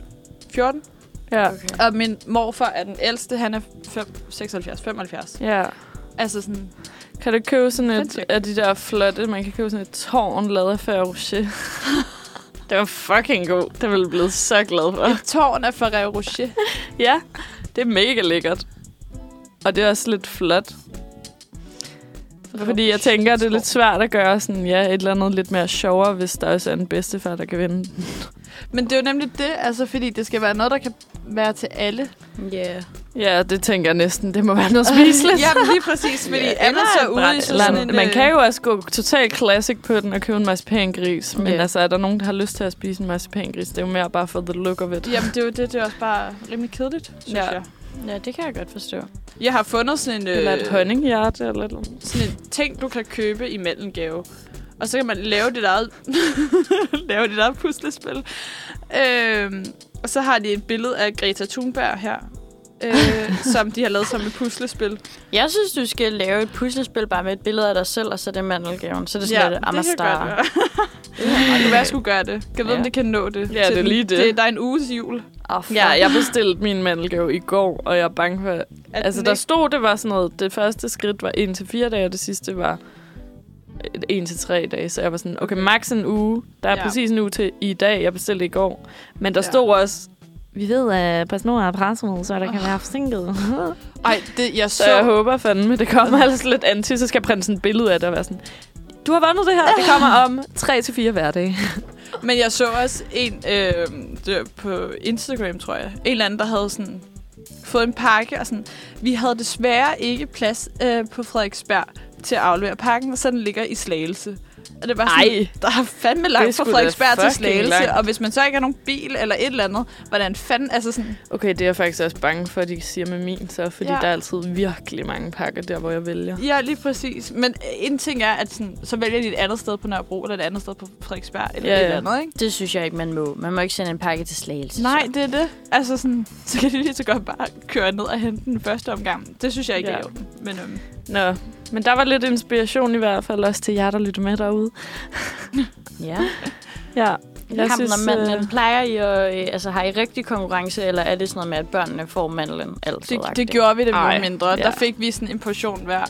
[SPEAKER 3] 14.
[SPEAKER 1] Ja,
[SPEAKER 3] Og min morfar er den ældste, han er 5, 76, 75.
[SPEAKER 1] ja.
[SPEAKER 3] Altså sådan,
[SPEAKER 1] Kan du købe sådan et
[SPEAKER 3] Sindssygt.
[SPEAKER 1] af de der flotte, man kan købe sådan et tårn lavet af Ferrero Rocher? det var fucking god. Det ville jeg blive så glad for.
[SPEAKER 3] tårn er Ferrero Rocher.
[SPEAKER 1] ja, det er mega lækkert. Og det er også lidt flot. Fordi jeg tænker, det er lidt svært at gøre sådan, ja, et eller andet lidt mere sjovere, hvis der også er en bedstefar, der kan vinde.
[SPEAKER 3] Men det er jo nemlig det, altså, fordi det skal være noget, der kan være til alle.
[SPEAKER 2] Yeah.
[SPEAKER 1] Ja, det tænker jeg næsten. Det må være noget spiseligt.
[SPEAKER 3] Ja, men lige præcis, fordi ja, ellers er ude i sådan en...
[SPEAKER 1] Eller, man
[SPEAKER 3] øh,
[SPEAKER 1] kan jo også gå totalt classic på den og købe en marcipangris. Men
[SPEAKER 2] Ja.
[SPEAKER 1] altså, er der nogen, der har lyst til at spise en marcipangris? Det er jo mere bare for the look of it.
[SPEAKER 3] Jamen, det er jo det, det er også bare rimelig kedeligt, synes
[SPEAKER 1] Ja.
[SPEAKER 3] ja. jeg.
[SPEAKER 2] Ja, det kan jeg godt forstå.
[SPEAKER 3] Jeg har fundet sådan en,
[SPEAKER 1] Eller et
[SPEAKER 3] øh,
[SPEAKER 1] honninghjerte eller et eller andet.
[SPEAKER 3] sådan en ting, du kan købe i mandelgave. Og så kan man lave dit eget, lave dit eget puslespil. Øhm, og så har de et billede af Greta Thunberg her, øh, som de har lavet som et puslespil.
[SPEAKER 2] Jeg synes, du skal lave et puslespil bare med et billede af dig selv, og så er det mandelgaven. Så er det sådan lidt Amastar.
[SPEAKER 3] det kan jeg godt være. Det kunne være, jeg skulle gøre det. Kan jeg vide,
[SPEAKER 1] Ja.
[SPEAKER 3] om det kan nå det?
[SPEAKER 1] Ja,
[SPEAKER 3] til
[SPEAKER 1] det er
[SPEAKER 3] den-
[SPEAKER 1] lige det.
[SPEAKER 3] Der er en uges jul.
[SPEAKER 2] Oh,
[SPEAKER 1] Ja, jeg bestilte min mandelgave i går, og jeg er bange for... At
[SPEAKER 3] At
[SPEAKER 1] altså,
[SPEAKER 3] den
[SPEAKER 1] der
[SPEAKER 3] ikke-
[SPEAKER 1] stod, det var sådan noget... Det første skridt var 1 til fire dage, og det sidste var 1 til tre dage. Så jeg var sådan, okay, max en uge. Der er ja.
[SPEAKER 3] Ja.
[SPEAKER 1] præcis en uge til i dag. Jeg bestilte i går. Men der
[SPEAKER 3] Ja.
[SPEAKER 1] stod også... Vi ved, at PostNord er presset, så der kan være forsinket.
[SPEAKER 3] Ej, det, jeg
[SPEAKER 1] Så jeg håber fandme, det kommer altså lidt anti, så skal jeg printe sådan et billede af det og være sådan, du har vundet det her, det kommer om 3-4 hverdage.
[SPEAKER 3] Men jeg så også en øh, det var på Instagram, tror jeg. En eller anden, der havde sådan fået en pakke, og sådan, vi havde desværre ikke plads øh, på Frederiksberg til at aflevere pakken, så den ligger i slagelse. Og det var sådan,
[SPEAKER 1] Ej.
[SPEAKER 3] der er fandme
[SPEAKER 1] Det er
[SPEAKER 3] langt fra
[SPEAKER 1] sgu da
[SPEAKER 3] Frederiksberg til
[SPEAKER 1] fucking
[SPEAKER 3] Slagelse.
[SPEAKER 1] langt.
[SPEAKER 3] Og hvis man så ikke har nogen bil eller et eller andet, hvordan fanden... Altså sådan,
[SPEAKER 1] Okay, det er jeg faktisk også bange for, at de siger med min så, fordi ja.
[SPEAKER 3] Ja.
[SPEAKER 1] der er altid virkelig mange pakker der, hvor jeg vælger.
[SPEAKER 3] ja, lige præcis. Men en ting er, at sådan, så vælger de et andet sted på Nørrebro, eller et andet sted på Frederiksberg, eller
[SPEAKER 1] Ja,
[SPEAKER 3] ja, et
[SPEAKER 1] ja.
[SPEAKER 3] eller andet, ikke?
[SPEAKER 2] Det synes jeg ikke, man må. Man må ikke sende en pakke til slagelse.
[SPEAKER 3] Nej, det er det. Altså sådan, så kan de lige så godt bare køre ned og hente den første omgang. Det synes jeg ikke
[SPEAKER 1] Ja.
[SPEAKER 3] ja. er i orden. Men øhm,
[SPEAKER 1] Nå, men der var lidt inspiration i hvert fald også til jer, der lytter med derude.
[SPEAKER 2] Ja.
[SPEAKER 1] Ja,
[SPEAKER 2] Jeg Ham synes,
[SPEAKER 1] synes,
[SPEAKER 2] mandlen.
[SPEAKER 1] øh,
[SPEAKER 2] Plejer I at, øh, altså, har I rigtig konkurrence, eller er det sådan noget med, at børnene får mandlen altid?
[SPEAKER 3] det, det gjorde vi, da vi
[SPEAKER 1] Ej,
[SPEAKER 3] var mindre.
[SPEAKER 1] ja.
[SPEAKER 3] Der fik vi sådan en portion hver.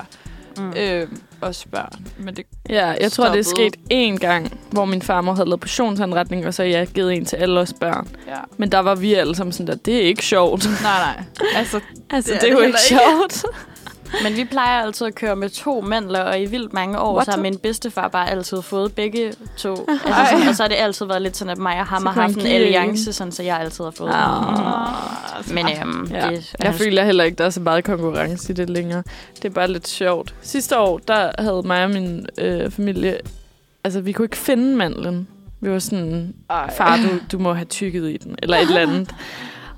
[SPEAKER 2] Mm.
[SPEAKER 3] Øh, også børn. Men det,
[SPEAKER 1] Ja, jeg tror, det er
[SPEAKER 3] Stoppede.
[SPEAKER 1] sket én gang, hvor min farmor havde lavet portionsanretning, og så jeg givet en til alle os børn.
[SPEAKER 3] ja.
[SPEAKER 1] Men der var vi alle sammen sådan der, det er ikke sjovt.
[SPEAKER 3] Nej, nej. Altså,
[SPEAKER 1] Altså, det
[SPEAKER 3] Det
[SPEAKER 1] er,
[SPEAKER 3] er
[SPEAKER 1] det er
[SPEAKER 3] det
[SPEAKER 1] jo ikke
[SPEAKER 3] heller
[SPEAKER 1] sjovt.
[SPEAKER 2] Men vi plejer altid at køre med to mandler, og i vildt mange år,
[SPEAKER 1] What
[SPEAKER 2] så har
[SPEAKER 1] the-
[SPEAKER 2] min bedstefar bare altid fået begge to. Altså, sådan, og så har det altid været lidt sådan, at mig og ham
[SPEAKER 1] Så
[SPEAKER 2] har
[SPEAKER 1] kunne
[SPEAKER 2] haft
[SPEAKER 1] han
[SPEAKER 2] en
[SPEAKER 1] give en.
[SPEAKER 2] alliance, sådan, så jeg altid har fået
[SPEAKER 1] Ah.
[SPEAKER 3] mm.
[SPEAKER 2] den. Men øhm,
[SPEAKER 1] Ja.
[SPEAKER 2] det,
[SPEAKER 1] Jeg føler heller ikke, der er så meget konkurrence i det længere. Det er bare lidt sjovt. Sidste år, der havde mig og min øh, familie... Altså, vi kunne ikke finde mandlen. Vi var sådan, far, du, du må have tykket i den, eller et eller andet.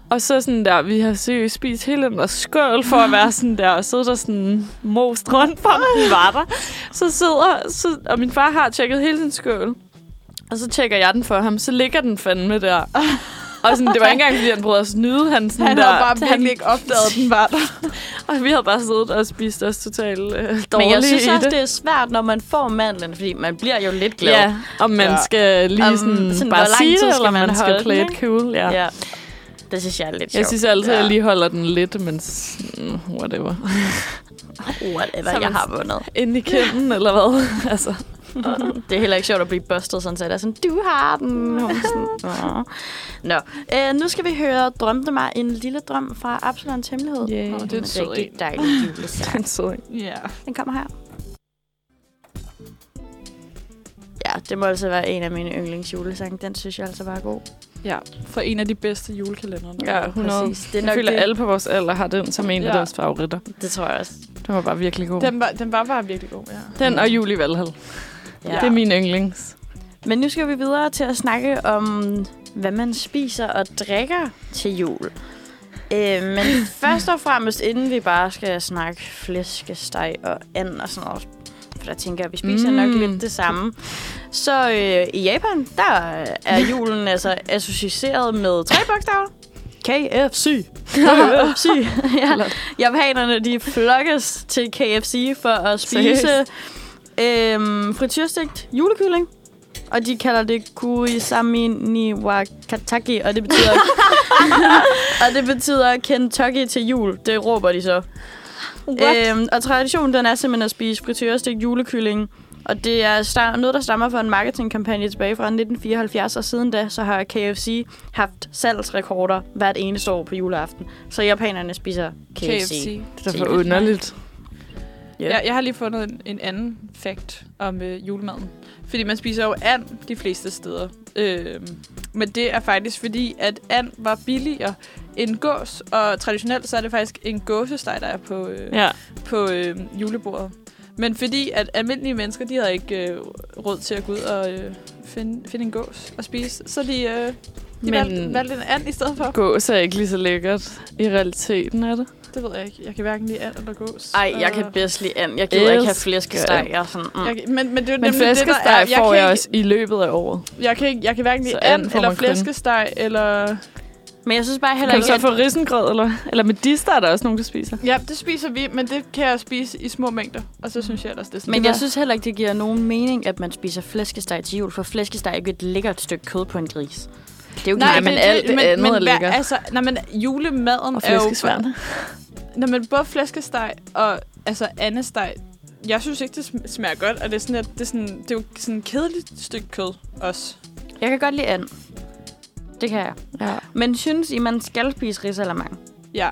[SPEAKER 1] Og så sådan der, vi har seriøst spist hele den der skål for at være sådan der, og sidde der sådan most rundt på, om den var der. Så sidder, så, og min far har tjekket hele sin skål, og så tjekker jeg den for ham, så ligger den fandme der. Og sådan, det var ikke engang, fordi han prøvede at snyde. Han, sådan
[SPEAKER 3] han
[SPEAKER 1] der,
[SPEAKER 3] havde bare
[SPEAKER 1] han-
[SPEAKER 3] virkelig ikke opdaget, at den var der.
[SPEAKER 1] og vi havde bare siddet og spist os totalt øh, dårlige
[SPEAKER 2] Men jeg synes
[SPEAKER 1] i
[SPEAKER 2] også,
[SPEAKER 1] det.
[SPEAKER 2] det er svært, når man får mandlen, fordi man bliver jo lidt glad.
[SPEAKER 1] Ja, om man
[SPEAKER 3] Ja.
[SPEAKER 1] skal lige
[SPEAKER 2] Om
[SPEAKER 1] sådan,
[SPEAKER 2] sådan,
[SPEAKER 1] bare
[SPEAKER 2] hvor lang
[SPEAKER 1] sige
[SPEAKER 2] tid
[SPEAKER 1] det,
[SPEAKER 2] skal
[SPEAKER 1] eller man,
[SPEAKER 2] man
[SPEAKER 1] man skal
[SPEAKER 2] holde
[SPEAKER 1] play
[SPEAKER 2] den,
[SPEAKER 1] it cool. Ja.
[SPEAKER 2] ja. Det synes jeg er lidt
[SPEAKER 1] Jeg
[SPEAKER 2] sjovt.
[SPEAKER 1] synes altid, at jeg
[SPEAKER 3] Ja.
[SPEAKER 1] lige holder den lidt, men s- mm, whatever.
[SPEAKER 2] Whatever,
[SPEAKER 1] Så
[SPEAKER 2] jeg
[SPEAKER 1] man-
[SPEAKER 2] har vundet.
[SPEAKER 1] Inde i kinden, eller hvad? altså,
[SPEAKER 2] Det er heller ikke sjovt at blive bustet sådan, så det er sådan, du har den. Hun er sådan, "Åh." Nå, øh, nu skal vi høre Drømte mig en lille drøm fra Absalons Hemmelighed.
[SPEAKER 1] Yay. Åh, det
[SPEAKER 3] er en sød
[SPEAKER 2] rigtig
[SPEAKER 3] en.
[SPEAKER 2] dejlig julesang.
[SPEAKER 1] den sidder ikke.
[SPEAKER 3] Ja.
[SPEAKER 2] Den kommer her. Ja, det må altså være en af mine yndlingsjulesange. Den synes jeg altså bare er god.
[SPEAKER 3] ja. For en af de bedste julekalender. der
[SPEAKER 1] Ja,
[SPEAKER 3] er.
[SPEAKER 1] 100.
[SPEAKER 2] Præcis. Det er
[SPEAKER 1] Jeg
[SPEAKER 2] nok
[SPEAKER 1] føler,
[SPEAKER 2] det.
[SPEAKER 1] alle på vores alder har den som en ja. af
[SPEAKER 3] Ja.
[SPEAKER 1] deres favoritter.
[SPEAKER 2] Det tror jeg også.
[SPEAKER 1] Den var bare virkelig god. Den,
[SPEAKER 3] Den var, den var bare virkelig god, ja.
[SPEAKER 1] den og Julie Valhall. Ja.
[SPEAKER 2] Ja.
[SPEAKER 1] Det er min yndlings.
[SPEAKER 2] Men nu skal vi videre til at snakke om, hvad man spiser og drikker til jul. Øh, men først og fremmest, inden vi bare skal snakke flæskesteg og and og sådan noget, for der tænker jeg, at vi spiser mm. nok
[SPEAKER 1] Mm.
[SPEAKER 2] lidt det samme. Så øh, i Japan, der er julen altså associeret med tre bogstaver. KFC. KFC. ja. Japanerne, de flokkes til KFC for at spise
[SPEAKER 1] Seriøst?
[SPEAKER 2] øhm, frityrstegt julekylling. Og de kalder det Kuisami ni wa kataki, og det betyder... og det betyder Kentucky til jul. Det råber de så. Øhm, og traditionen, den er simpelthen at spise frityrestegt julekylling. Og det er sta- noget, der stammer fra en marketingkampagne tilbage fra 1974, og siden da, så har KFC haft salgsrekorder hvert eneste år på juleaften. Så japanerne spiser KFC. KFC.
[SPEAKER 1] Det er da for underligt.
[SPEAKER 3] Ja. Jeg, jeg har lige fundet en, en anden fact om øh, julemaden. Fordi man spiser jo and de fleste steder. Øh, men det er faktisk fordi, at and var billigere end gås. Og traditionelt så er det faktisk en gåsesteg, der er på, øh,
[SPEAKER 1] Ja.
[SPEAKER 3] på øh, julebordet. Men fordi at almindelige mennesker, de havde ikke øh, råd til at gå ud og øh, finde, finde en gås og spise, så de, øh, de
[SPEAKER 1] Men-
[SPEAKER 3] Men... valgte, valgte en and i stedet for.
[SPEAKER 1] Gås er ikke lige så lækkert i realiteten, er det?
[SPEAKER 3] Det ved jeg ikke. Jeg kan hverken lide and eller gås.
[SPEAKER 2] Ej, jeg
[SPEAKER 3] Og-
[SPEAKER 2] kan bedst lide and. Jeg gider ikke have
[SPEAKER 1] Elsker
[SPEAKER 2] flæskesteg.
[SPEAKER 1] and.
[SPEAKER 2] Øh. Jeg er sådan, mm.
[SPEAKER 3] Jeg, men, men det er jo
[SPEAKER 1] Men
[SPEAKER 3] nemlig det, der er.
[SPEAKER 1] flæskesteg får
[SPEAKER 3] kan
[SPEAKER 1] jeg
[SPEAKER 3] ikke-
[SPEAKER 1] også i løbet af året.
[SPEAKER 3] Jeg kan, ikke, jeg kan hverken
[SPEAKER 1] Så
[SPEAKER 3] lide
[SPEAKER 1] and
[SPEAKER 3] and,
[SPEAKER 1] får
[SPEAKER 3] eller
[SPEAKER 1] man kun.
[SPEAKER 3] flæskesteg, eller...
[SPEAKER 2] Men jeg synes bare heller
[SPEAKER 1] Kan du
[SPEAKER 2] ikke,
[SPEAKER 1] så
[SPEAKER 2] at
[SPEAKER 1] få risengrød, eller, eller medister er der også nogen, der spiser?
[SPEAKER 3] Ja, det spiser vi, men det kan jeg spise i små mængder. Og så synes jeg ellers, det er sådan.
[SPEAKER 2] men jeg synes heller ikke, det giver nogen mening, at man spiser flæskesteg til jul, for flæskesteg er jo ikke et lækkert stykke kød på en gris. Det er jo ikke
[SPEAKER 1] Nej,
[SPEAKER 2] nej,
[SPEAKER 1] men
[SPEAKER 3] det-
[SPEAKER 1] alt det andet er
[SPEAKER 3] hvad-
[SPEAKER 1] lækkert.
[SPEAKER 3] Altså, nej, men julemaden
[SPEAKER 1] Og
[SPEAKER 3] er jo...
[SPEAKER 1] flæskesværne.
[SPEAKER 3] Når man både flæskesteg og altså andesteg, jeg synes ikke, det sm- smager godt, og det er, sådan, at det, er sådan, det er jo sådan et kedeligt stykke kød også.
[SPEAKER 2] Jeg kan godt lide and. Det kan jeg.
[SPEAKER 1] Ja.
[SPEAKER 2] Men synes I, man skal spise risalamang?
[SPEAKER 3] Ja,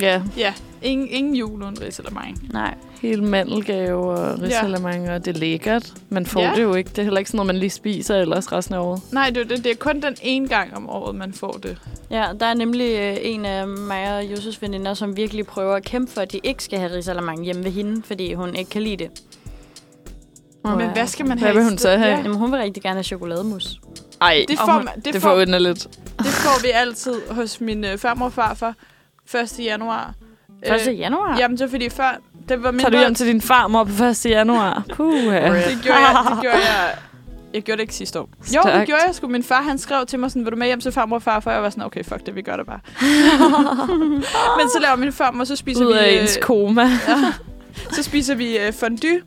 [SPEAKER 1] ja,
[SPEAKER 3] ja. Ingen, ingen jul uden ris eller mig.
[SPEAKER 2] Nej.
[SPEAKER 1] hele mandelgave og risalamande, og det er lækkert. Man får
[SPEAKER 3] Ja.
[SPEAKER 1] det jo ikke. Det er heller ikke sådan noget, man lige spiser ellers resten af året.
[SPEAKER 3] Nej, det, er jo det, det er kun den ene gang om året, man får det.
[SPEAKER 2] Ja, der er nemlig øh, en af mig og Josefs veninder, som virkelig prøver at kæmpe for, at de ikke skal have risalamang hjemme ved hende, fordi hun ikke kan lide det. Åh,
[SPEAKER 3] Men
[SPEAKER 2] ja.
[SPEAKER 3] hvad skal man
[SPEAKER 1] Hvad
[SPEAKER 3] have?
[SPEAKER 1] vil
[SPEAKER 3] i
[SPEAKER 1] hun så
[SPEAKER 3] stedet?
[SPEAKER 1] have?
[SPEAKER 2] Jamen, hun vil rigtig gerne have chokolademus.
[SPEAKER 1] Ej,
[SPEAKER 3] Det
[SPEAKER 1] det,
[SPEAKER 3] får, man, det,
[SPEAKER 1] det
[SPEAKER 3] får,
[SPEAKER 1] får underligt.
[SPEAKER 3] det får vi altid hos min øh, farmor og farfar 1. januar.
[SPEAKER 2] 1. januar?
[SPEAKER 3] Øh, jamen, det er fordi før... Det var min
[SPEAKER 1] Tager du hjem til din farmor på 1. januar? Puh, ja.
[SPEAKER 3] Det gjorde jeg, det gjorde jeg. Jeg gjorde det ikke sidste år. Jo, det
[SPEAKER 1] Stærkt.
[SPEAKER 3] gjorde jeg sgu. Min far, han skrev til mig sådan, vil du med hjem til farmor og farfar? Og jeg var sådan, okay, fuck det, vi gør det bare. Men så laver min farmor, så spiser
[SPEAKER 1] Ud af
[SPEAKER 3] vi... øh,
[SPEAKER 1] ens koma.
[SPEAKER 3] så spiser vi øh, fondue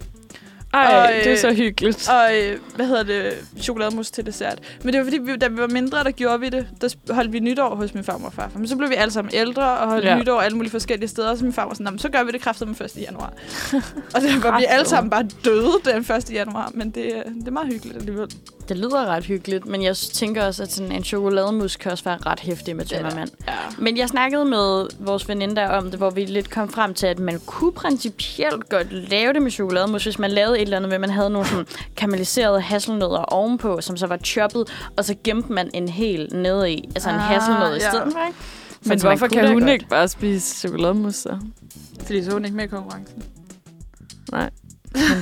[SPEAKER 1] Ej,
[SPEAKER 3] og, øh,
[SPEAKER 1] det er så hyggeligt.
[SPEAKER 3] og, øh, hvad hedder det, chokolademus til dessert. Men det var fordi, vi, da vi var mindre, der gjorde vi det. Der sp- holdt vi nytår hos min farmor og farfar. Men så blev vi alle sammen ældre og holdt ja.
[SPEAKER 1] Ja.
[SPEAKER 3] nytår alle mulige forskellige steder. Og så min farmor sådan, "Nå, men så gør vi det kraftigt den 1. januar. og det var vi alle sammen bare døde den 1. januar. Men det, øh, det er meget hyggeligt alligevel.
[SPEAKER 2] Det lyder ret hyggeligt, men jeg tænker også, at sådan en chokolademus kan også være ret hæftig med tømmermand.
[SPEAKER 3] Ja.
[SPEAKER 2] Men jeg snakkede med vores veninde der om det, hvor vi lidt kom frem til, at man kunne principielt godt lave det med chokolademus, hvis man lavede et eller andet, med man havde nogle sådan karamelliserede hasselnødder ovenpå, som så var choppet, og så gemte man en hel nede i, altså en
[SPEAKER 3] Ah,
[SPEAKER 2] ah, hasselnød i
[SPEAKER 3] ja.
[SPEAKER 2] stedet for, ikke? Så
[SPEAKER 1] Men
[SPEAKER 2] man
[SPEAKER 1] hvorfor
[SPEAKER 2] kunne da
[SPEAKER 1] kan hun
[SPEAKER 2] godt.
[SPEAKER 1] ikke bare spise chokolademus så?
[SPEAKER 3] Fordi så er hun ikke med i konkurrencen.
[SPEAKER 1] Men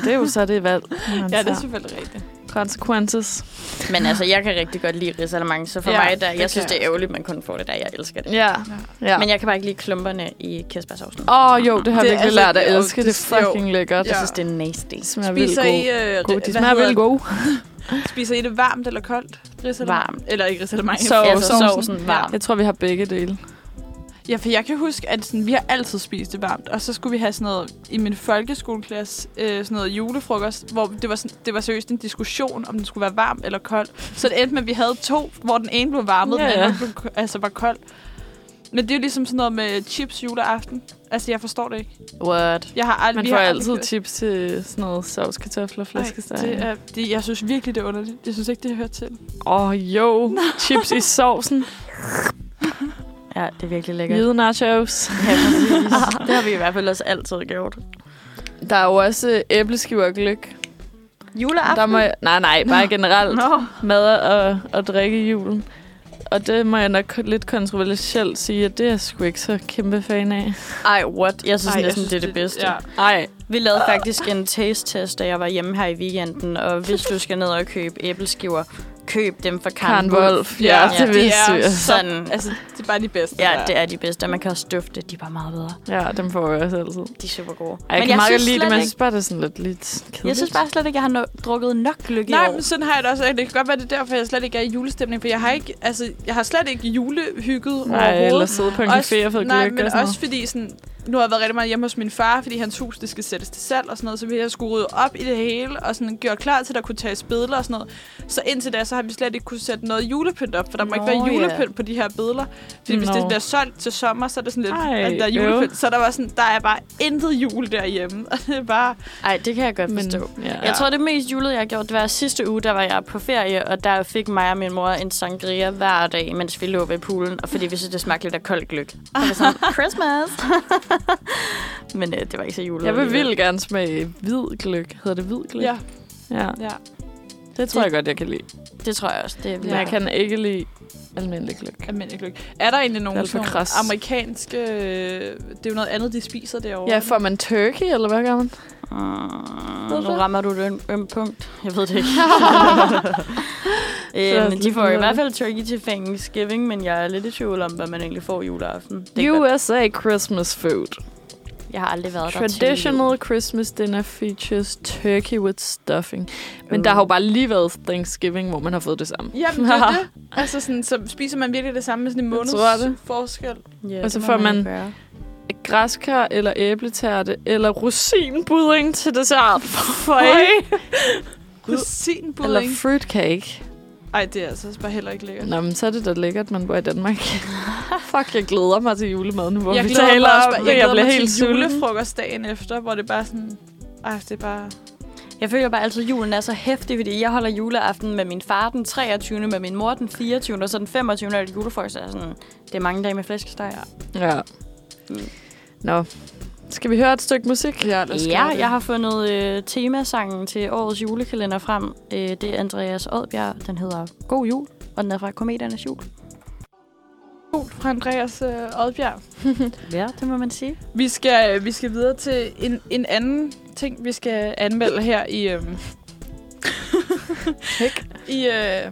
[SPEAKER 1] det er jo så det valg. man
[SPEAKER 3] Ja, det er
[SPEAKER 1] tager.
[SPEAKER 3] selvfølgelig rigtigt.
[SPEAKER 1] Consequences.
[SPEAKER 2] Men altså, jeg kan rigtig godt lide risalemang, så for
[SPEAKER 3] Ja,
[SPEAKER 2] ja, mig, der,
[SPEAKER 3] det
[SPEAKER 2] jeg
[SPEAKER 3] kan
[SPEAKER 2] synes,
[SPEAKER 3] jeg
[SPEAKER 2] det er ærgerligt, man kun får det der. Jeg elsker det.
[SPEAKER 1] Ja. ja.
[SPEAKER 2] Ja. Men jeg kan bare ikke lide klumperne i kirsebærsovsen.
[SPEAKER 1] Åh, oh, jo, det har jeg
[SPEAKER 3] Det
[SPEAKER 1] virkelig
[SPEAKER 3] er altså-
[SPEAKER 1] lært at
[SPEAKER 3] jo,
[SPEAKER 1] elske.
[SPEAKER 3] det-
[SPEAKER 1] Det er fucking lækkert.
[SPEAKER 3] Ja.
[SPEAKER 2] Jeg synes, det er nasty.
[SPEAKER 1] Det smager vildt
[SPEAKER 3] Spiser I,
[SPEAKER 1] god.
[SPEAKER 3] øh,
[SPEAKER 1] god.
[SPEAKER 3] det-
[SPEAKER 1] De
[SPEAKER 3] hvad
[SPEAKER 1] smager
[SPEAKER 3] hedder
[SPEAKER 1] vildt gode.
[SPEAKER 3] det? Spiser I det varmt eller koldt? Risalemang?
[SPEAKER 2] Varmt.
[SPEAKER 3] Eller ikke risalemang.
[SPEAKER 1] Sovs.
[SPEAKER 2] altså,
[SPEAKER 1] sovsen.
[SPEAKER 2] sovsen varm.
[SPEAKER 1] Jeg tror, vi har begge dele.
[SPEAKER 3] Ja, for jeg kan huske, at sådan, vi har altid spist det varmt, og så skulle vi have sådan noget i min folkeskoleklasse, øh, sådan noget julefrokost, hvor det var, sådan, det var seriøst en diskussion, om den skulle være varm eller kold. Så det endte med, at vi havde to, hvor den ene blev varmet,
[SPEAKER 1] Ja,
[SPEAKER 3] yeah. den
[SPEAKER 1] ja.
[SPEAKER 3] anden blev, ko- altså var kold. Men det er jo ligesom sådan noget med chips juleaften. Altså, jeg forstår det ikke.
[SPEAKER 2] What?
[SPEAKER 3] Jeg har aldrig,
[SPEAKER 1] Man
[SPEAKER 3] vi
[SPEAKER 1] får
[SPEAKER 3] har
[SPEAKER 1] altid
[SPEAKER 3] aldrig-
[SPEAKER 1] chips til sådan noget sovs, kartofler,
[SPEAKER 3] Nej,
[SPEAKER 1] flæskesteg.
[SPEAKER 3] det er, det, jeg synes virkelig, det er underligt. Jeg synes ikke, det har hørt til.
[SPEAKER 1] Åh, oh, jo. Chips i sovsen.
[SPEAKER 2] Ja, det er virkelig lækkert.
[SPEAKER 1] Hvide nachos.
[SPEAKER 2] Ja, præcis. det har vi i hvert fald også altid gjort.
[SPEAKER 1] Der er jo også øh, æbleskiver og gløk.
[SPEAKER 2] Juleaften?
[SPEAKER 1] Der må jeg, nej, nej, bare generelt no. mad og, og drikke i julen. Og det må jeg nok ko- lidt kontroversielt sige, at det er jeg sgu ikke så kæmpe fan af.
[SPEAKER 2] Ej, what? Jeg synes
[SPEAKER 3] Ej,
[SPEAKER 2] Ej,
[SPEAKER 3] jeg
[SPEAKER 2] næsten, synes,
[SPEAKER 3] synes,
[SPEAKER 2] det er det bedste.
[SPEAKER 3] Ja.
[SPEAKER 2] Ja.
[SPEAKER 1] Nej,
[SPEAKER 2] Vi lavede faktisk en taste-test, da jeg var hjemme her i weekenden. Og hvis du skal ned og købe æbleskiver, køb dem fra
[SPEAKER 1] Karen
[SPEAKER 2] Karen Wolf.
[SPEAKER 1] Wolf. Ja,
[SPEAKER 2] Ja,
[SPEAKER 1] det
[SPEAKER 2] de
[SPEAKER 1] vidste
[SPEAKER 3] er
[SPEAKER 1] jeg.
[SPEAKER 2] Sådan.
[SPEAKER 3] Altså, det er bare de bedste.
[SPEAKER 2] Ja, det er de bedste. og Man kan også dufte. De er bare meget bedre.
[SPEAKER 1] Ja, dem får jeg også altid.
[SPEAKER 2] De er super gode.
[SPEAKER 1] Ej, jeg men kan meget godt lide det, men jeg
[SPEAKER 2] ikke,
[SPEAKER 1] synes bare, det er sådan lidt, lidt kedeligt.
[SPEAKER 2] jeg synes bare slet ikke, jeg har no- drukket nok lykke i
[SPEAKER 3] Nej,
[SPEAKER 2] år.
[SPEAKER 3] men sådan har jeg det også. Det kan godt være, det er derfor, jeg slet ikke er i julestemning, for jeg har, ikke, altså, jeg har slet ikke julehygget
[SPEAKER 1] Nej,
[SPEAKER 3] overhovedet.
[SPEAKER 1] eller sidde på en café og få gløk
[SPEAKER 3] nej,
[SPEAKER 1] og
[SPEAKER 3] men
[SPEAKER 1] sådan
[SPEAKER 3] også fordi sådan, nu har jeg været rigtig meget hjemme hos min far, fordi hans hus det skal sættes til salg og sådan noget, så vi har skulle rydde op i det hele og sådan gøre klar til, at der kunne tages billeder og sådan noget. Så indtil da, så har vi slet ikke kunne sætte noget julepynt op, for der må
[SPEAKER 2] Nå,
[SPEAKER 3] ikke
[SPEAKER 2] ja.
[SPEAKER 3] være julepynt på de her billeder. Fordi hvis det
[SPEAKER 1] Nå.
[SPEAKER 3] bliver solgt til sommer, så er det sådan lidt,
[SPEAKER 1] Ej,
[SPEAKER 3] at der er
[SPEAKER 1] øv.
[SPEAKER 3] julepynt. Så der var sådan, der er bare intet jul derhjemme. Og det er bare,
[SPEAKER 2] Ej, det kan jeg godt
[SPEAKER 1] noget.
[SPEAKER 2] forstå.
[SPEAKER 1] Men, ja.
[SPEAKER 2] Jeg tror, det mest julede, jeg har gjort, det var sidste uge, der var jeg på ferie, og der fik mig og min mor en sangria hver dag, mens vi lå ved poolen, og fordi vi synes, det smagte lidt af koldt gløk. Så var det sådan, Christmas! Men øh, det var ikke så julet.
[SPEAKER 1] Jeg vil vildt gerne smage hvid gløk. Hedder det hvid gløk?
[SPEAKER 3] ja,
[SPEAKER 1] ja.
[SPEAKER 3] ja.
[SPEAKER 1] Det tror jeg godt, jeg kan lide.
[SPEAKER 2] Det tror jeg også. Det er
[SPEAKER 1] Men jeg kan ikke lide almindelig gløk.
[SPEAKER 3] Almindelig gløgg. Er der egentlig
[SPEAKER 1] Det er
[SPEAKER 3] nogen
[SPEAKER 1] alt for
[SPEAKER 3] sådan nogle
[SPEAKER 1] kras.
[SPEAKER 3] amerikanske... øh, Det er jo noget andet, de spiser derovre.
[SPEAKER 1] Ja, får man turkey, eller hvad gør man?
[SPEAKER 2] Mm,
[SPEAKER 1] Hvorfor?
[SPEAKER 2] nu rammer du et øm, øm punkt. Jeg ved det ikke. øhm, de får i hvert fald turkey til Thanksgiving, men jeg er lidt i tvivl om, hvad man egentlig får juleaften. Det er godt.
[SPEAKER 1] USA Christmas food.
[SPEAKER 2] Jeg har aldrig været der til.
[SPEAKER 1] Traditional Christmas dinner features turkey with stuffing. Men der har jo bare lige været Thanksgiving, hvor man har fået det samme.
[SPEAKER 3] Jamen, det er det. Altså, sådan, så spiser man virkelig det samme med sådan en
[SPEAKER 1] Jeg
[SPEAKER 3] måneds
[SPEAKER 1] tror det.
[SPEAKER 3] forskel.
[SPEAKER 2] Ja,
[SPEAKER 1] Og så
[SPEAKER 2] det må
[SPEAKER 1] får man-
[SPEAKER 2] ikke gøre.
[SPEAKER 1] Græskar eller æbletærte eller rosinbudding til dessert. Føj. Eller
[SPEAKER 3] Rosinbudding.
[SPEAKER 1] fruitcake.
[SPEAKER 3] Ej, det er altså også bare heller ikke lækkert.
[SPEAKER 1] Nå, men så er det da lækkert, man bor i Danmark. Fuck, jeg glæder mig til julemad nu, hvor
[SPEAKER 3] jeg
[SPEAKER 1] vi
[SPEAKER 3] glæder
[SPEAKER 1] taler
[SPEAKER 3] mig også
[SPEAKER 1] om
[SPEAKER 3] bare,
[SPEAKER 1] det.
[SPEAKER 3] jeg,
[SPEAKER 1] Jeg,
[SPEAKER 3] jeg
[SPEAKER 1] bliver
[SPEAKER 3] mig
[SPEAKER 1] helt
[SPEAKER 3] til
[SPEAKER 1] sulten.
[SPEAKER 3] julefrokost dagen efter, hvor det er bare sådan... Ej, det er bare...
[SPEAKER 2] Jeg føler bare altid, at julen er så hæftig, fordi jeg holder juleaften med min far den 23., med min mor den 24., og så den 25. er det julefrokost. Er sådan, det er mange dage med flæskesteg.
[SPEAKER 1] Ja.
[SPEAKER 2] Mm.
[SPEAKER 1] Nå. Skal vi høre et stykke musik? Ja,
[SPEAKER 2] Ja, jeg har fundet øh, temasangen til årets julekalender frem. Øh, det er Andreas Odbjerg. Den hedder God Jul, og den er fra Kometernes Jul.
[SPEAKER 3] Jul fra Andreas øh, Oddbjerg.
[SPEAKER 2] Ja, det må man sige.
[SPEAKER 3] øh, Vi skal, vi skal videre til en, en anden ting, vi skal anmelde her i, øhm, i, øh,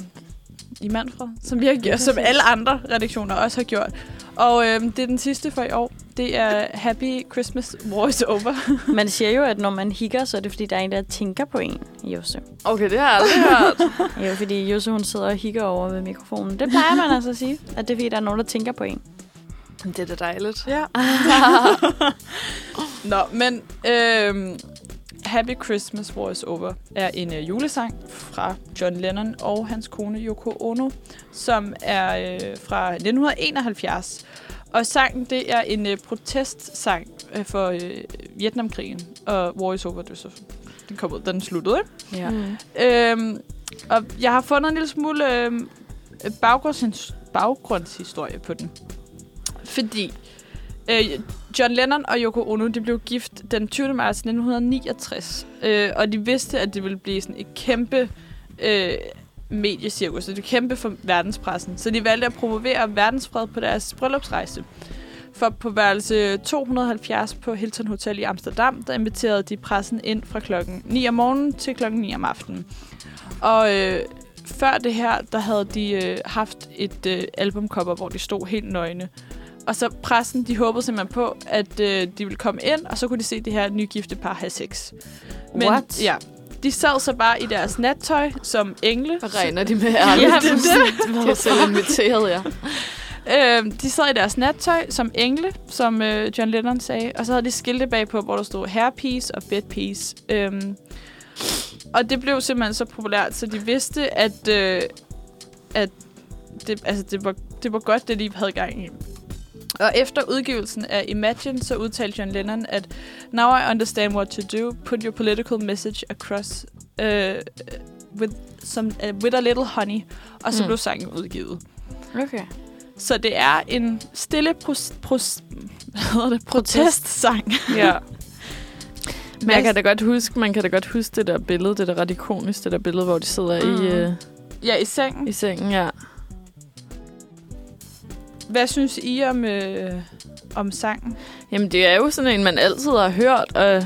[SPEAKER 3] i Manfred, som vi har gjort, som alle andre redaktioner også har gjort. Og øh, det er den sidste for i år. Det er Happy Christmas War is Over.
[SPEAKER 2] Man siger jo, at når man hikker, så er det fordi, der er en, der tænker på en, Jose.
[SPEAKER 1] Okay, det har jeg aldrig hørt.
[SPEAKER 2] Jo, fordi Jose, hun sidder og hikker over ved mikrofonen. Det plejer man altså at sige, at det er fordi, der er nogen, der tænker på en.
[SPEAKER 1] Det er da dejligt.
[SPEAKER 3] Ja. Nå, men øh, Happy Christmas War is Over er en øh, julesang fra John Lennon og hans kone Yoko Ono, som er øh, fra 1971. Og sangen, det er en øh, protestsang øh, for øh, Vietnamkrigen, og War is Over, det er så, den, kom ud, da den sluttede,
[SPEAKER 2] Ja.
[SPEAKER 1] Mm.
[SPEAKER 3] Øhm, og jeg har fundet en lille smule øhm, baggrunds, baggrundshistorie på den. Fordi øh, John Lennon og Yoko Ono de blev gift den 20. marts 1969. Øh, og de vidste, at det ville blive sådan et kæmpe øh, mediecirkus. Et kæmpe for verdenspressen. Så de valgte at promovere verdensfred på deres bryllupsrejse. For på værelse 270 på Hilton Hotel i Amsterdam, der inviterede de pressen ind fra klokken 9 om morgenen til klokken 9 om aftenen. Og øh, før det her, der havde de øh, haft et øh, albumcover, hvor de stod helt nøgne. Og så pressen, de håbede simpelthen på, at øh, de ville komme ind, og så kunne de se det her nygifte par have sex.
[SPEAKER 2] What?
[SPEAKER 3] Ja. De sad så bare i deres nattøj som engle.
[SPEAKER 1] Hvad regner de med? Ja,
[SPEAKER 3] det er
[SPEAKER 1] det. Jeg selv inviteret jer.
[SPEAKER 3] Øh, de sad i deres nattøj som engle, som øh, John Lennon sagde. Og så havde de skilte bagpå, hvor der stod hairpiece og bedpiece. Øhm, og det blev simpelthen så populært, så de vidste, at, øh, at det, altså, det, var, det var godt, det de havde gang i. Og efter udgivelsen af Imagine, så udtalte John Lennon, at Now I understand what to do. Put your political message across uh, with, some, uh, with a little honey. Og så
[SPEAKER 1] Mm.
[SPEAKER 3] mm. blev sangen udgivet.
[SPEAKER 2] Okay.
[SPEAKER 3] Så det er en stille pros, pros, hvad hedder det? protestsang.
[SPEAKER 1] Ja. Men jeg kan da godt huske, man kan da godt huske det der billede, det der ret ikonisk, det der billede, hvor de sidder mm. i,
[SPEAKER 2] Mm.
[SPEAKER 1] øh,
[SPEAKER 3] Ja, i sengen.
[SPEAKER 1] i sengen, ja.
[SPEAKER 3] Hvad synes I om, øh, om sangen?
[SPEAKER 1] Jamen, det er jo sådan en, man altid har hørt, og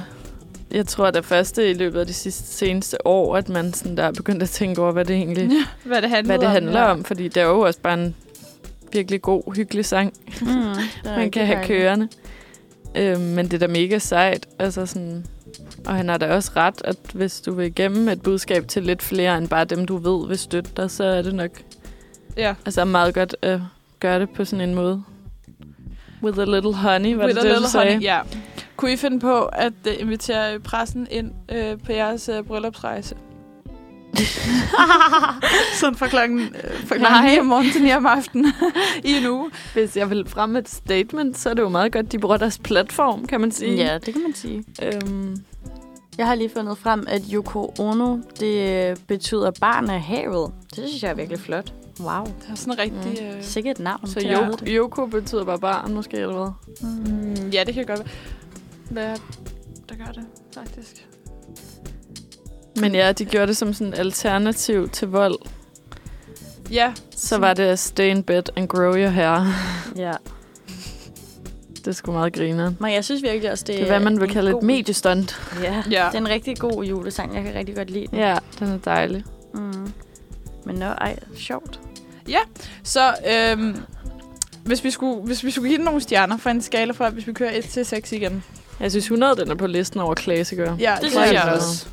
[SPEAKER 1] jeg tror, at det første i løbet af de sidste seneste år, at man sådan der er begyndt at tænke over, hvad det egentlig
[SPEAKER 3] Hvad det handler,
[SPEAKER 1] hvad det
[SPEAKER 3] om,
[SPEAKER 1] handler
[SPEAKER 3] ja.
[SPEAKER 1] om, fordi det er jo også bare en virkelig god, hyggelig sang,
[SPEAKER 2] Mm,
[SPEAKER 1] man kan have kørende. Øh, men det er da mega sejt, altså sådan... Og han har da også ret, at hvis du vil igennem et budskab til lidt flere end bare dem, du ved vil støtte dig, så er det nok
[SPEAKER 3] Ja.
[SPEAKER 1] altså, meget godt at gøre det på sådan en måde. With a little honey, var
[SPEAKER 3] With
[SPEAKER 1] det
[SPEAKER 3] a
[SPEAKER 1] det, du
[SPEAKER 3] little
[SPEAKER 1] sagde?
[SPEAKER 3] honey, ja. Kunne I finde på at øh, invitere pressen ind øh, på jeres øh, bryllupsrejse? Sådan fra klokken, øh, fra klokken
[SPEAKER 1] Nej.
[SPEAKER 3] 9 om morgenen til 9 om aftenen i en uge.
[SPEAKER 1] Hvis jeg vil frem et statement, så er det jo meget godt, de bruger deres platform, kan man sige.
[SPEAKER 2] Ja, det kan man sige.
[SPEAKER 1] Øhm,
[SPEAKER 2] Jeg har lige fundet frem, at Yoko Ono, det øh, betyder barn af havet. Det synes jeg er virkelig flot. Wow.
[SPEAKER 3] Det er sådan en rigtig... Øh,
[SPEAKER 2] Sikkert et navn.
[SPEAKER 1] så
[SPEAKER 2] til at hedde
[SPEAKER 1] Yoko,
[SPEAKER 2] det.
[SPEAKER 1] Yoko betyder bare barn, måske, eller hvad?
[SPEAKER 3] mm, ja, det kan godt være. Hvad er det, der gør det, faktisk?
[SPEAKER 1] Men ja, de gjorde det som sådan en alternativ til vold.
[SPEAKER 3] Ja,
[SPEAKER 1] Så var det at stay in bed and grow your hair.
[SPEAKER 2] Ja.
[SPEAKER 1] Det skulle meget grine.
[SPEAKER 2] Men jeg synes virkelig også, det,
[SPEAKER 1] Det er, hvad man vil
[SPEAKER 2] en
[SPEAKER 1] kalde
[SPEAKER 2] god-
[SPEAKER 1] et mediestunt.
[SPEAKER 2] Ja.
[SPEAKER 3] Ja.
[SPEAKER 2] Det er en rigtig god julesang. Jeg kan rigtig godt lide den.
[SPEAKER 1] Ja, den er dejlig.
[SPEAKER 2] Mm. Men nå, ej, sjovt.
[SPEAKER 3] Så øhm, hvis, vi skulle, hvis vi skulle give den nogle stjerner fra en skala fra, hvis vi kører 1 til 6 igen.
[SPEAKER 1] Jeg synes 100, den er på listen over klassikere.
[SPEAKER 3] Ja, det,
[SPEAKER 1] synes jeg
[SPEAKER 3] også.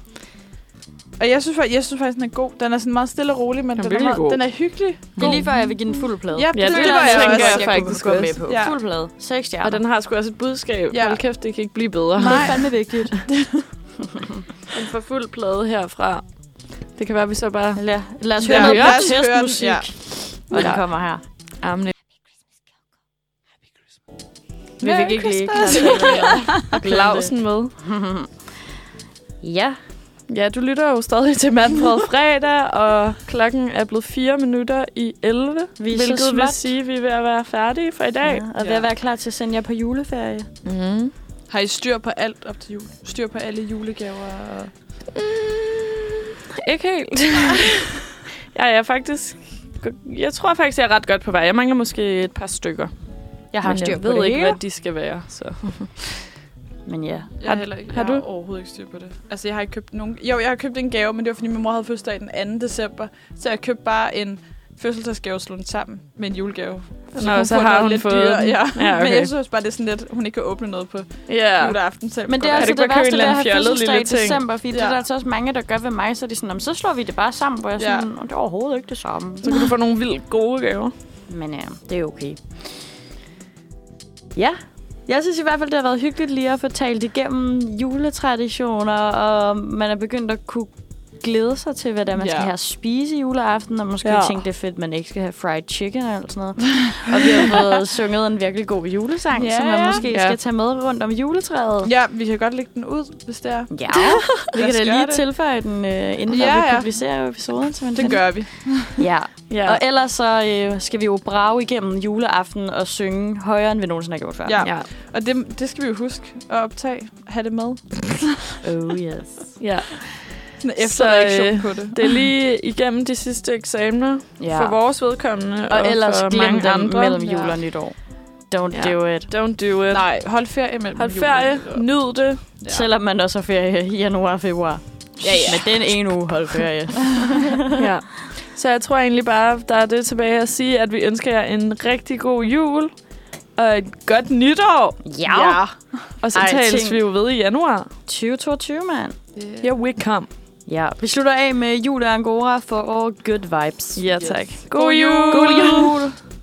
[SPEAKER 3] Og jeg synes, fak- jeg synes faktisk, den er god. Den er sådan meget stille og rolig, men
[SPEAKER 1] Den er
[SPEAKER 3] den, er,
[SPEAKER 1] virkelig
[SPEAKER 3] meget,
[SPEAKER 1] god.
[SPEAKER 3] den er hyggelig.
[SPEAKER 2] Det er lige før, jeg vil give den fuld plade.
[SPEAKER 3] Ja,
[SPEAKER 1] Ja, det,
[SPEAKER 3] det
[SPEAKER 1] det
[SPEAKER 3] var jeg
[SPEAKER 1] tænker
[SPEAKER 3] også.
[SPEAKER 1] jeg, faktisk
[SPEAKER 2] kunne gå
[SPEAKER 1] også.
[SPEAKER 2] med på.
[SPEAKER 3] Ja.
[SPEAKER 2] Ja. Fuld plade. Seks stjerner.
[SPEAKER 1] Og den har sgu også et budskab.
[SPEAKER 3] Ja.
[SPEAKER 1] Ja. Hold kæft, det kan ikke blive bedre.
[SPEAKER 2] Det er
[SPEAKER 3] Nej.
[SPEAKER 2] fandme vigtigt.
[SPEAKER 1] En for fuld plade herfra. Det kan være, at vi så bare...
[SPEAKER 2] Lad, lad os
[SPEAKER 3] Ja,
[SPEAKER 2] høre noget
[SPEAKER 3] lad os høre den,
[SPEAKER 2] protestmusik.
[SPEAKER 3] ja.
[SPEAKER 2] Og den
[SPEAKER 1] Ja.
[SPEAKER 2] kommer her.
[SPEAKER 1] Armene.
[SPEAKER 2] Vi fik ikke lige
[SPEAKER 1] Lausen med.
[SPEAKER 2] Ja.
[SPEAKER 1] Ja, du lytter jo stadig til Manfred fredag, og klokken er blevet 4 minutter i 11.
[SPEAKER 2] Vi er så
[SPEAKER 1] hvilket vil
[SPEAKER 2] småt.
[SPEAKER 1] sige, at vi er ved at være færdige for i dag.
[SPEAKER 2] ja. Mm-hmm. Og ved at være klar til at sende jer på juleferie.
[SPEAKER 1] Ja. Mm.
[SPEAKER 3] Har I styr på alt op til jul? Styr på alle julegaver? og-
[SPEAKER 1] Mm. Ikke helt. jeg er faktisk... Jeg tror faktisk, jeg er ret godt på vej. Jeg mangler måske et par stykker.
[SPEAKER 2] Jeg har
[SPEAKER 1] Men
[SPEAKER 2] styr
[SPEAKER 1] jeg
[SPEAKER 2] på
[SPEAKER 1] ved
[SPEAKER 2] det
[SPEAKER 1] ikke,
[SPEAKER 2] hele.
[SPEAKER 1] hvad de skal være. Så.
[SPEAKER 2] Men ja.
[SPEAKER 3] Jeg har, heller ikke,
[SPEAKER 1] har
[SPEAKER 3] jeg har
[SPEAKER 1] du?
[SPEAKER 3] overhovedet ikke styr på det. Altså, jeg har ikke købt nogen... Jo, jeg har købt en gave, men det var, fordi min mor havde fødselsdag den 2. december. Så jeg købte bare en fødselsdagsgave slået sammen med en julegave.
[SPEAKER 1] Nå,
[SPEAKER 3] kunne
[SPEAKER 1] så
[SPEAKER 3] få
[SPEAKER 1] har
[SPEAKER 3] noget
[SPEAKER 1] hun
[SPEAKER 3] lidt
[SPEAKER 1] fået
[SPEAKER 3] dyrere,
[SPEAKER 1] den.
[SPEAKER 3] Ja.
[SPEAKER 1] Ja,
[SPEAKER 3] ja okay. Men
[SPEAKER 1] okay.
[SPEAKER 3] jeg synes bare, det er sådan lidt, hun ikke kan åbne noget på
[SPEAKER 1] Ja.
[SPEAKER 3] juleaften. Selv.
[SPEAKER 2] Men det er
[SPEAKER 1] Kan
[SPEAKER 2] også
[SPEAKER 1] du
[SPEAKER 2] det
[SPEAKER 1] ikke bare købe en eller
[SPEAKER 2] værste, det er at
[SPEAKER 1] anden
[SPEAKER 2] have
[SPEAKER 1] fjollet
[SPEAKER 2] fødselsdag i
[SPEAKER 1] lille ting?
[SPEAKER 2] december, fordi ja. det
[SPEAKER 3] Ja.
[SPEAKER 2] er der altså også mange, der gør ved mig, så er de sådan, "Nå, men så slår vi det bare sammen, hvor jeg
[SPEAKER 3] Ja.
[SPEAKER 2] sådan, "Nå, det er overhovedet ikke det samme.
[SPEAKER 1] Så kan du få nogle vildt gode gaver.
[SPEAKER 2] Men ja, det er okay. Ja, jeg synes i hvert fald, det har været hyggeligt lige at få talt igennem juletraditioner, og man er begyndt at kunne glæde sig til, hvad det er, man ja.
[SPEAKER 3] Ja.
[SPEAKER 2] skal have at spise i juleaften, og måske ja.
[SPEAKER 1] Ja.
[SPEAKER 2] tænke, det er fedt, man ikke skal have fried chicken og alt sådan noget. og vi har fået sunget en virkelig god julesang,
[SPEAKER 3] Ja,
[SPEAKER 2] som man
[SPEAKER 3] ja.
[SPEAKER 2] måske
[SPEAKER 1] Ja.
[SPEAKER 2] skal tage med rundt om juletræet.
[SPEAKER 3] Ja, vi kan godt lægge den ud, hvis det er.
[SPEAKER 2] Ja, vi kan
[SPEAKER 3] Lad os
[SPEAKER 2] da
[SPEAKER 3] gøre
[SPEAKER 2] lige
[SPEAKER 3] det.
[SPEAKER 2] tilføje den, øh, inden
[SPEAKER 3] Ja,
[SPEAKER 2] ja, vi
[SPEAKER 3] ja.
[SPEAKER 2] publicerer episoden. Så man
[SPEAKER 3] Det gør vi.
[SPEAKER 2] Ja.
[SPEAKER 1] Ja.
[SPEAKER 2] Og ellers så øh, skal vi jo brage igennem juleaften og synge højere, end vi nogensinde har gjort før.
[SPEAKER 3] Ja.
[SPEAKER 1] ja.
[SPEAKER 3] Og det, det skal vi jo huske at optage. Ha' det med.
[SPEAKER 2] Oh yes.
[SPEAKER 1] ja.
[SPEAKER 3] Sådan en
[SPEAKER 1] Så, øh,
[SPEAKER 3] efterreaktion på det.
[SPEAKER 1] Det er lige igennem de sidste eksamener
[SPEAKER 2] Ja.
[SPEAKER 1] for vores vedkommende.
[SPEAKER 2] og ellers
[SPEAKER 1] for
[SPEAKER 2] glem
[SPEAKER 1] mange
[SPEAKER 2] dem
[SPEAKER 1] andre.
[SPEAKER 2] mellem
[SPEAKER 3] Ja.
[SPEAKER 2] jul og nytår. Don't
[SPEAKER 1] Ja.
[SPEAKER 2] ja. do it.
[SPEAKER 1] Don't do it.
[SPEAKER 3] Nej, hold ferie mellem
[SPEAKER 1] Hold
[SPEAKER 3] jul
[SPEAKER 1] ferie.
[SPEAKER 3] og-
[SPEAKER 1] Nyd det.
[SPEAKER 3] Ja.
[SPEAKER 2] Selvom man også har ferie i januar og februar.
[SPEAKER 3] Ja, ja.
[SPEAKER 2] Men den ene uge hold ferie.
[SPEAKER 1] ja. Så jeg tror egentlig bare, der er det tilbage at sige, at vi ønsker jer en rigtig god jul og et godt nytår.
[SPEAKER 2] ja.
[SPEAKER 1] Og så
[SPEAKER 2] Ej,
[SPEAKER 1] Ej, tales
[SPEAKER 2] tænk.
[SPEAKER 1] vi jo ved i januar.
[SPEAKER 2] 2022, mand.
[SPEAKER 3] Yeah.
[SPEAKER 1] Here we come.
[SPEAKER 2] Ja. Vi slutter af med jul og angora for all good vibes.
[SPEAKER 1] Ja
[SPEAKER 3] Yes.
[SPEAKER 1] tak. God jul!
[SPEAKER 2] God jul!